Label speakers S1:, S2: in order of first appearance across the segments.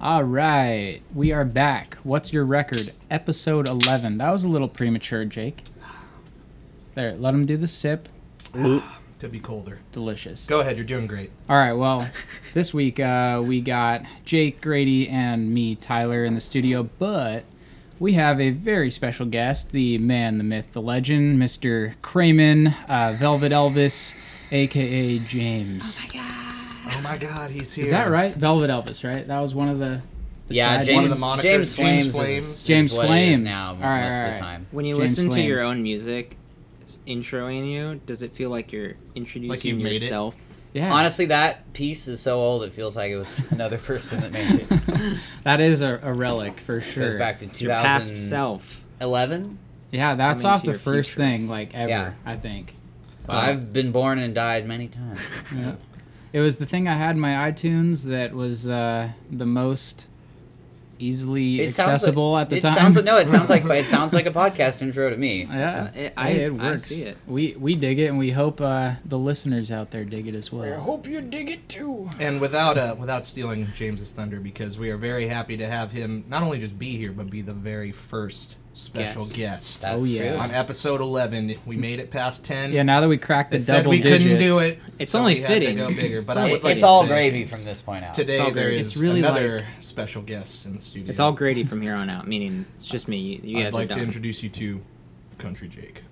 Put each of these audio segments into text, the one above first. S1: All right, we are back. What's your record? Episode 11. That was a little premature, Jake. There, let him do the sip.
S2: Could be colder.
S1: Delicious.
S2: Go ahead. You're doing great.
S1: All right, well, this week uh, we got Jake, Grady, and me, Tyler, in the studio, but we have a very special guest the man, the myth, the legend, Mr. Cramen, uh, Velvet Elvis, aka James.
S2: Oh my God, he's here.
S1: Is that right? Velvet Elvis, right? That was one of the. the
S3: Yeah,
S1: side
S3: James,
S2: One of
S1: names?
S2: the monikers, James
S3: James Flames. is-
S2: Flames.
S3: is
S1: James
S3: what it is
S1: Flames.
S3: now most
S1: Alright,
S3: of
S1: alright.
S3: the time.
S4: When you
S1: James
S4: listen to your
S1: Flames.
S4: own music s- introing you, does it feel like you're introducing
S2: you've made it?
S4: yourself?
S1: Yeah.
S3: Honestly, that piece is so old it feels like it was another person that made it.
S1: that is a, a relic for sure.
S3: Goes back to
S4: It's your past
S3: 2011.
S4: self.
S1: yeah, that's
S4: coming
S1: off
S4: to
S1: the
S4: your
S1: first
S4: future.
S1: thing like ever.
S3: Yeah.
S1: I think.
S3: I've been born and died many times.
S1: Yeah. It was the thing I had in my iTunes that was uh, the most easily
S3: It sounds
S1: accessible
S3: like,
S1: at the
S3: it
S1: time. Oh,
S3: Sounds, no, it sounds like it sounds like a podcast intro to me.
S1: Yeah,
S4: It-
S1: Hey,
S4: I- I see it.
S1: We we dig it, and we hope uh, the listeners out there dig it as well.
S3: hope you dig it too.
S2: And without uh, without stealing James's thunder, because we are very happy to have him not only just be here, but be the very first special
S4: Yes.
S2: guest
S3: That's
S1: Oh, yeah.
S3: true.
S2: on episode 11. We made it past 10.
S1: Yeah, now that we cracked the
S2: They said
S1: double
S2: we
S1: digits,
S2: couldn't do it.
S4: It's
S2: so
S4: only
S2: we
S4: fitting.
S2: Had to go bigger, but
S4: It's
S2: I
S4: only
S2: would
S3: It-
S2: like
S3: it's
S2: to
S3: all
S2: say
S3: gravy from this point out.
S2: Today
S4: It's all
S2: there
S4: gravy.
S2: is
S1: It's really
S2: another special guest in the studio.
S4: It's all Grady from here on out, meaning it's just me. You, you
S2: I'd
S4: guys
S2: like
S4: are
S2: to
S4: done.
S2: introduce you to Country Jake.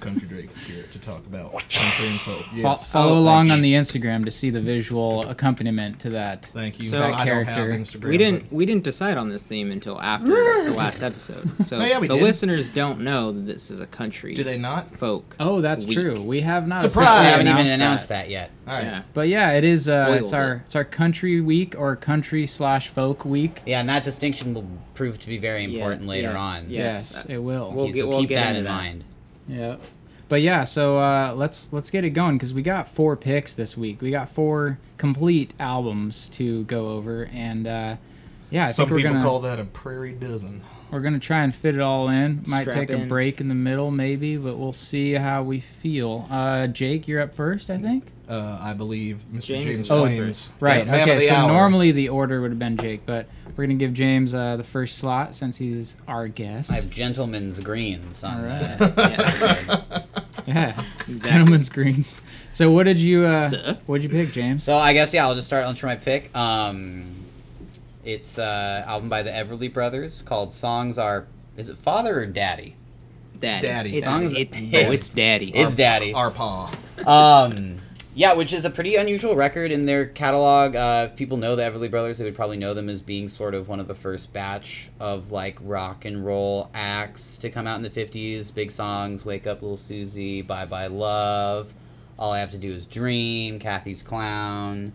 S2: Country Jake is here to talk about country info.
S1: Fo-
S2: Yes.
S1: follow
S2: Oh,
S1: along
S2: thank
S1: on
S2: you.
S1: the Instagram to see the visual accompaniment to that.
S2: Thank you.
S4: So-
S2: I don't have
S1: character.
S2: Instagram.
S4: we didn't we didn't decide on this theme until after the last episode. So
S2: No, yeah, we
S4: the
S2: did.
S4: listeners don't know that this is a country
S2: but Do they not?
S4: folk.
S1: Oh, that's
S4: week.
S1: true. We have not
S2: Surprise!
S3: We
S1: officially
S3: haven't even
S1: announced
S3: announced that, yet.
S2: All right.
S4: Yeah.
S1: But yeah, it is. Uh,
S4: Spoiled
S1: it's our
S4: it.
S1: it's our country week or country slash folk week.
S3: Yeah, and that distinction will prove to be very
S4: Yeah,
S3: important later
S4: yes,
S3: on.
S4: yeah. Yes.
S1: Yes, it will.
S4: We'll
S3: So
S4: get- we'll
S3: keep
S4: get
S3: that
S4: into
S3: in
S4: that.
S3: mind.
S1: Yeah. But yeah, so uh, let's let's get it going because we got four picks this week. We got four complete albums to go over, and uh, yeah, I
S2: Some
S1: think we're
S2: people
S1: gonna
S2: call that a prairie dozen.
S1: we're gonna try and fit it all in. Might
S4: Strap
S1: take a
S4: in.
S1: break in the middle, maybe, but we'll see how we feel. Uh, Jake, you're up first, I think.
S2: Uh, I believe Mr. James,
S4: James is
S1: Oh,
S2: Flames.
S1: Right.
S2: Yes, man of
S1: okay.
S2: the
S1: So
S2: hour.
S1: normally the order would have been Jake, but we're gonna give James uh, the first slot since he's our guest.
S3: I have gentlemen's greens on
S1: All right.
S3: the
S1: yeah.
S4: Exactly.
S1: Gentlemen's greens. So what did you uh,
S4: Sir?
S1: what did you pick, James?
S3: So I guess yeah, I'll just start on for my pick. Um, it's uh album by the Everly Brothers called "Songs Are." Is it father or daddy?
S4: Daddy.
S2: Daddy.
S4: It's,
S3: Songs-
S4: it, no, it's daddy.
S3: It's daddy.
S2: Our paw.
S3: Um, yeah, which is a pretty unusual record in their catalog. Uh, if people know the Everly Brothers, they would probably know them as being sort of one of the first batch of like rock and roll acts to come out in the '50s. Big songs, "Wake Up, Little Susie," "Bye Bye Love," "All I Have to Do Is Dream," "Kathy's Clown."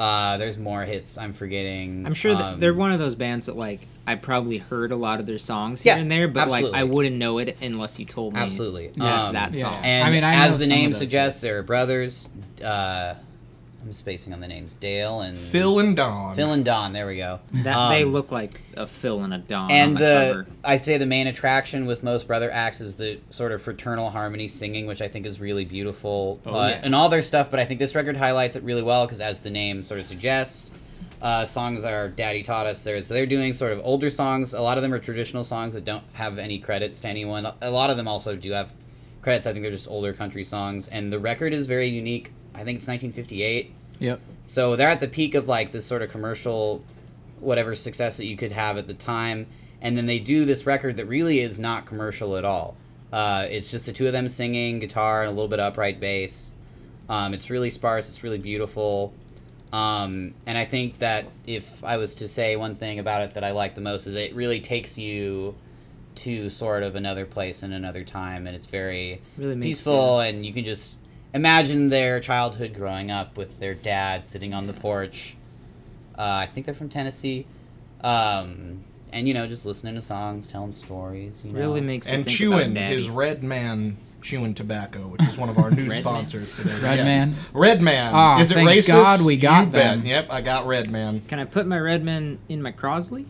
S3: Uh, there's more hits I'm forgetting.
S4: I'm sure that
S3: Um,
S4: they're one of those bands that like I probably heard a lot of their songs
S3: Yeah,
S4: here and there, but
S3: absolutely.
S4: like I wouldn't know it unless you told me.
S3: Absolutely.
S4: That's
S3: Um,
S4: that
S1: yeah.
S4: song.
S3: And
S1: I mean, I know
S3: as the
S1: some
S3: name
S1: of those
S3: suggests,
S1: names.
S3: they're brothers. Uh, I'm spacing on the names. Dale and
S2: Phil and Don.
S3: Phil and Don. There we go.
S4: That
S3: Um,
S4: they look like a Phil and a Don on
S3: And
S4: the,
S3: the,
S4: cover.
S3: I'd say the main attraction with most brother acts is the sort of fraternal harmony singing, which I think is really beautiful,
S1: Oh,
S3: uh,
S1: yeah.
S3: and all their stuff. But I think this record highlights it really well because, as the name sort of suggests, uh, songs are "Daddy Taught Us." There, so they're doing sort of older songs. A lot of them are traditional songs that don't have any credits to anyone. A lot of them also do have credits. I think they're just older country songs, and the record is very unique. I think it's 1958.
S1: Yep.
S3: So they're at the peak of like this sort of commercial, whatever success that you could have at the time, and then they do this record that really is not commercial at all. Uh, it's just the two of them singing, guitar, and a little bit of upright bass. Um, it's really sparse. It's really beautiful. Um, and I think that if I was to say one thing about it that I like the most is it really takes you to sort of another place and another time, and it's very
S4: Really makes
S3: peaceful, and you can just imagine their childhood growing up with their dad sitting on the porch. Uh, I think they're from Tennessee, um, and you know, just listening to songs, telling stories. You know,
S4: really makes you
S2: and
S4: think about
S2: chewing
S4: daddy.
S2: his Red Man chewing tobacco, which is one of our new
S4: Red
S2: sponsors today.
S1: Red
S2: yes.
S1: Man?
S2: Red Man.
S1: Aw,
S2: is it
S1: thank
S2: racist?
S1: God we got
S2: you bet.
S1: them.
S2: Yep, I got Red Man.
S4: Can I put my Redman in my Crosley?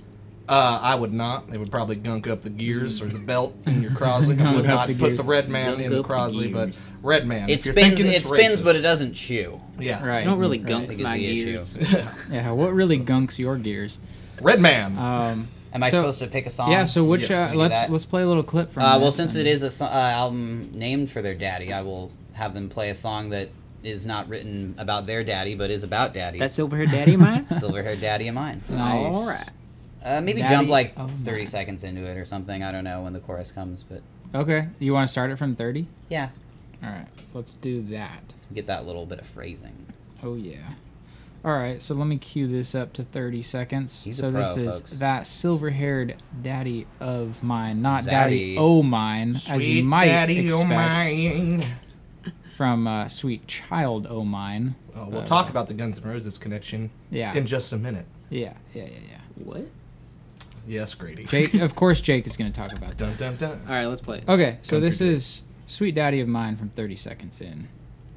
S2: Uh, Uh, I would not. They would probably gunk up the gears or the belt in your Crosley. I
S1: Gunk up
S2: would not
S1: the
S2: put
S1: gears.
S2: the red man
S4: Gunk
S2: in the
S4: up the
S2: Crosley, but
S4: gears.
S2: red man.
S3: It
S2: if you're
S3: spins.
S2: thinking
S3: It
S2: it's
S3: spins,
S2: racist.
S3: but it doesn't chew.
S2: Yeah,
S1: Right.
S4: I don't really
S1: right.
S4: gunks
S3: is
S4: my
S3: the issue.
S4: gears.
S1: Yeah, what really gunks your gears?
S2: red man.
S1: Um,
S3: Am I
S1: So-
S3: supposed to pick a song?
S1: yeah, so which
S2: yes.
S1: uh,
S3: Do
S1: let's
S3: Um, that.
S1: let's play a little clip from.
S3: Uh, well,
S1: this
S3: since
S1: and-
S3: it is a so- uh, album named for their daddy, I will have them play a song that is not written about their daddy, but is about daddy.
S4: That silver haired daddy of mine?
S3: silver-haired daddy of mine.
S1: nice.
S4: All right.
S3: Uh, maybe
S1: Daddy
S3: jump like
S1: of
S3: thirty
S1: mine.
S3: seconds into it or something. I don't know when the chorus comes, but
S1: Okay, you want to start it from thirty?
S3: yeah,
S1: All right, let's do that.
S3: get that little bit of phrasing.
S1: Oh yeah. All right, so let me cue this up to 30 seconds.
S3: He's a
S1: so this
S3: pro,
S1: is
S3: folks.
S1: that silver-haired daddy of mine, not daddy
S3: Zaddy.
S1: oh mine, as you might
S2: daddy
S1: expect
S2: oh mine.
S1: from uh, sweet child oh mine.
S2: Oh, we'll talk about the Guns N' Roses connection
S1: Uh, Yeah.
S2: in just a minute.
S1: yeah, yeah, yeah, yeah.
S4: What?
S2: Yes, Grady.
S1: Jake, of course, Jake is going to talk about that.
S2: Dun dun dun.
S4: All right, let's play it.
S1: Okay, so this
S2: Country
S1: is sweet daddy of mine from 30 seconds in.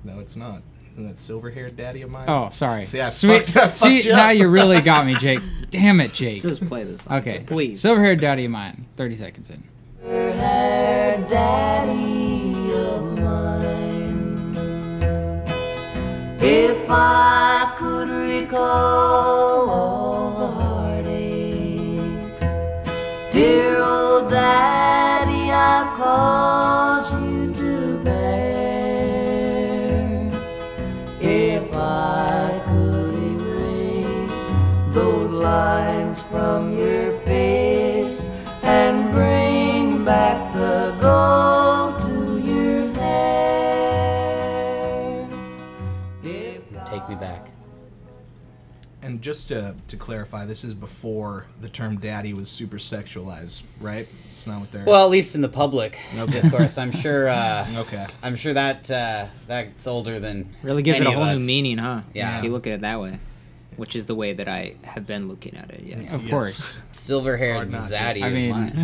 S2: No, it's not. Isn't that silver haired daddy of mine?
S1: Oh, sorry.
S2: See, I
S1: sweet.
S2: fucked- I fucked
S1: see,
S2: you up.
S1: now you really got me, Jake. Damn it, Jake.
S4: Just play this. song.
S1: Okay,
S4: Please.
S1: silver-haired daddy of mine, 30 seconds in.
S5: If I could recall all the heartaches, dear old daddy, I've caused you to bear. If I could erase those lines from your face and bring back the gold to your hair. If
S3: Take me back.
S2: And just to, to clarify, this is before the term daddy was super sexualized, right? It's not what they're.
S3: Well, at least in the public discourse, I'm sure. Uh,
S2: okay.
S3: I'm sure that uh, that's older than
S4: Really gives
S3: any
S4: it a
S3: of
S4: whole
S3: us.
S4: new meaning, huh?
S3: Yeah.
S4: If you look at it that way, which is the way that I have been looking at it, yes.
S1: Of
S2: Yes.
S1: course.
S3: Silver-haired
S2: It's hard not to.
S3: zaddy.
S1: I
S3: of
S1: mean,
S3: mine.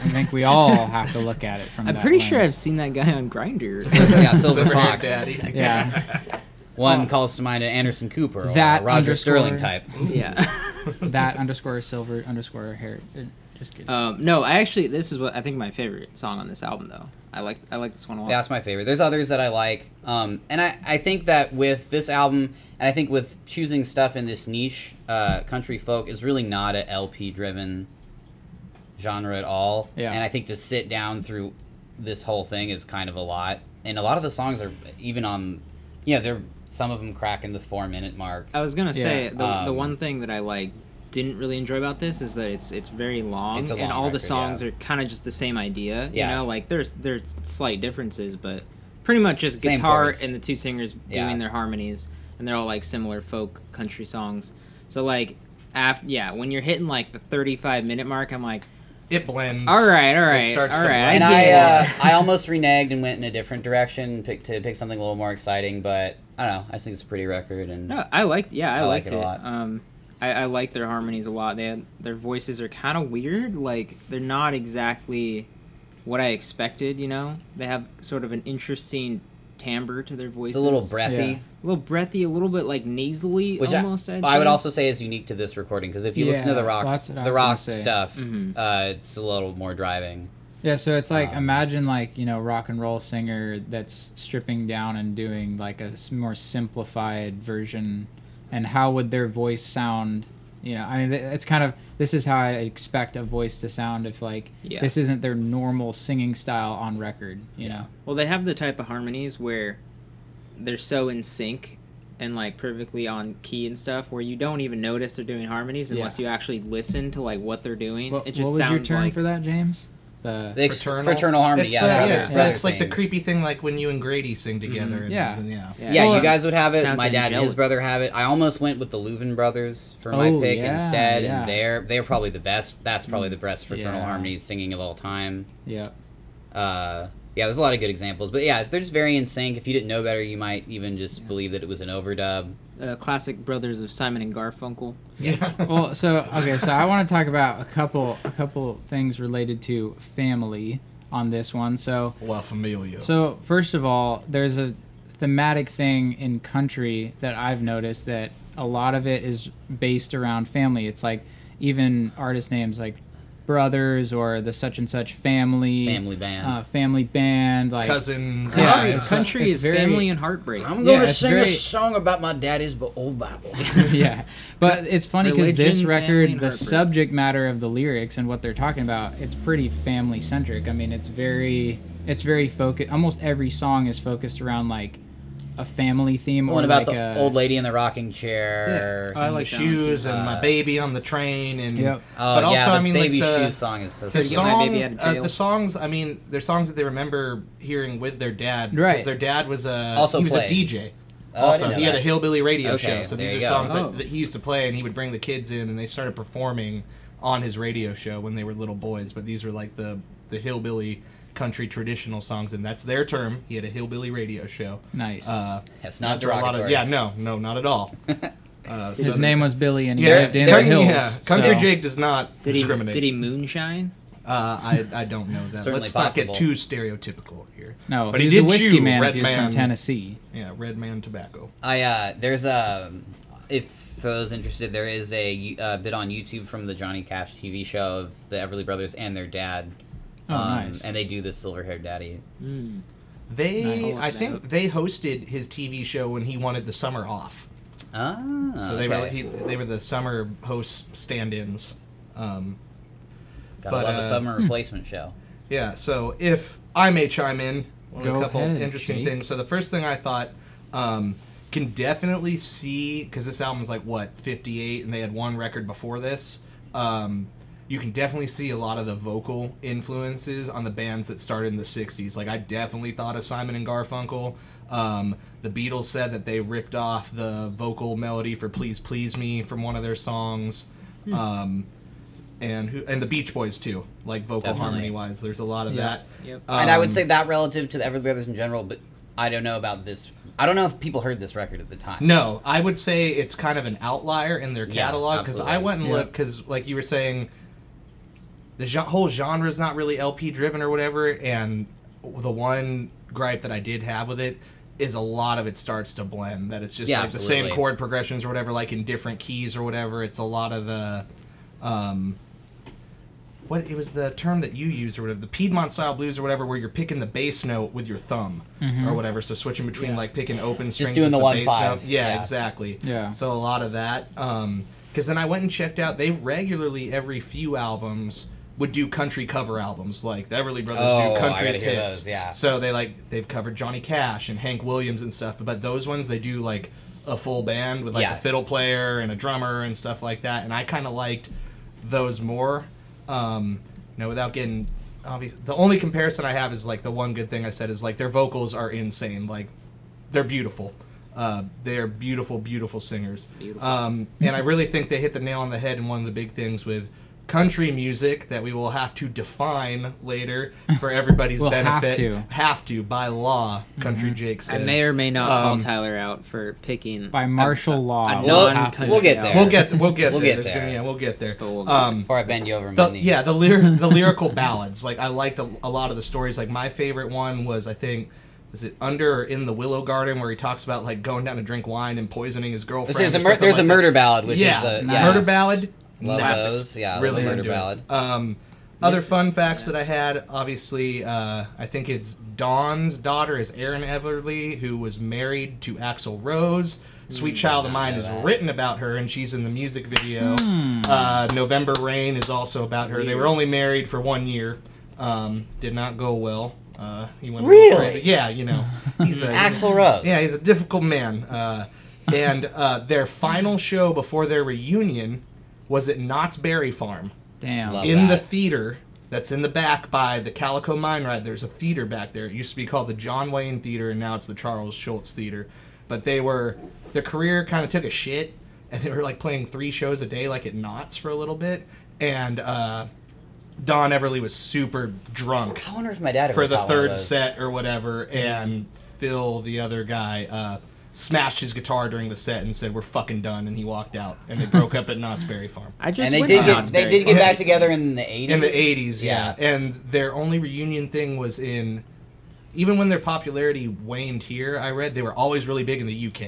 S1: I think we all have to look at it from.
S4: I'm
S1: that
S4: pretty sure I've
S1: lens.
S4: seen that guy on Grinder.
S3: yeah, silver
S2: Silver haired
S3: fox.
S2: daddy.
S1: Yeah,
S3: One calls to mind an Anderson Cooper or
S1: That
S3: a Roger
S1: underscore-
S3: Sterling type.
S4: yeah.
S1: that underscore silver underscore hair. uh, Just kidding.
S4: Um, no, I actually this is what I think my favorite song on this album though. I like I like this one a lot.
S3: That's my favorite. There's others that I like, um, and I, I think that with this album, and I think with choosing stuff in this niche, uh, country folk is really not a LP driven genre at all.
S1: Yeah.
S3: And I think to sit down through this whole thing is kind of a lot, and a lot of the songs are even on, yeah, they're some of them cracking the four minute mark.
S4: I was gonna say
S1: Yeah.
S4: the, the
S3: Um,
S4: one thing that I like didn't really enjoy about this is that it's it's very long,
S3: It's a long
S4: and all the
S3: record,
S4: songs
S3: yeah.
S4: are kind of just the same idea.
S3: Yeah.
S4: You know, like there's there's slight differences, but pretty much just
S3: Same
S4: guitar
S3: chords.
S4: and the two singers
S3: Yeah.
S4: doing their harmonies, and they're all like similar folk country songs. So like after yeah, when you're hitting like the 35 minute mark, I'm like,
S2: It blends.
S4: all right, all right,
S2: starts
S4: all
S2: to
S4: right.
S3: and
S4: get
S3: I
S4: it.
S3: uh, I almost reneged and went in a different direction pick, to pick something a little more exciting, but I don't know. I just think it's a pretty record, and
S4: No, I liked. Yeah, I,
S3: I like
S4: liked
S3: it a
S4: it.
S3: lot.
S4: Um, I, I like their harmonies a lot. They had, their voices are kind of weird. Like they're not exactly what I expected. You know, they have sort of an interesting timbre to their voices.
S3: it's a little breathy.
S1: Yeah.
S4: a little breathy, a little bit like nasally
S3: which
S4: almost.
S3: I,
S4: I'd
S3: I would
S4: say.
S3: also say is unique to this recording because if you listen to the
S1: Yeah,
S3: rock,
S1: that's what I
S3: the
S1: was gonna
S3: rock
S1: say.
S3: stuff,
S2: Mm-hmm.
S4: Mhm.
S3: uh, it's a little more driving.
S1: yeah. So it's like
S3: um,
S1: imagine like you know rock and roll singer that's stripping down and doing like a s- more simplified version, and how would their voice sound? You know, I mean, th- it's kind of this is how I expect a voice to sound if like
S4: Yeah.
S1: this isn't their normal singing style on record. You know.
S4: Well, they have the type of harmonies where they're so in sync and like perfectly on key and stuff where you don't even notice they're doing harmonies unless
S1: Yeah.
S4: you actually listen to like what they're doing.
S1: What,
S4: it just
S1: what was
S4: sounds
S1: your term
S4: like
S1: for that, James? The
S3: The ex-
S2: Fraternal,
S3: harmony,
S2: It's
S3: yeah,
S2: the-
S3: that other-
S2: it's,
S3: that other
S2: it's like the
S3: thing.
S2: creepy thing, like when you and Grady sing together. And,
S1: Yeah.
S2: and yeah.
S4: Yeah.
S3: Yeah,
S1: Well,
S3: you guys would have it.
S4: sounds
S3: My dad and his
S4: angelic.
S3: brother have it. I almost went with the Leuven brothers for my
S1: Oh,
S3: pick
S1: yeah,
S3: instead,
S1: yeah. Mm,
S3: and they're they're probably the best. That's probably the best fraternal
S1: Yeah.
S3: harmonies singing of all time.
S1: yeah.
S3: Uh, yeah, there's a lot of good examples, but yeah, so they're just very in sync. If you didn't know better, you might even just believe that it was an overdub.
S4: uh, classic brothers of Simon and Garfunkel.
S2: Yeah.
S1: well, so okay, so I want to talk about a couple a couple things related to family on this one. So
S2: La Familia.
S1: so first of all, there's a thematic thing in country that I've noticed that a lot of it is based around family. It's like even artist names like Brothers or the such and such family,
S3: Family band.
S1: uh, family band, like
S2: cousin.
S1: Yeah,
S2: cousins.
S1: it's-
S4: country
S1: it's
S4: is
S1: very-
S4: family and heartbreak.
S5: I'm
S1: Yeah,
S5: gonna
S1: it's
S5: sing a
S1: very-
S5: song about my daddy's but old Bible.
S1: yeah, but it's funny because this
S4: Religion, family,
S1: record,
S4: and
S1: the
S4: heartbreak.
S1: subject matter of the lyrics and what they're talking about, it's pretty family centric. I mean, it's very, it's very focused. Almost every song is focused around like a family theme or
S3: One about
S1: like
S3: the
S1: a
S3: old lady in the rocking chair.
S4: I
S2: and
S4: like
S2: the
S4: that one too.
S2: shoes and my baby on the train and
S1: Yep.
S3: Uh, Oh,
S2: but also
S3: yeah, the
S2: I mean
S3: baby
S2: like the
S3: shoes song is so.
S2: the
S3: Sweet.
S4: Get My
S2: song
S4: Baby Out of
S2: uh,
S4: Jail.
S2: the songs I mean they're songs that they remember hearing with their dad
S1: Right.
S2: because their dad was a
S3: Also
S2: he was
S3: played.
S2: a DJ
S3: Oh, I
S2: also
S3: didn't know
S2: he had
S3: that.
S2: a hillbilly radio
S3: Okay,
S2: show so these
S3: there
S2: are
S3: you go.
S2: songs
S4: Oh.
S2: that, that he used to play and he would bring the kids in and they started performing on his radio show when they were little boys but these were like the the hillbilly country traditional songs and that's their term he had a hillbilly radio show
S1: nice.
S2: uh,
S3: It's not
S2: that's where a lot of
S3: derogatory.
S2: yeah no no not at all uh,
S1: His
S2: so
S1: name was Billy, and he lived in
S2: there-
S1: the hills.
S2: yeah, Country
S1: so-
S2: Jake does not
S4: Did he,
S2: discriminate.
S4: did he moonshine?
S2: Uh, I, I don't know that.
S3: Certainly
S2: Let's
S3: possible.
S2: not get too stereotypical here.
S1: No,
S2: but
S1: he,
S2: he,
S1: was a
S2: did
S1: whiskey
S2: chew
S1: man. if
S2: Red
S1: he was
S2: Man.
S1: from Tennessee.
S2: Yeah, Red Man Tobacco.
S3: I uh, there's a if for those interested, there is a uh, bit on YouTube from the Johnny Cash TV show of the Everly Brothers and their dad. Um,
S1: Oh, nice.
S3: And they do the silver haired daddy.
S2: They,
S4: Nice.
S2: I think they hosted his TV show when he wanted the summer off.
S3: Ah,
S2: So they were he, they were the summer host stand-ins. Um,
S3: Gotta
S2: but,
S3: love a
S2: uh,
S3: summer replacement show.
S2: Yeah, so if I may chime in on
S1: Go
S2: a couple
S1: ahead,
S2: interesting
S1: Jake.
S2: things. So the first thing I thought um, can definitely see because this album's like what 58 and they had one record before this. Um, you can definitely see a lot of the vocal influences on the bands that started in the 60s. Like I definitely thought of Simon and Garfunkel. Um, the Beatles said that they ripped off the vocal melody for Please Please Me from one of their songs.
S1: Hmm.
S2: Um, and who and the Beach Boys too, like vocal
S3: Definitely.
S2: harmony wise. There's a lot of
S1: Yeah.
S2: that.
S4: Yep.
S2: Um,
S3: and I would say that relative to the Everly Brothers in general, but I don't know about this. I don't know if people heard this record at the time.
S2: no, I would say it's kind of an outlier in their
S3: Yeah,
S2: catalog because I
S3: absolutely.
S2: went and
S1: Yeah.
S2: looked because, like you were saying, the gen- whole genre is not really LP driven or whatever. And the one gripe that I did have with it is a lot of it starts to blend. That it's just
S3: Yeah,
S2: like the
S3: absolutely.
S2: same chord progressions or whatever, like in different keys or whatever. It's a lot of the. Um, what it was the term that you used or whatever the Piedmont style blues or whatever where you're picking the bass note with your thumb or whatever so switching between like picking open strings
S3: Mm-hmm. doing
S2: as
S3: the
S2: the,
S3: one
S2: bass
S3: five.
S2: note yeah,
S3: Yeah.
S2: exactly
S1: Yeah.
S2: so a lot of that um because then I went and checked out they regularly every few albums would do country cover albums like the Everly Brothers
S3: Oh, I
S2: do country
S3: gotta hear
S2: hits
S3: those, yeah.
S2: so they like they've covered Johnny Cash and Hank Williams and stuff but, but those ones they do like a full band with like
S3: Yeah.
S2: a fiddle player and a drummer and stuff like that and I kind of liked those more. Um, you know, without getting obvious, the only comparison I have is like the one good thing I said is like their vocals are insane. Like they're beautiful. Uh, they're beautiful, beautiful singers.
S4: Beautiful.
S2: Um, and I really think they hit the nail on the head in one of the big things with country music that we will have to define later for everybody's
S1: We'll have
S2: benefit.
S1: to.
S2: Have to, by law, Country Jake
S4: Mm-hmm. I
S2: says.
S4: may or may not call
S2: Um,
S4: Tyler out for picking
S1: By martial law,
S4: I
S1: we'll
S4: know-
S1: have to-
S3: we'll get there.
S2: We'll get we'll get
S3: We'll
S2: there.
S3: get
S2: There's
S3: there.
S2: Gonna, yeah, we'll get there.
S4: But we'll get
S2: um,
S3: Before I bend you over my
S2: the,
S3: knee.
S2: yeah, the lyric, the lyrical ballads. Like I liked a, a lot of the stories. Like my favorite one was I think was it under or in the Willow Garden where he talks about like going down to drink wine and poisoning his girlfriend.
S3: This is a
S2: or
S3: mur-
S2: something
S3: there's
S2: like
S3: a
S2: that.
S3: murder ballad, which
S2: yeah,
S3: is a
S1: nice.
S3: yeah.
S2: murder ballad.
S3: Love
S2: nice.
S3: those. Yeah, I love
S2: really
S3: a murder
S2: into it.
S3: ballad.
S2: Um, other
S4: This-
S2: fun facts that I had, obviously, uh, I think it's Dawn's daughter is Erin Everly, who was married to Axl Rose. Sweet Child of Mine
S3: Hmm, know
S2: is
S3: that.
S2: written about her, and she's in the music video. Uh, November Rain is also about her. They were only married for one year. Um, did not go well. Uh, he went a little
S3: Really?
S2: crazy. Yeah, you know, he's a, he's a-
S3: Axl Rose.
S2: yeah, he's a difficult man. Uh, and uh, their final show before their reunion was at Knott's Berry Farm
S1: Damn.
S3: Love-
S2: in the
S3: that.
S2: theater that's in the back by the Calico Mine Ride. There's a theater back there. It used to be called the John Wayne Theater, and now it's the Charles Schultz Theater. But they were their career kind of took a shit, and they were like playing three shows a day, like at Knott's for a little bit. And uh, Don Everly was super drunk
S3: I wonder if my dad ever
S2: for the
S3: caught one of
S2: third
S3: those.
S2: set or whatever,
S3: Mm-hmm.
S2: and Phil, the other guy, uh, smashed his guitar during the set and said, "We're fucking done," and he walked out. And they broke up at Knott's Berry Farm.
S4: I just
S3: And they
S4: went
S3: did
S4: to
S3: get
S4: Knott's
S3: they
S4: Berry
S3: did get
S4: Farm
S3: back
S4: recently.
S3: together in the eighties.
S2: in the 80s yeah. and their only reunion thing was in even when their popularity waned here i read they were always really big in the uk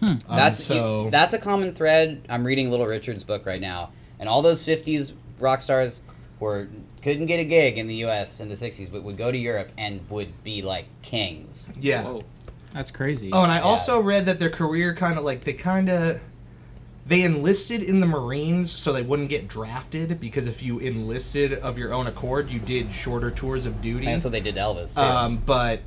S2: Um,
S3: Hmm. That's you-
S2: so
S3: that's a common thread. I'm reading Little Richard's book right now. and all those '50s rock stars were couldn't get a gig in the U.S. in the '60s, but would go to Europe and would be like kings.
S2: Yeah.
S4: Whoa.
S1: That's crazy.
S2: Oh, and I also read that their career kind of like they kind of they enlisted in the Marines so they wouldn't get drafted because if you enlisted of your own accord, you did shorter tours of duty.
S3: And that's what they did to Elvis. Too.
S2: Um, but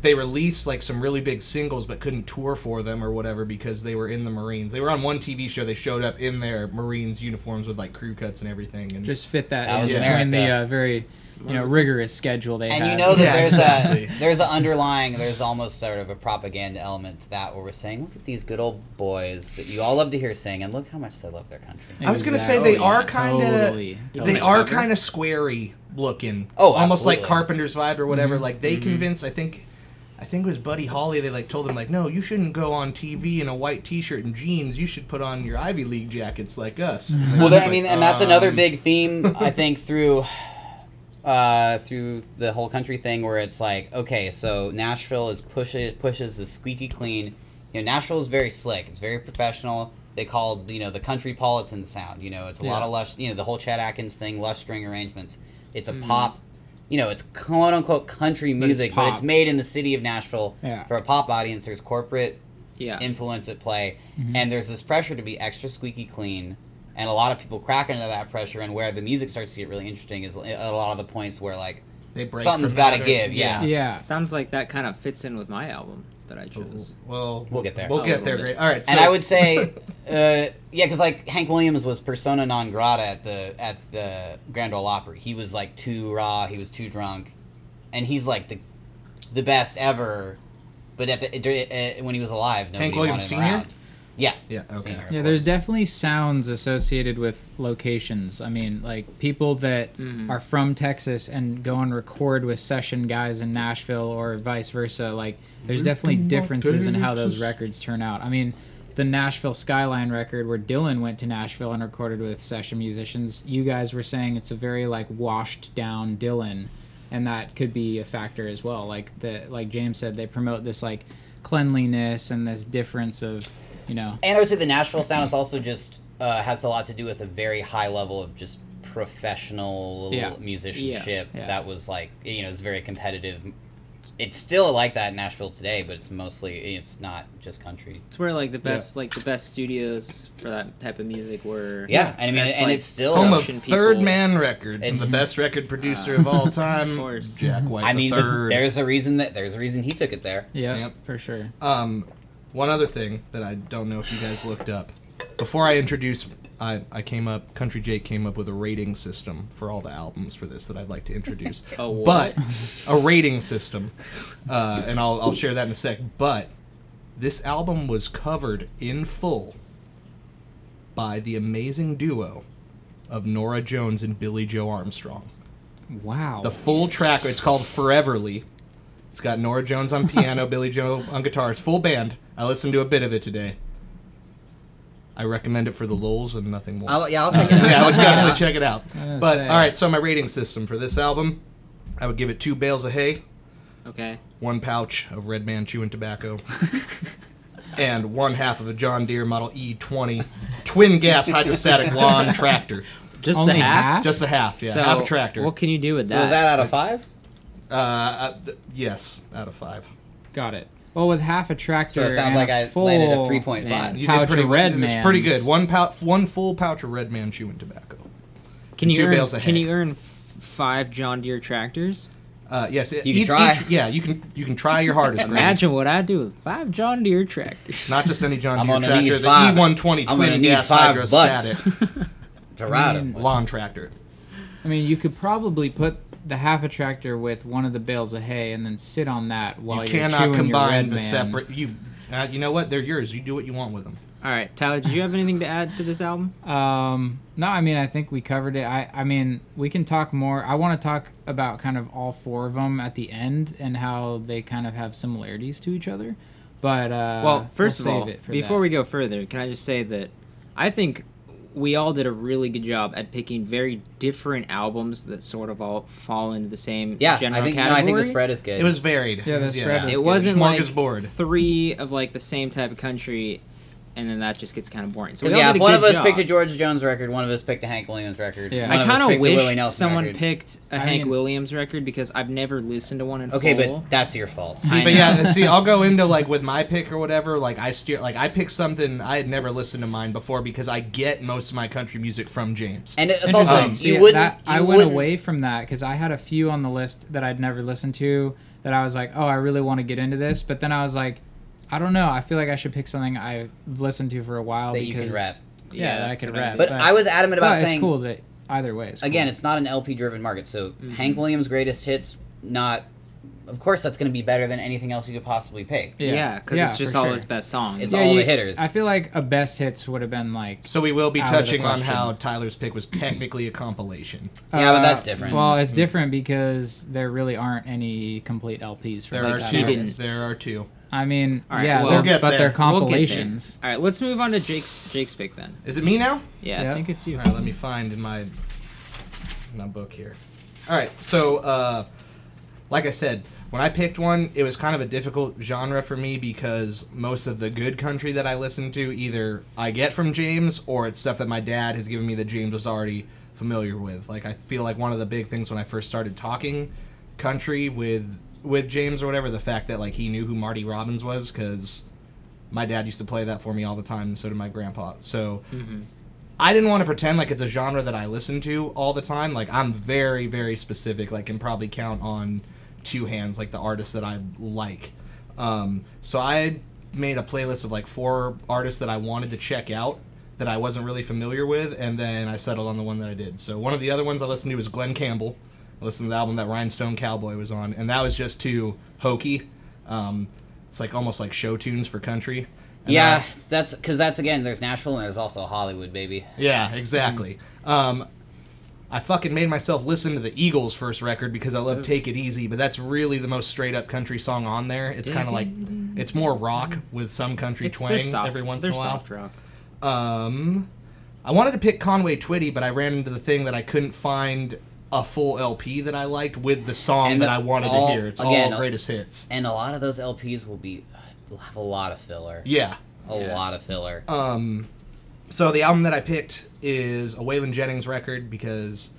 S2: they released like some really big singles, but couldn't tour for them or whatever because they were in the Marines. They were on one TV show. They showed up in their Marines uniforms with like crew cuts and everything. And
S1: just fit that
S3: That
S1: in
S3: was
S1: between the
S3: America.
S1: uh, very you know rigorous schedule they
S3: and
S1: had.
S3: you know that
S2: Yeah,
S3: there's
S2: exactly.
S3: a there's an underlying there's almost sort of a propaganda element to that where we're saying look at these good old boys that you all love to hear sing and look how much they love their country
S2: I was gonna say they are kind of
S1: Totally,
S2: they
S1: totally.
S2: are
S4: cover?
S2: kind of squarey looking.
S3: Oh,
S2: almost like
S3: absolutely.
S2: Carpenter's vibe or
S4: Mm-hmm.
S2: whatever. Like they convinced, I think, I think it was Buddy Holly. They like told him like, no, you shouldn't go on TV in a white T-shirt and jeans. You should put on your Ivy League jackets like us. And was
S3: well that, i
S2: like,
S3: mean and that's another
S2: um,
S3: big theme i think through uh, through the whole country thing where it's like okay so nashville is pushes pushes the squeaky clean you know nashville is very slick it's very professional they called you know the country politan sound you know it's a lot
S1: Yeah.
S3: of lush you know the whole chad atkins thing lush string arrangements it's a pop you know it's quote unquote country music but it's
S1: pop.
S3: made in the city of nashville
S1: Yeah.
S3: for a pop audience there's corporate
S4: Yeah.
S3: influence at play and there's this pressure to be extra squeaky clean and a lot of people crack under that pressure and where the music starts to get really interesting is at a lot of the points where like
S2: they break
S3: something's
S2: from
S3: gotta
S2: that or-
S3: give, yeah.
S1: Yeah.
S4: Sounds like that kind of fits in with my album that I chose.
S2: Well,
S3: We'll get there.
S2: We'll
S4: Oh,
S2: get there.
S4: we'll
S2: Great.
S4: get-
S2: All right. So,
S3: and i would say uh, yeah because like hank williams was persona non grata at the at the grand ole opry he was like too raw he was too drunk and he's like the the best ever but at the uh, when he was alive nobody
S2: Williams Sr.?
S3: wanted him around. yeah
S2: Yeah. Okay.
S3: Sr., of
S1: Yeah, there's
S3: course.
S1: definitely sounds associated with locations. I mean, like people that are from Texas and go and record with session guys in Nashville or vice versa. Like, there's definitely differences in how those records turn out. I mean, the Nashville Skyline record where Dylan went to Nashville and recorded with session musicians, you guys were saying it's a very like washed down Dylan and that could be a factor as well. Like the like James said they promote this like cleanliness and this difference of, you know,
S3: And I would say the Nashville sound is also just uh, has a lot to do with a very high level of just professional
S1: Yeah.
S3: musicianship
S1: Yeah. Yeah.
S3: that was like you know it's very competitive. It's still like that in Nashville today, but it's mostly it's not just country.
S4: It's where like the best like the best studios for that type of music were.
S3: Yeah, and I mean,
S4: That's,
S3: and
S4: like,
S3: it's still
S2: Home of
S4: Production
S2: Third
S4: people.
S2: Man Records and the
S3: It's-
S2: best record producer of all time,
S4: course.
S2: Jack White.
S3: I mean,
S2: the third.
S3: there's a reason that there's a reason he took it there.
S1: Yeah,
S2: Yep.
S1: for sure.
S2: Um, one other thing that I don't know if you guys looked up. Before I introduce, I, I came up, Country Jake came up with a rating system for all the albums for this that I'd like to introduce.
S4: A what?
S2: But a rating system, uh, and I'll, I'll share that in a sec. But this album was covered in full by the amazing duo of Nora Jones and Billy Joe Armstrong.
S1: Wow.
S2: The full track, it's called Foreverly. It's got Nora Jones on piano, Billy Joe on guitars, full band. I listened to a bit of it today. I recommend it for the lulls and nothing more.
S3: I'll, yeah, I'll take it.
S2: yeah, I would definitely check it out.
S1: gonna
S2: But
S1: say.
S2: all right, so my rating system for this album, I would give it two bales of hay,
S4: Okay.
S2: one pouch of Red Man chewing tobacco, and one half of a John Deere Model E20 twin gas hydrostatic lawn tractor.
S4: Just
S1: Only
S4: the half.
S1: half?
S2: Just a half, yeah,
S4: So,
S2: half a tractor.
S4: What can you do with
S3: So is that out of five?
S2: Uh, uh, d- yes, out of five.
S1: Got it. Well, with half a tractor
S3: So it sounds
S1: and
S3: like
S1: a
S3: I
S1: full,
S3: landed a three point
S4: Man.
S3: five.
S2: You
S1: Pouch
S2: did pretty
S1: of Red
S2: It was pretty
S1: Mans.
S2: good. One pouch, one full pouch of Red Man chewing tobacco.
S4: Can you
S2: two
S4: earn,
S2: bales of
S4: Can
S2: hay.
S4: you earn f- five John Deere tractors?
S2: Uh, yes, you
S3: can try.
S2: yeah, you can you can try your hardest. Grant.
S4: Imagine what I do with five John Deere tractors.
S2: Not just any John
S3: I'm
S2: Deere
S3: gonna
S2: tractor,
S3: need
S2: the
S3: five.
S2: E120
S3: I'm gonna
S2: twin
S3: need
S2: gas
S3: five
S2: hydrostatic
S3: To route him.
S2: lawn tractor.
S1: I mean, you could probably put the half a tractor with one of the bales of hay and then sit on that while
S2: you
S1: are
S2: cannot combine
S1: Red
S2: the
S1: Man.
S2: separate. You, uh, you know what? They're yours. You do what you want with them.
S4: All right, Tyler. Did you have anything to add to this album?
S1: Um, no, I mean, I think we covered it. I, I mean, we can talk more. I want to talk about kind of all four of them at the end and how they kind of have similarities to each other. But uh,
S4: well, 1st
S1: we'll
S4: of all,
S1: save it for
S4: before
S1: that.
S4: we go further, can I just say that I think we all did a really good job at picking very different albums that sort of all fall into the same
S3: Yeah,
S4: general
S3: I think no,
S4: category.
S3: I think the spread is good.
S2: It was varied.
S1: Yeah, the spread was
S4: it
S1: good.
S4: wasn't like
S2: Smorgasbord.
S4: three of like the same type of country and then that just gets kind of boring. So
S3: Because
S4: we all
S3: yeah,
S4: did
S3: if
S4: a
S3: one
S4: good
S3: of us
S4: job.
S3: picked a George Jones record, one of us picked a Hank Williams record.
S1: Yeah.
S3: one
S4: I
S3: of us
S4: kind of
S3: picked a Willie
S4: wish
S3: Nelson
S4: someone
S3: record.
S4: picked a
S1: I
S4: Hank
S1: mean-
S4: Williams record because I've never listened to one in
S3: Okay,
S4: full.
S3: but that's your fault.
S2: See,
S4: I
S2: but
S4: know.
S2: yeah, see, I'll go into like with my pick or whatever. Like I steer, like I pick something I had never listened to mine before because I get most of my country music from James.
S3: And it's also
S1: Interesting.
S3: you
S1: See,
S3: wouldn't.
S1: Um, that- I
S3: you
S1: went
S3: wouldn't-
S1: away from that because I had a few on the list that I'd never listened to that I was like, oh, I really want to get into this, but then I was like, I don't know. I feel like I should pick something I've listened to for a while
S3: That you
S1: because
S3: could rap.
S1: Yeah,
S4: Yeah,
S1: that I
S4: that's
S1: could
S4: what I
S1: rap.
S4: mean.
S3: But I was adamant about
S1: but
S3: saying
S1: it's cool that either way. It's cool.
S3: again,
S1: Mm-hmm.
S3: it's not an LP driven market. So Hank Williams' greatest hits, not. Of course, that's going to be better than anything else you could possibly pick.
S4: yeah, because it's just
S1: for
S4: all
S1: sure.
S4: his best songs.
S3: It's all the hitters.
S1: I feel like a best hits would have been like.
S2: so we will be
S1: Out of the
S2: touching on
S1: question.
S2: how Tyler's pick was technically a compilation.
S3: Yeah, but
S1: uh,
S3: that's different.
S1: Well, it's different because there really aren't any complete LPs for
S2: There
S1: like
S2: are
S1: that
S2: two.
S1: artist.
S2: There are two.
S1: I mean,
S4: All right,
S1: yeah,
S4: well,
S1: they're-
S4: We'll
S2: get
S1: but
S2: there.
S1: they're compilations.
S4: All right, let's move on to Jake's Jake's pick then.
S2: Is it me now?
S4: Yeah,
S1: Yeah.
S4: I think it's you.
S2: All right, let me find in my my book here. All right, so uh, like I said, when I picked one, it was kind of a difficult genre for me because most of the good country that I listen to either I get from James or it's stuff that my dad has given me that James was already familiar with. Like I feel like one of the big things when I first started talking country with with James or whatever, the fact that like he knew who Marty Robbins was because my dad used to play that for me all the time, and so did my grandpa. So I didn't want to pretend like it's a genre that I listen to all the time. Like I'm very, very specific. Like can probably count on two hands like the artists that I like. Um, so I made a playlist of like four artists that I wanted to check out that I wasn't really familiar with, and then I settled on the one that I did. So one of the other ones I listened to was Glenn Campbell. I listened to the album that Rhinestone Cowboy was on, and that was just too hokey. Um, it's like almost like show tunes for country. And
S3: yeah,
S2: I-
S3: that's because that's again. There's Nashville and there's also Hollywood, baby.
S2: yeah, exactly. Um, I fucking made myself listen to the Eagles' first record because I love "Take It Easy," but that's really the most straight up country song on there. It's kind of like it's more rock with some country
S4: It's, they're
S2: twang
S4: soft.
S2: every once
S4: they're
S2: in a while.
S4: soft rock.
S2: Um, I wanted to pick Conway Twitty, but I ran into the thing that I couldn't find a full LP that I liked with the song
S3: And
S2: that
S3: the-
S2: I wanted
S3: all-
S2: to hear. It's
S3: again,
S2: all greatest hits.
S3: And a lot of those LPs will be will have a lot of filler.
S2: Yeah.
S3: A lot of filler.
S1: Uh,
S2: Um, so the album that I picked is a Waylon Jennings record because,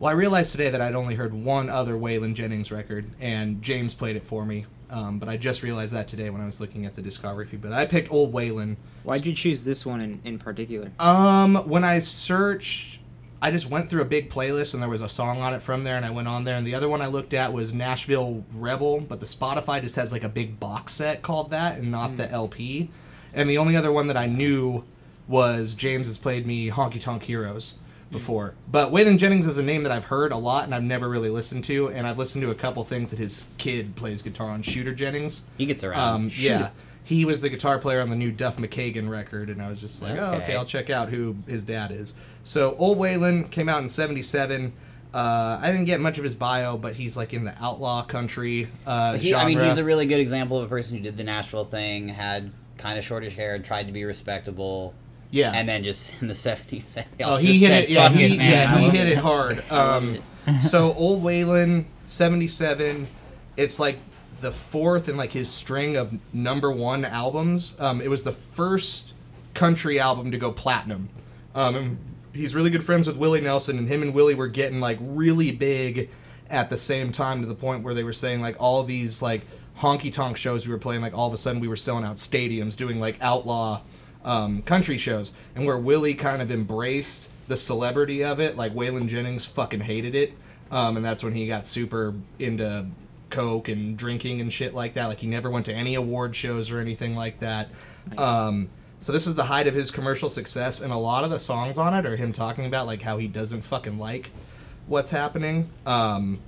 S2: well, I realized today that I'd only heard one other Waylon Jennings record, and James played it for me. Um, but I just realized that today when I was looking at the discography. But I picked Old Waylon.
S4: Why'd you choose this one in, in particular?
S2: Um, when I searched, I just went through a big playlist and there was a song on it from there, and I went on there. And the other one I looked at was Nashville Rebel, but the Spotify just has like a big box set called that and not the LP. And the only other one that I knew was James has played me Honky Tonk Heroes before. But Waylon Jennings is a name that I've heard a lot and I've never really listened to. And I've listened to a couple things that his kid plays guitar on, Shooter Jennings.
S3: he gets around.
S2: Um, yeah, he was the guitar player on the new Duff McKagan record, and I was just like, oh,
S3: Okay.
S2: okay, I'll check out who his dad is. So Old Waylon came out in '77. Uh, I didn't get much of his bio, but he's like in the outlaw country uh,
S3: He,
S2: genre.
S3: I mean, he's a really good example of a person who did the Nashville thing, had kind of shortish hair, tried to be respectable,
S2: yeah,
S3: and then just in the seventies.
S2: Oh, he hit it. Yeah, he, yeah, he hit it hard. Um, so old Waylon, seventy-seven. It's like the fourth in like his string of number one albums. Um, it was the first country album to go platinum. Um, and he's really good friends with Willie Nelson, and him and Willie were getting like really big at the same time to the point where they were saying like all these like honky tonk shows we were playing like all of a sudden we were selling out stadiums doing like outlaw um, country shows and where Willie kind of embraced the celebrity of it like Waylon Jennings fucking hated it um, and that's when he got super into coke and drinking and shit like that like he never went to any award shows or anything like that um, so this is the height of his commercial success and a lot of the songs on it are him talking about like how he doesn't fucking like what's happening. Um,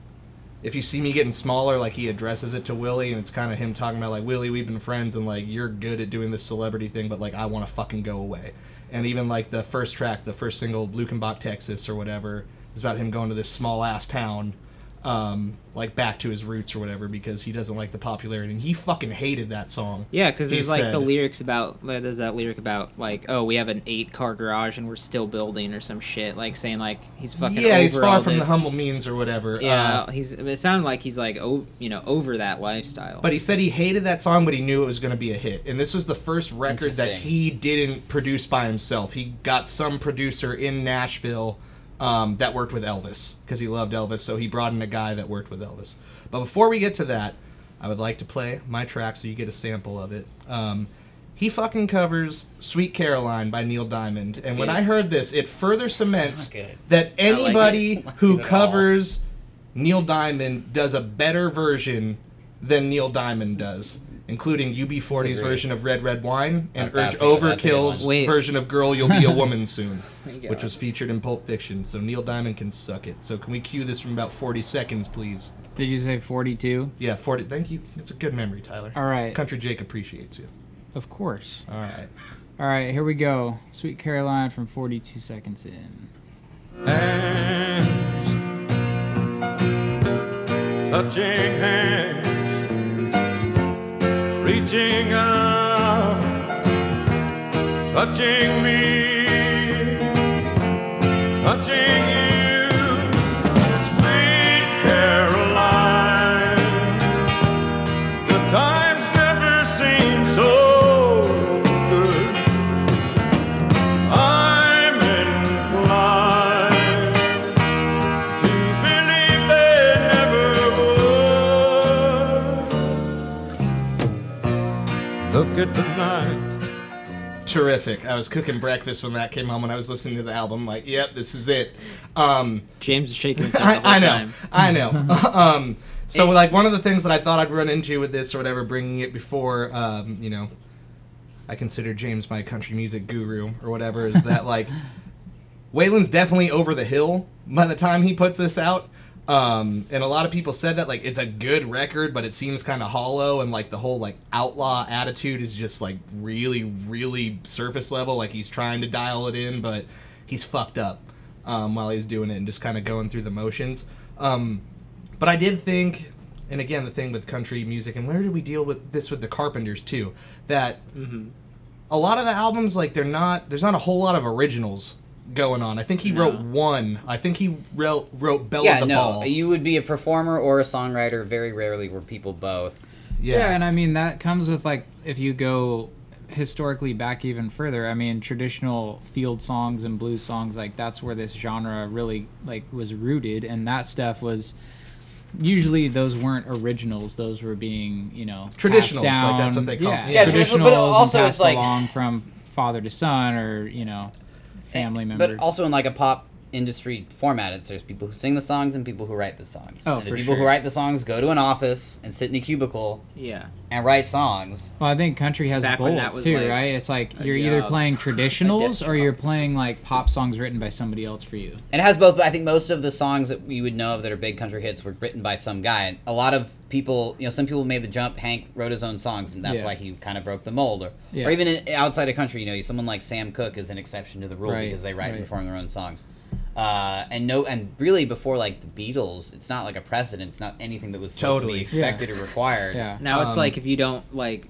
S2: if you see me getting smaller, like he addresses it to Willie, and it's kind of him talking about like Willie, we've been friends, and like you're good at doing this celebrity thing, but like I want to fucking go away. And even like the first track, the first single, Lukenbach, Texas, or whatever, is about him going to this small ass town um, like back to his roots or whatever because he doesn't like the popularity and he fucking hated that song.
S4: Yeah, because
S2: He
S4: there's like
S2: said-
S4: the lyrics about like, there's that lyric about like oh we have an eight car garage and we're still building or some shit like saying like he's fucking
S2: yeah,
S4: over
S2: he's far
S4: all
S2: from
S4: this.
S2: the humble means or whatever.
S4: Yeah,
S2: Uh,
S4: he's it sounded like he's like oh you know over that lifestyle.
S2: but he said he hated that song, but he knew it was going to be a hit. And this was the first record that
S3: Interesting.
S2: he didn't produce by himself. He got some producer in Nashville um, that worked with Elvis because he loved Elvis. So he brought in a guy that worked with Elvis. But before we get to that, I would like to play my track so you get a sample of it. Um, he fucking covers Sweet Caroline by Neil Diamond. and when
S4: good.
S2: I heard this, it further cements
S3: not good.
S2: that
S3: like
S2: anybody
S3: it. I like
S2: who
S3: it at all.
S2: covers Neil Diamond does a better version than Neil Diamond does, including UB40's
S3: Disagree.
S2: version of Red Red Wine and
S3: That-
S2: Urge
S3: that's a- that's a good
S2: Overkill's
S4: one. Wait.
S2: version of Girl You'll Be a Woman Soon,
S4: There you go.
S2: which was featured in Pulp Fiction. So Neil Diamond can suck it. So can we cue this from about 40 seconds, please?
S1: Did you say 42?
S2: Yeah, 40. Thank you. It's a good memory, Tyler.
S1: All right.
S2: Country Jake appreciates you.
S1: Of course.
S2: All right.
S1: All right, here we go. Sweet Caroline from 42 seconds in.
S6: hands, touching hands, reaching out, touching me, touching you, sweet Caroline. The times never seem so good. I'm inclined to believe they never would. Look at the night.
S2: Terrific. I was cooking breakfast when that came on when I was listening to the album. Like, yep, this is it. Um,
S4: James is shaking his
S2: I,
S4: head the whole
S2: I know,
S4: time.
S2: I know. um, so, like, one of the things that I thought I'd run into with this or whatever, bringing it before, um, you know, I consider James my country music guru or whatever, is that like Waylon's definitely over the hill by the time he puts this out. Um, and a lot of people said that like it's a good record, but it seems kind of hollow, and like the whole like outlaw attitude is just like really, really surface level. Like he's trying to dial it in, but he's fucked up um, while he's doing it and just kind of going through the motions. Um, but I did think, and again, the thing with country music, and where do we deal with this with the Carpenters too? That
S1: Mm-hmm.
S2: a lot of the albums, like they're not, there's not a whole lot of originals going on. I think he wrote one. I think he wrote wrote Bella
S3: yeah,
S2: the
S3: no,
S2: Ball.
S3: you would be a performer or a songwriter. Very rarely were people both.
S1: Yeah. and I mean that comes with like if you go historically back even further, I mean traditional field songs and blues songs like that's where this genre really like was rooted and that stuff was usually those weren't originals, those were being, you know, passed
S2: Traditionals, like,
S1: down-
S2: that's what they call-
S1: Yeah, yeah
S2: yeah. Yeah,
S1: traditionals
S3: traditional-
S1: but
S3: but also
S1: also
S3: it's like-
S1: along from father to son or, you know, family member.
S3: But also in like a pop industry format, it's there's people who sing the songs and people who write the songs.
S1: Oh,
S3: and the
S1: for
S3: people who
S1: sure.
S3: write the songs go to an office and sit in a cubicle
S4: Yeah,
S3: and write songs.
S1: Well, I think country has
S4: Back when that
S1: both
S4: was,
S1: too,
S4: like,
S1: right? It's like
S4: a
S1: you're either
S4: job.
S1: playing traditionals
S4: desk
S1: or you're
S4: job.
S1: playing like pop songs written by somebody else for you.
S3: And it has both, but I think most of the songs that you would know of that are big country hits were written by some guy. And a lot of people, you know, some people made the jump. Hank wrote his own songs, and that's
S1: Yeah.
S3: why he kind of broke the mold. Or,
S1: Yeah.
S3: or even in, outside of country, you know, someone like Sam Cooke is an exception to the rule
S1: Right,
S3: because they write and
S1: right.
S3: perform their own songs. Uh, and no, and really before like the Beatles, it's not like a precedent. It's not anything that was supposed
S2: Totally.
S3: to be expected or required.
S1: Yeah.
S4: now it's
S2: Um,
S4: like if you don't like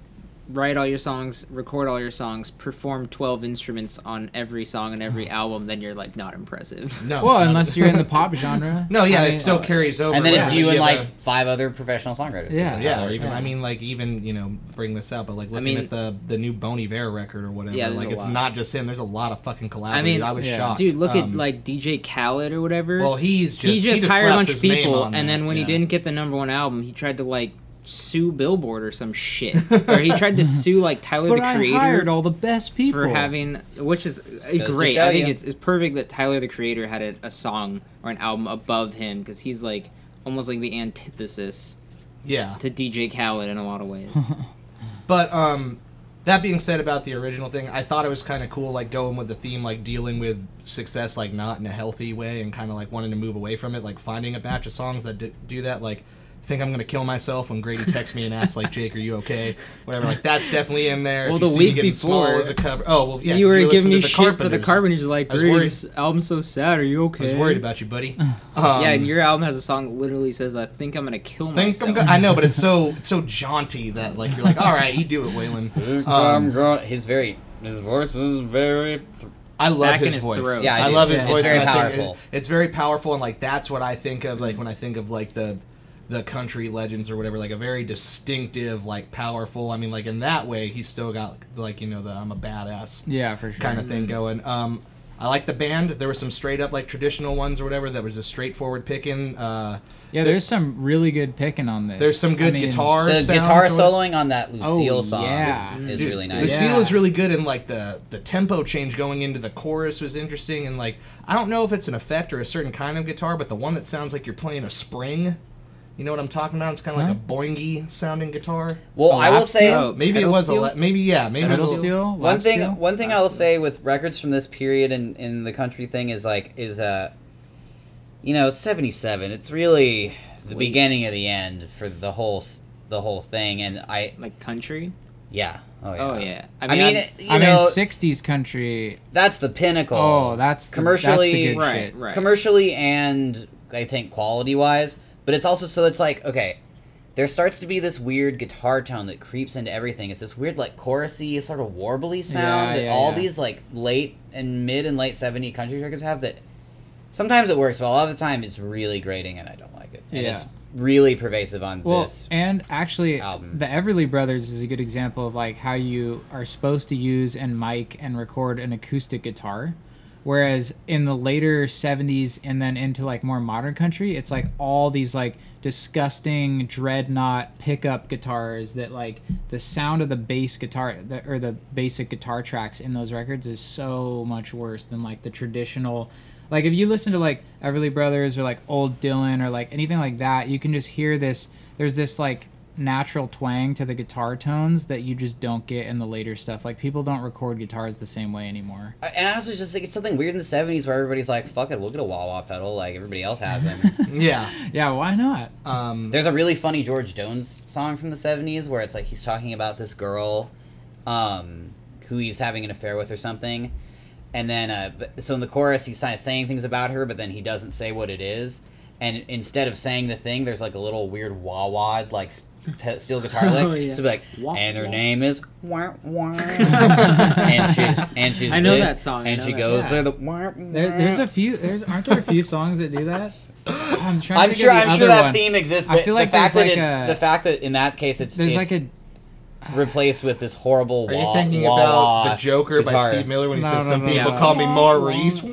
S4: write all your songs, record all your songs, perform twelve instruments on every song and every album, then you're like not impressive.
S2: no,
S1: Well,
S2: not-
S1: unless you're in the pop genre.
S2: no, yeah,
S1: I uh,
S2: it
S1: mean,
S2: still carries over.
S3: And then it's
S2: whether
S3: you and
S2: have
S3: like
S2: a-
S3: five other professional songwriters.
S1: Yeah.
S2: Yeah, or even I mean, like even you know, bring this out, but like looking
S4: mean-
S2: at the the new Boney Bear record or whatever,
S4: Yeah, there's
S2: like
S4: a
S2: it's
S4: lot.
S2: not just him. There's a lot of fucking collaborators. I,
S4: I mean,
S2: was
S1: yeah.
S2: shocked,
S4: Dude, look at
S2: Um,
S4: like DJ Khaled or whatever.
S2: Well, he's just
S4: he just
S2: he
S4: hired a
S2: slaps
S4: bunch of
S2: his name
S4: people,
S2: on
S4: and
S2: there,
S4: then when
S2: yeah.
S4: he didn't get the number one album, he tried to like sue Billboard or some shit, or he tried to sue like Tyler
S1: But
S4: the
S1: I
S4: Creator
S1: hired all the best people.
S4: for having, which is uh,
S3: to
S4: great.
S3: show
S4: I think
S3: you.
S4: it's, it's perfect that Tyler the Creator had a, a song or an album above him because he's like almost like the antithesis
S2: yeah,
S4: to DJ Khaled in a lot of ways.
S2: But um, that being said about the original thing, I thought it was kind of cool, like going with the theme, like dealing with success, like not in a healthy way, and kind of like wanting to move away from it, like finding a batch of songs that d- do that, like think I'm gonna kill myself when Grady texts me and asks like, Jake, are you okay? Whatever. Like that's definitely in there.
S4: Well,
S2: if you
S4: the
S2: see me
S4: week
S2: getting small
S4: before,
S2: as a cover. Oh well, yeah.
S4: you
S2: 'cause
S4: were
S2: listening
S4: giving me
S2: to
S4: shit for the Carpenters. Like,
S2: I was
S4: Grady,
S2: worried-
S4: this album's so sad. Are you
S2: I
S4: okay?
S2: was worried about you, buddy. Um,
S4: yeah, and your album has a song that literally says, "I think I'm gonna kill
S2: think I'm
S4: myself."
S2: go- I know, but it's so it's so jaunty that like you're like, all right, you do it, Waylon.
S3: I'm
S2: Um,
S3: grown. He's very. His voice is very.
S2: I love
S4: Back in
S2: his,
S4: his
S2: voice.
S4: throat.
S3: Yeah, I
S2: I,
S3: do.
S2: love his
S3: Yeah, it's
S2: voice.
S3: very
S2: and I think
S3: powerful.
S2: it- it's very powerful, and like that's what I think of like when I think of like the the country legends or whatever. Like a very distinctive, like powerful. I mean, like in that way, he's still got like you know the I'm a badass
S1: Yeah, for sure.
S2: kind of
S3: Mm-hmm.
S2: thing going. Um, I like the band. There were some straight up like traditional ones or whatever that was just straightforward picking. Uh,
S1: Yeah,
S2: there-
S1: there's some really good picking on this.
S2: there's some
S1: I
S2: good
S1: mean,
S2: guitar.
S3: The
S2: sounds
S3: guitar
S2: or-
S3: soloing on that Lucille
S1: Oh,
S3: song
S1: yeah.
S3: is
S2: Dude,
S3: really
S2: the
S3: nice.
S1: Yeah.
S2: seal is really good, and like the the tempo change going into the chorus was interesting, and like I don't know if it's an effect or a certain kind of guitar, but the one that sounds like you're playing a spring. You know what I'm talking about? It's kind of like a boingy sounding guitar.
S3: Well, I will say
S4: Oh,
S2: Maybe it
S4: pedal
S2: was a
S4: steel?
S2: le- maybe yeah maybe it
S1: Pedal
S2: was a-
S1: steel.
S3: one
S1: lap
S3: thing
S1: steel?
S3: one thing I will say with records from this period in, in the country thing is like is uh you know 77 it's really the
S4: late.
S3: beginning of the end for the whole s- the whole thing and I
S4: like country.
S3: yeah oh yeah
S4: Oh yeah.
S3: I mean,
S4: I'm-
S3: you
S1: I mean,
S3: know
S1: 60s country.
S3: that's the pinnacle
S1: Oh, that's the, commercially
S3: Commercially-
S1: that's the good
S4: right,
S1: shit.
S4: right.
S3: commercially and I think quality wise. But it's also so it's like okay, there starts to be this weird guitar tone that creeps into everything. It's this weird like chorusy sort of warbly sound
S1: Yeah,
S3: that
S1: yeah,
S3: all
S1: yeah.
S3: these like late and mid and late seventy country records have. That sometimes it works, but a lot of the time it's really grating and I don't like it. And
S1: Yeah.
S3: it's really pervasive on
S1: Well,
S3: this.
S1: and actually,
S3: album.
S1: the Everly Brothers is a good example of like how you are supposed to use and mic and record an acoustic guitar, whereas in the later '70s and then into like more modern country, it's like all these like disgusting dreadnought pickup guitars that like the sound of the bass guitar the, or the basic guitar tracks in those records is so much worse than like the traditional like if you listen to like Everly Brothers or like old Dylan or like anything like that, you can just hear this. There's this like natural twang to the guitar tones that you just don't get in the later stuff. Like people don't record guitars the same way anymore.
S3: I- and I also just think it's something weird in the '70s where everybody's like, "Fuck it, we'll get a wah wah pedal," like everybody else has them.
S2: Yeah.
S1: Yeah, why not?
S2: Um,
S3: There's a really funny George Jones song from the 70s where it's like he's talking about this girl um, who he's having an affair with or something. And then, uh, but- so in the chorus, he's kind of saying things about her, but then he doesn't say what it is. And instead of saying the thing, there's like a little weird wah wah, like s- pe- steel guitar lick.
S4: Oh, yeah.
S3: So it'd be
S4: Wah,
S3: like, and her
S4: wah.
S3: name is wah wah. and she's, and she's,
S4: I know
S3: good,
S4: that song, I
S3: And
S4: know
S3: she
S4: that
S3: goes,
S4: song.
S3: there the wah, wah.
S1: There, there's a few. There's aren't there a few songs that do that? I'm trying.
S3: I'm
S1: to think
S3: sure.
S1: Of the
S3: I'm sure
S1: other
S3: that
S1: one.
S3: theme exists,
S1: I
S3: but
S1: feel
S3: the
S1: like
S3: fact that
S1: there's like
S3: it's
S1: a-
S3: the fact that in that case it's
S1: There's
S3: it's
S1: like a.
S3: replaced with this horrible.
S2: are
S3: wah,
S2: you thinking
S3: wah,
S2: about
S3: wah
S2: the Joker by
S3: guitar.
S2: Steve Miller when he
S1: No,
S2: says
S1: no,
S2: some
S1: no,
S2: people
S4: no.
S2: call me Maurice?
S1: Oh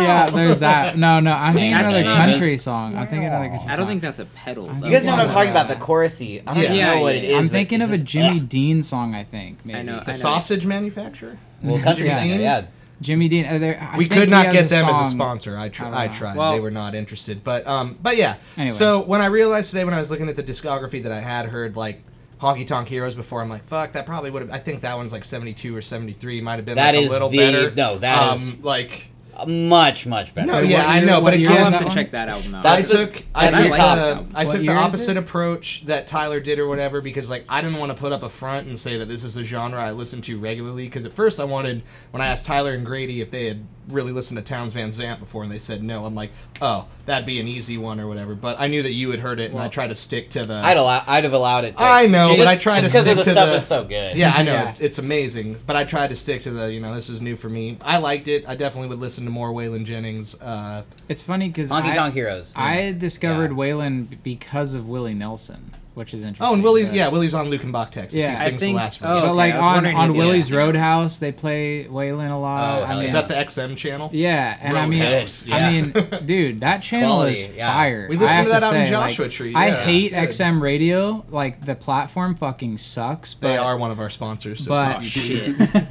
S1: yeah, there's that. No, no, I'm thinking
S4: That's
S1: another
S4: not-
S1: country song. I'm thinking another country
S4: I
S1: song.
S4: don't think that's a pedal.
S1: I
S4: though.
S3: You guys know what I'm
S1: Yeah.
S3: talking about? The chorusy. I don't even
S4: Yeah.
S3: know what it
S4: Yeah,
S3: is.
S4: yeah.
S1: I'm
S3: but
S1: thinking
S3: it's
S1: of a
S3: just,
S1: Jimmy
S3: ugh.
S1: Dean song. I think maybe.
S4: I know.
S2: The sausage manufacturer.
S3: Well, country
S1: Yeah.
S3: singer, yeah.
S1: Jimmy Dean. uh, there- I
S2: we
S1: think
S2: could
S1: he
S2: not
S1: has
S2: get them as a
S1: song.
S2: sponsor. I, tr-
S1: I don't
S2: I
S1: know.
S2: tried.
S4: Well-
S2: they were not interested. But um, but yeah.
S1: Anyway.
S2: So when I realized today, when I was looking at the discography, that I had heard like Honky Tonk Heroes before, I'm like, fuck, that probably would have. I think that one's like 72 or 73. Might have been
S3: That
S2: like,
S3: is
S2: a little
S3: the-
S2: better.
S3: no, that
S2: um,
S3: is-
S2: like.
S3: Uh, Much, much better.
S2: No,
S1: what
S2: yeah, I
S1: year-
S2: know,
S1: what
S2: but
S1: year
S2: again,
S1: is
S4: I'll
S1: that
S4: have to
S1: one?
S4: check that album out.
S2: I
S3: That's the-
S2: took I
S3: that's
S2: took
S3: the
S2: the,
S3: top
S2: uh,
S4: album.
S2: I
S1: What
S2: took the
S1: year is
S2: opposite
S1: it?
S2: approach that Tyler did or whatever because like I didn't want to put up a front and say that this is a genre I listen to regularly because at first I wanted when I asked Tyler and Grady if they had really listened to Towns Van Zant before and they said no I'm like oh that'd be an easy one or whatever but I knew that you had heard it and I tried to stick to the
S3: I'd allow, I'd have allowed it. To,
S2: I know,
S3: just,
S2: but I try
S3: just
S2: to
S3: 'cause
S2: stick
S3: of
S2: to
S3: the stuff
S2: the-
S3: is so good.
S2: yeah, I know
S1: Yeah.
S2: it's it's amazing, but I tried to stick to the you know this is new for me. I liked it. I definitely would listen to more Waylon Jennings. Uh,
S1: It's funny because
S3: Honky
S1: I,
S3: Tonk Heroes.
S1: I discovered
S3: Yeah.
S1: Waylon b- because of Willie Nelson, which is interesting.
S2: oh, and Willie's
S1: but-
S2: yeah, Willie's on Luke and Bach, Texas.
S1: Yeah,
S2: he
S1: I
S2: sings
S4: think-
S2: the last verse.
S4: oh,
S1: But
S4: okay,
S1: like
S4: I was
S1: on
S4: wondering
S1: on
S4: who did
S1: Willie's
S4: that.
S1: Roadhouse, they play Waylon a lot.
S3: Oh,
S1: I
S3: hell
S1: mean,
S3: yeah.
S2: Is that the XM channel?
S1: Yeah, and I mean,
S2: Roadhouse,
S1: I
S3: yeah.
S1: mean, dude, that channel is
S3: quality, yeah.
S1: fire.
S2: We listened
S1: I have
S2: to that out in
S1: say,
S2: Joshua
S1: like,
S2: Tree,
S1: I
S2: yeah,
S1: hate
S2: it's good.
S1: XM radio. Like the platform fucking sucks. But
S2: They are one of our sponsors. So
S1: but
S2: thank you.
S1: shit.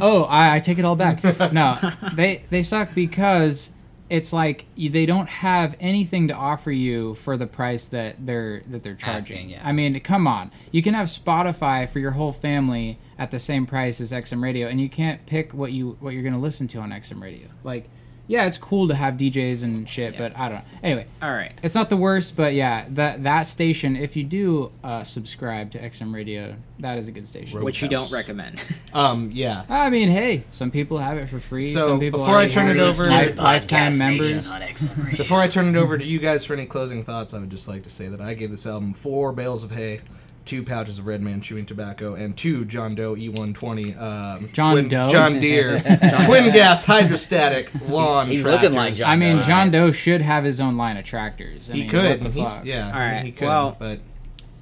S1: oh, I, I take it all back. No, they they suck because it's like you, they don't have anything to offer you for the price that they're that they're charging.
S3: Asking, yeah.
S1: I mean, come on, you can have Spotify for your whole family at the same price as XM Radio, and you can't pick what you what you're gonna listen to on XM Radio. Like, yeah, it's cool to have DJs and shit,
S4: Yeah.
S1: but I don't. Anyway,
S4: All right.
S1: it's not the worst, but yeah, that that station. If you do uh, subscribe to XM Radio, that is a good station.
S2: Rope
S4: Which you don't
S2: house.
S4: recommend.
S2: Um, yeah.
S1: I mean, hey, some people have it for free.
S2: So,
S1: some people
S2: before
S1: already
S2: I turn
S1: have
S2: it over-
S1: li-
S2: Podcast
S1: lifetime members.
S2: Before I turn it over to you guys for any closing thoughts, I would just like to say that I gave this album four bales of hay, two pouches of Red Man chewing tobacco, and two John Doe E E120. Um,
S1: John
S2: twin,
S1: Doe?
S2: John Deere. twin gas hydrostatic lawn
S3: He's
S2: tractors.
S3: looking like John
S1: I mean,
S3: Doe.
S1: John Doe should have his own line of tractors. I
S2: He
S1: mean,
S2: could.
S1: What the
S2: He's-
S1: fuck?
S2: yeah.
S4: All right,
S2: He could.
S4: well-
S2: but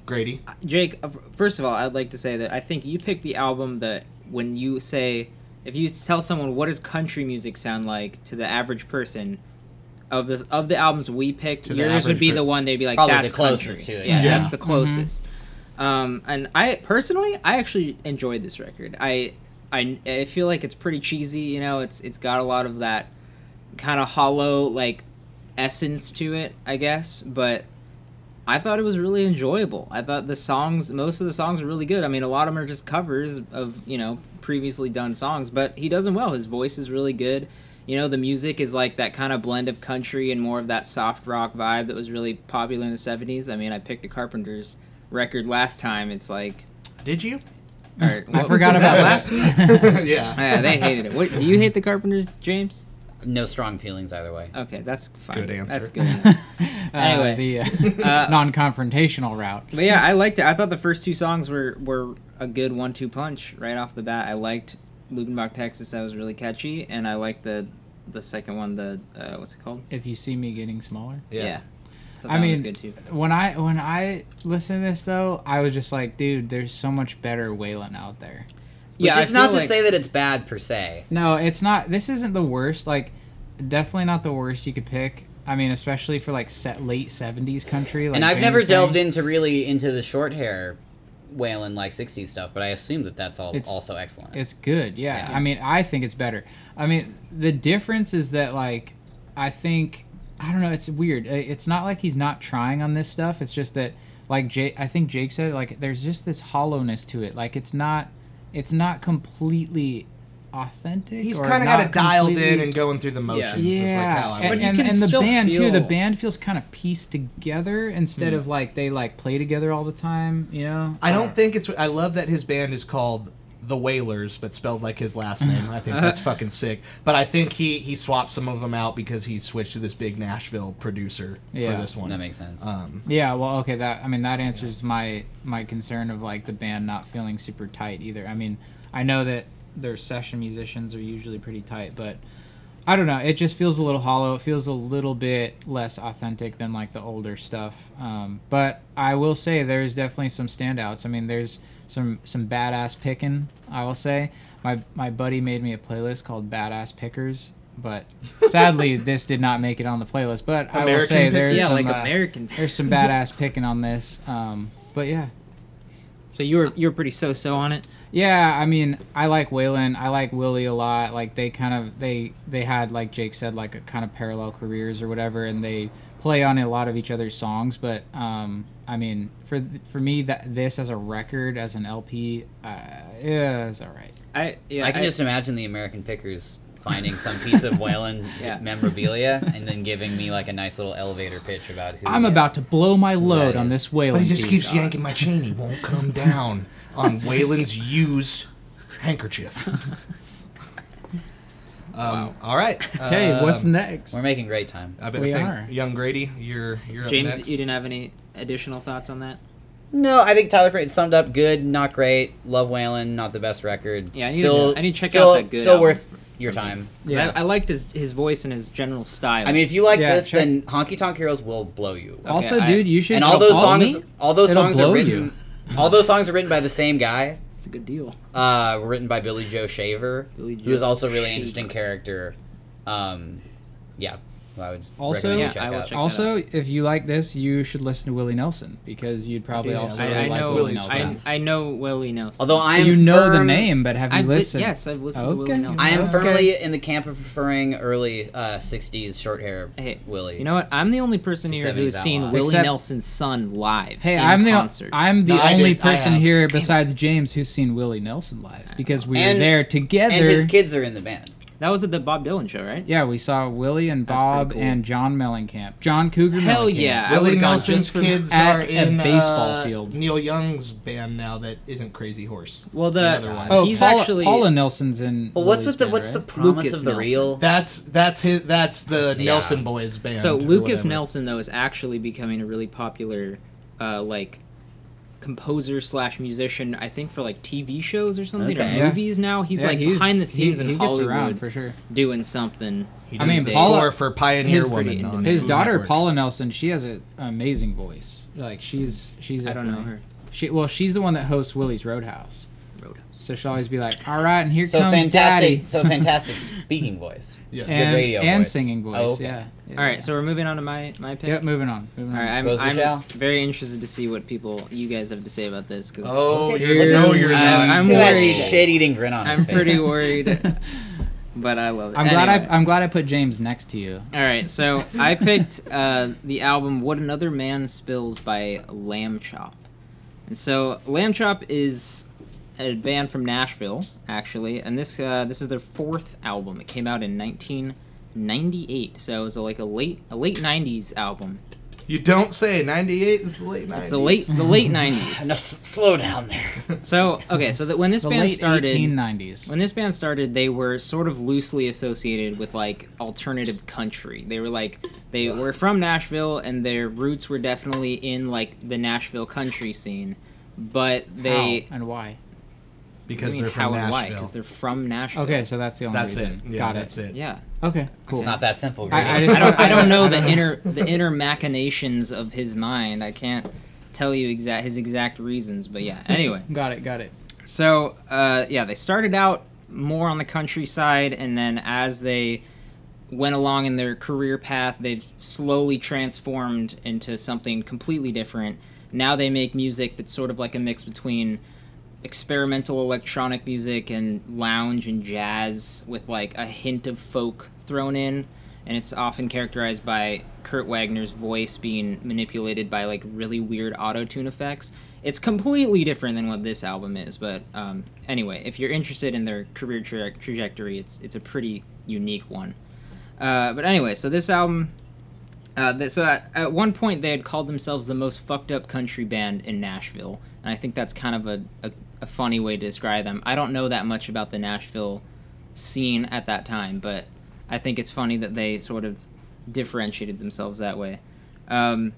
S2: Grady.
S4: Jake, uh, f- first of all, I'd like to say that I think you picked the album that when you say, if you tell someone what does country music sound like to the average person, of the of the albums we picked,
S2: To the
S4: yours would
S2: average
S4: be
S2: per-
S4: the one they'd be like,
S3: Probably
S4: that's
S3: the closest
S4: country.
S3: to it, Mm-hmm.
S4: Yeah,
S3: yeah.
S4: that's the closest. Um, and I personally, I actually enjoyed this record. I, I I feel like it's pretty cheesy. You know, it's it's got a lot of that kind of hollow like essence to it, I guess. But I thought it was really enjoyable. I thought the songs, most of the songs were really good. I mean, a lot of them are just covers of, you know, previously done songs, but he does them well. His voice is really good. You know, the music is like that kind of blend of country and more of that soft rock vibe that was really popular in the 70s. I mean, I picked a Carpenter's record last time. It's like,
S2: Did you?
S4: or, what
S1: forgot
S4: was
S1: about
S4: that
S1: that.
S4: last week.
S2: yeah.
S4: Yeah, they hated it. What, do you hate the Carpenters, James?
S3: No strong feelings either way.
S4: Okay, that's fine.
S2: Good answer.
S4: That's good. enough.
S1: Uh,
S4: Anyway.
S1: the uh,
S4: Uh,
S1: non-confrontational route.
S4: But yeah, I liked it. I thought the first two songs were were a good one-two punch right off the bat. I liked Lugenbach, Texas. That was really catchy, and I liked the the second one. The uh, what's it called?
S1: If you see me getting smaller.
S2: Yeah.
S4: Thought
S1: I
S4: that was
S1: mean-
S4: good too.
S1: When I when I listen to this though, I was just like, dude, there's so much better Waylon out there.
S3: Which
S4: yeah,
S3: is not to
S4: like,
S3: say that it's bad per se.
S1: No, it's not. This isn't the worst. Like, definitely not the worst you could pick. I mean, especially for like set late '70s country. Like
S3: and I've
S1: James
S3: never
S1: was saying.
S3: delved into really into the short hair Waylon like 60s stuff, but I assume that that's all
S1: It's-
S3: also excellent.
S1: It's good, yeah.
S3: Yeah.
S1: I mean, I think it's better. I mean, the difference is that like, I think I don't know. It's weird. Uh, It's not like he's not trying on this stuff. It's just that like Jake, I think Jake said like there's just this hollowness to it. Like it's not, it's not completely authentic.
S2: He's
S1: or
S2: kind of got
S1: not
S2: it dialed in
S1: completely-
S2: and going through the motions.
S1: yeah,
S2: Is like how I would
S1: and,
S4: you
S1: and,
S4: can
S1: and the
S4: still
S1: band too. The
S4: feel-
S1: band feels kind of pieced together instead of like they like play together all the time. You know,
S2: Hmm. I don't think it's. I love that his band is called the Whalers, but spelled like his last name. I think that's fucking sick. But I think he he swapped some of them out because he switched to this big Nashville producer
S1: Yeah.
S2: for this one.
S3: that makes sense.
S2: Um,
S1: Yeah, well, okay. That I mean, that answers my my concern of like the band not feeling super tight either. I mean, I know that their session musicians are usually pretty tight, but I don't know. It just feels a little hollow. It feels a little bit less authentic than like the older stuff. Um, but I will say there's definitely some standouts. I mean, there's some some badass picking. I will say my my buddy made me a playlist called Badass Pickers. But sadly, this did not make it on the playlist. But I will
S2: American
S1: say there's
S2: Pickers?
S4: yeah,
S1: some,
S4: like
S1: uh,
S4: American.
S1: there's some badass picking on this. Um, but yeah.
S4: So you were you were pretty so-so on it.
S1: Yeah, I mean, I like Waylon. I like Willie a lot. Like they kind of they they had like Jake said like a kind of parallel careers or whatever, and they play on a lot of each other's songs. But um, I mean, for th- for me that this as a record as an LP, uh, yeah, it's all right.
S4: I yeah.
S3: I can just imagine the American Pickers finding some piece of Waylon
S4: Yeah.
S3: memorabilia and then giving me like a nice little elevator pitch about who.
S1: I'm about to blow my load
S3: That
S1: on
S3: is-
S1: this Waylon.
S2: but he just
S1: piece.
S2: keeps yanking my chain. He won't come down on Waylon's used handkerchief. um, All right.
S1: Okay, what's
S2: Um,
S1: next?
S3: We're making great time.
S4: Uh,
S2: I bet
S1: We
S2: I think
S1: are.
S2: young Grady, you're you're
S4: James,
S2: up next.
S4: you didn't have any additional thoughts on that.
S3: No, I think Tyler Perry summed up good, not great. Love Waylon, not the best record.
S4: Yeah, I need to-
S3: still
S4: I need to check
S3: still,
S4: out that good
S3: Still
S4: album.
S3: worth your time.
S4: 'Cause
S1: Yeah.
S4: I, I liked his his voice and his general style.
S3: I mean, if you like
S1: Yeah,
S3: this,
S1: check-
S3: then Honky Tonk Heroes will blow you.
S4: Okay,
S1: also,
S4: I-
S1: dude, you should
S3: and all those
S1: follow
S3: songs,
S1: me.
S3: all those
S1: It'll
S3: songs are
S1: blow
S3: written.
S1: you.
S3: All those songs are written by the same guy.
S4: it's a good deal.
S3: Uh, were written by Billy Joe Shaver,
S4: Billy Joe
S3: who is also a really
S4: Shaver.
S3: interesting character. Um, yeah, I would
S1: Also-
S3: recommend you
S1: Yeah,
S3: check
S4: I will
S3: out.
S4: check- that
S1: Also, if you like this, you should listen to Willie Nelson because you'd probably
S2: Yeah,
S1: also
S2: I-
S1: really
S4: I, I
S1: like
S4: know
S1: Willie
S2: Willie's
S1: Nelson.
S4: I, I know Willie Nelson.
S3: Although I am
S1: you know the
S3: firm-
S1: name, but have you
S4: I've li-
S1: listened?
S4: yes, I've listened to Willie
S1: Okay.
S4: Nelson.
S3: I am
S1: Okay.
S3: firmly in the camp of preferring early uh, '60s short hair
S4: Hey,
S3: Willie.
S4: You know what? I'm the only person
S3: It's
S4: here
S3: a
S4: who's
S3: 70s
S4: seen
S3: outlaw.
S4: Willie
S1: Except-
S4: Nelson's son live.
S1: Hey,
S4: in
S1: I'm
S4: concert.
S1: the I'm the
S2: No, I
S1: only
S2: did- I
S1: person
S2: have.
S1: here besides James who's seen Willie Nelson live because we were
S3: And-
S1: there together.
S3: and his kids are in the band.
S4: That was at the Bob Dylan show, right?
S1: Yeah, we saw Willie and
S4: That's
S1: Bob
S4: pretty cool.
S1: and John Mellencamp. John Cougar
S4: Hell
S1: Mellencamp.
S4: yeah! I
S2: Willie
S4: would've gone
S2: Nelson's
S4: just for-
S2: kids
S1: at
S2: are
S1: a
S2: in
S1: baseball
S2: uh,
S1: field.
S2: Neil Young's band now that isn't Crazy Horse.
S4: Well, the-
S2: other one.
S1: Oh,
S4: He's
S1: Paula,
S4: actually-
S1: Paula Nelson's in.
S3: Well, what's
S1: Willie's
S3: with the
S1: band,
S3: what's the
S1: right?
S3: promise
S4: Lucas
S3: of the
S4: Nelson.
S3: real?
S2: That's that's his. That's the
S3: Yeah.
S2: Nelson Boys band.
S4: So
S2: or
S4: Lucas
S2: whatever.
S4: Nelson though is actually becoming a really popular, uh, like, composer slash musician. I think for like TV shows or something
S3: Okay.
S4: or
S1: Yeah.
S4: movies now. He's
S1: Yeah,
S4: like behind the scenes
S1: he,
S4: in
S1: he gets
S4: Hollywood
S1: around for sure.
S4: doing something.
S2: He
S1: I
S2: does
S1: mean,
S2: the
S1: Paula-
S2: score for Pioneer
S4: his-
S2: Woman. On
S1: His
S2: Food
S1: daughter
S2: Network.
S1: Paula Nelson, she has an amazing voice. Like she's she's
S4: I don't know
S1: definitely-
S4: her.
S1: She well, she's the one that hosts Willie's Roadhouse.
S4: Rhoda.
S1: So she'll always be like, "All right, and here
S3: So
S1: comes
S3: fantastic.
S1: Daddy."
S3: So fantastic speaking voice.
S2: Yes.
S3: His
S1: and,
S3: radio
S1: and
S3: voice.
S1: singing voice.
S3: Oh, okay.
S1: yeah. yeah.
S4: All right, so we're moving on to my my pick.
S1: Yep. Moving on. Moving
S4: All
S1: on.
S4: right, I'm,
S3: Suppose we shall.
S4: I'm very interested to see what people you guys have to say about this because
S2: Oh,
S3: Okay.
S2: you're, no, you're
S4: I'm-
S2: not.
S4: I'm
S3: Look at that
S4: worried.
S3: shit-eating grin on his
S4: I'm
S3: face.
S4: pretty worried. but I love it.
S1: I'm glad
S4: Anyway.
S1: I I'm glad I put James next to you.
S4: All right, so I picked uh, the album "What Another Man Spills" by Lamb Chop, and so Lamb Chop is a band from Nashville, actually, and this uh, this is their fourth album. It came out in 1998, so it was a, like a late a late 90s album.
S2: You don't say. Ninety-eight is the late. 90s.
S4: It's the late the late 90s.
S3: No, s- slow down there.
S4: So okay, so that when this
S1: The
S4: band
S1: late
S4: started,
S1: 1890s.
S4: When this band started, they were sort of loosely associated with like alternative country. They were like they were from Nashville and their roots were definitely in like the Nashville country scene. But they
S1: How and why?
S4: I
S2: because
S4: mean,
S2: they're
S4: how
S2: from
S4: and why?
S2: Nashville.
S4: Because they're from Nashville.
S1: Okay, so that's the only.
S2: that's it.
S1: reason.
S2: Yeah,
S1: Got
S2: that's it.
S4: Yeah.
S1: Okay. Cool.
S3: It's not that simple. Grady.
S1: I, I just
S4: I don't I don't know the
S1: I
S4: inner the inner machinations of his mind. I can't tell you exact his exact reasons, but yeah. Anyway.
S1: Got it. Got it.
S4: So uh, yeah, they started out more on the countryside, and then as they went along in their career path, they've slowly transformed into something completely different. Now they make music that's sort of like a mix between experimental electronic music and lounge and jazz with like a hint of folk thrown in and it's often characterized by Kurt Wagner's voice being manipulated by like really weird auto tune effects. It's completely different than what this album is, but um, anyway, if you're interested in their career tra- trajectory, it's it's a pretty unique one. Uh, but anyway, so this album, uh, th- so at, at one point they had called themselves the most fucked up country band in Nashville, and I think that's kind of a, a, a funny way to describe them. I don't know that much about the Nashville scene at that time, but I think it's funny that they sort of differentiated themselves that way. Um,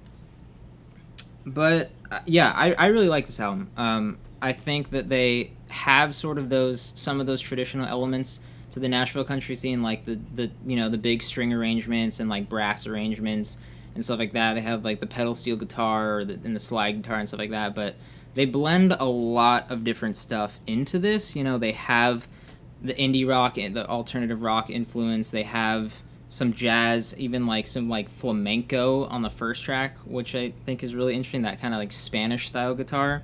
S4: but uh, yeah, I, I really like this album. Um, I think that they have sort of those some of those traditional elements to the Nashville country scene, like the the you know the big string arrangements and like brass arrangements and stuff like that. They have like the pedal steel guitar or the, and the slide guitar and stuff like that. But they blend a lot of different stuff into this. You know, they have the indie rock and the alternative rock influence. They have some jazz, even like some like flamenco on the first track, which I think is really interesting. That kind of like Spanish style guitar.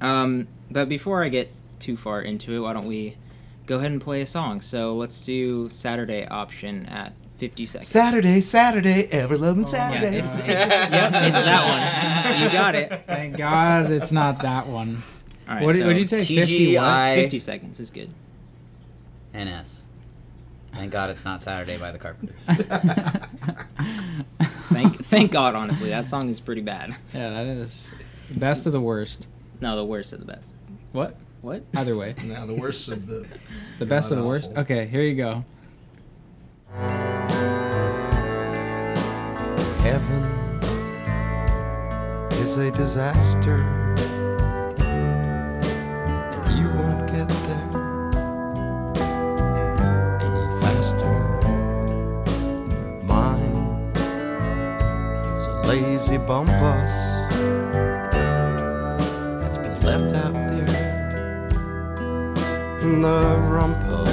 S4: Um, but before I get too far into it, why don't we go ahead and play a song? So let's do Saturday option at 50 seconds.
S2: Saturday, Saturday, ever loving
S1: my
S2: Saturday.
S1: God.
S4: Oh, It's, it's, yep, it's that one. You got it.
S1: Thank God it's not that one.
S4: All right,
S1: What
S4: so
S1: did, what did you say? 50 what?
S3: TGI
S4: 50 seconds is good.
S3: NS. Thank God it's not Saturday by the Carpenters.
S4: Thank, thank God, honestly. That song is pretty bad.
S1: Yeah, that is the best of the worst.
S4: No, the worst of the best.
S1: What?
S4: What?
S1: Either way.
S2: Now the worst of the.
S1: The best of the worst?
S2: awful.
S1: Okay, here you go.
S7: Heaven is a disaster, and you won't get there any faster. Mine is a lazy bum bus that's been left out there in the rumpus.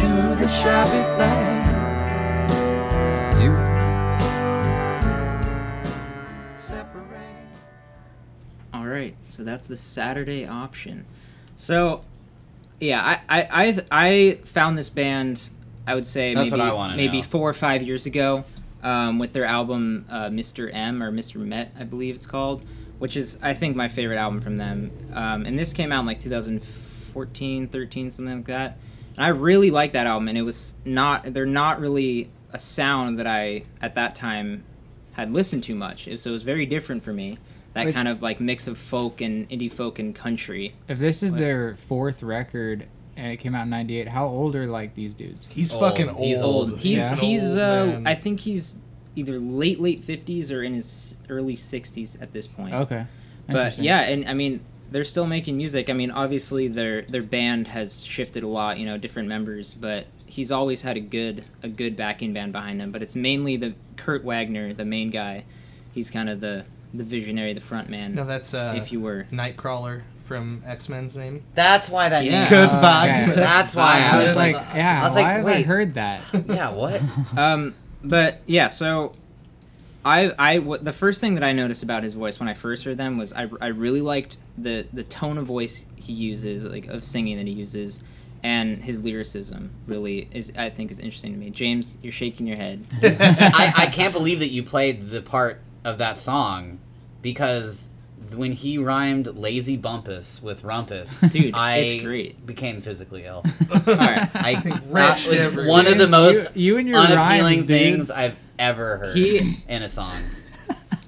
S7: Do the shabby thing you separate.
S4: All right, so that's the Saturday option. So, yeah, I I I've, I found this band. I would say
S3: That's
S4: maybe
S3: what I wanna
S4: maybe
S3: know.
S4: four or five years ago, um, with their album uh, Mr. M or Mr. Met, I believe it's called, which is I think my favorite album from them. Um, and this came out in like 2004 14, 13, something like that. And I really liked that album, and it was not, they're not really a sound that I, at that time, had listened to much. So it was very different for me. That
S1: Like-
S4: kind of like mix of folk and indie folk and country.
S1: If this is their fourth record and it came out in '98, how old are like these dudes?
S2: He's
S3: Old.
S2: fucking old.
S3: He's old.
S4: He's
S2: an
S4: he's
S2: old
S4: uh,
S2: man.
S4: I think he's either late late fifties or in his early sixties at this point.
S1: Okay.
S4: but
S1: Oh, Interesting.
S4: yeah, and I mean they're still making music. I mean, obviously their their band has shifted a lot, you know, different members, but he's always had a good a good backing band behind him. But it's mainly the Kurt Wagner, the main guy. He's kind of the the visionary, the front man.
S2: No, that's uh,
S4: if you were
S2: Nightcrawler from X Men's name.
S5: That's why that
S4: Yeah.
S5: name.
S4: Kurt
S5: Uh,
S2: Wagner.
S5: That's why
S1: I
S5: I
S1: was
S5: was
S1: like,
S5: like,
S1: yeah,
S5: I was
S1: why
S5: like,
S1: have I
S5: wait.
S1: heard that?
S5: yeah, what?
S4: Um, but yeah, so I I w- the first thing that I noticed about his voice when I first heard them was I, I really liked the the tone of voice he uses, like of singing that he uses, and his lyricism really is I think is interesting to me. James, you're shaking your head.
S3: I, I can't believe that you played the part of that song because when he rhymed lazy bumpus with rumpus,
S4: Dude,
S3: I
S4: it's great.
S3: became physically ill.
S4: All right.
S3: I
S2: Wretched
S3: that was
S2: everyone.
S3: one of the
S1: You-
S3: most
S1: you and your
S3: unappealing
S1: rhymes, dude.
S3: things I've ever heard
S4: He-
S3: in a song.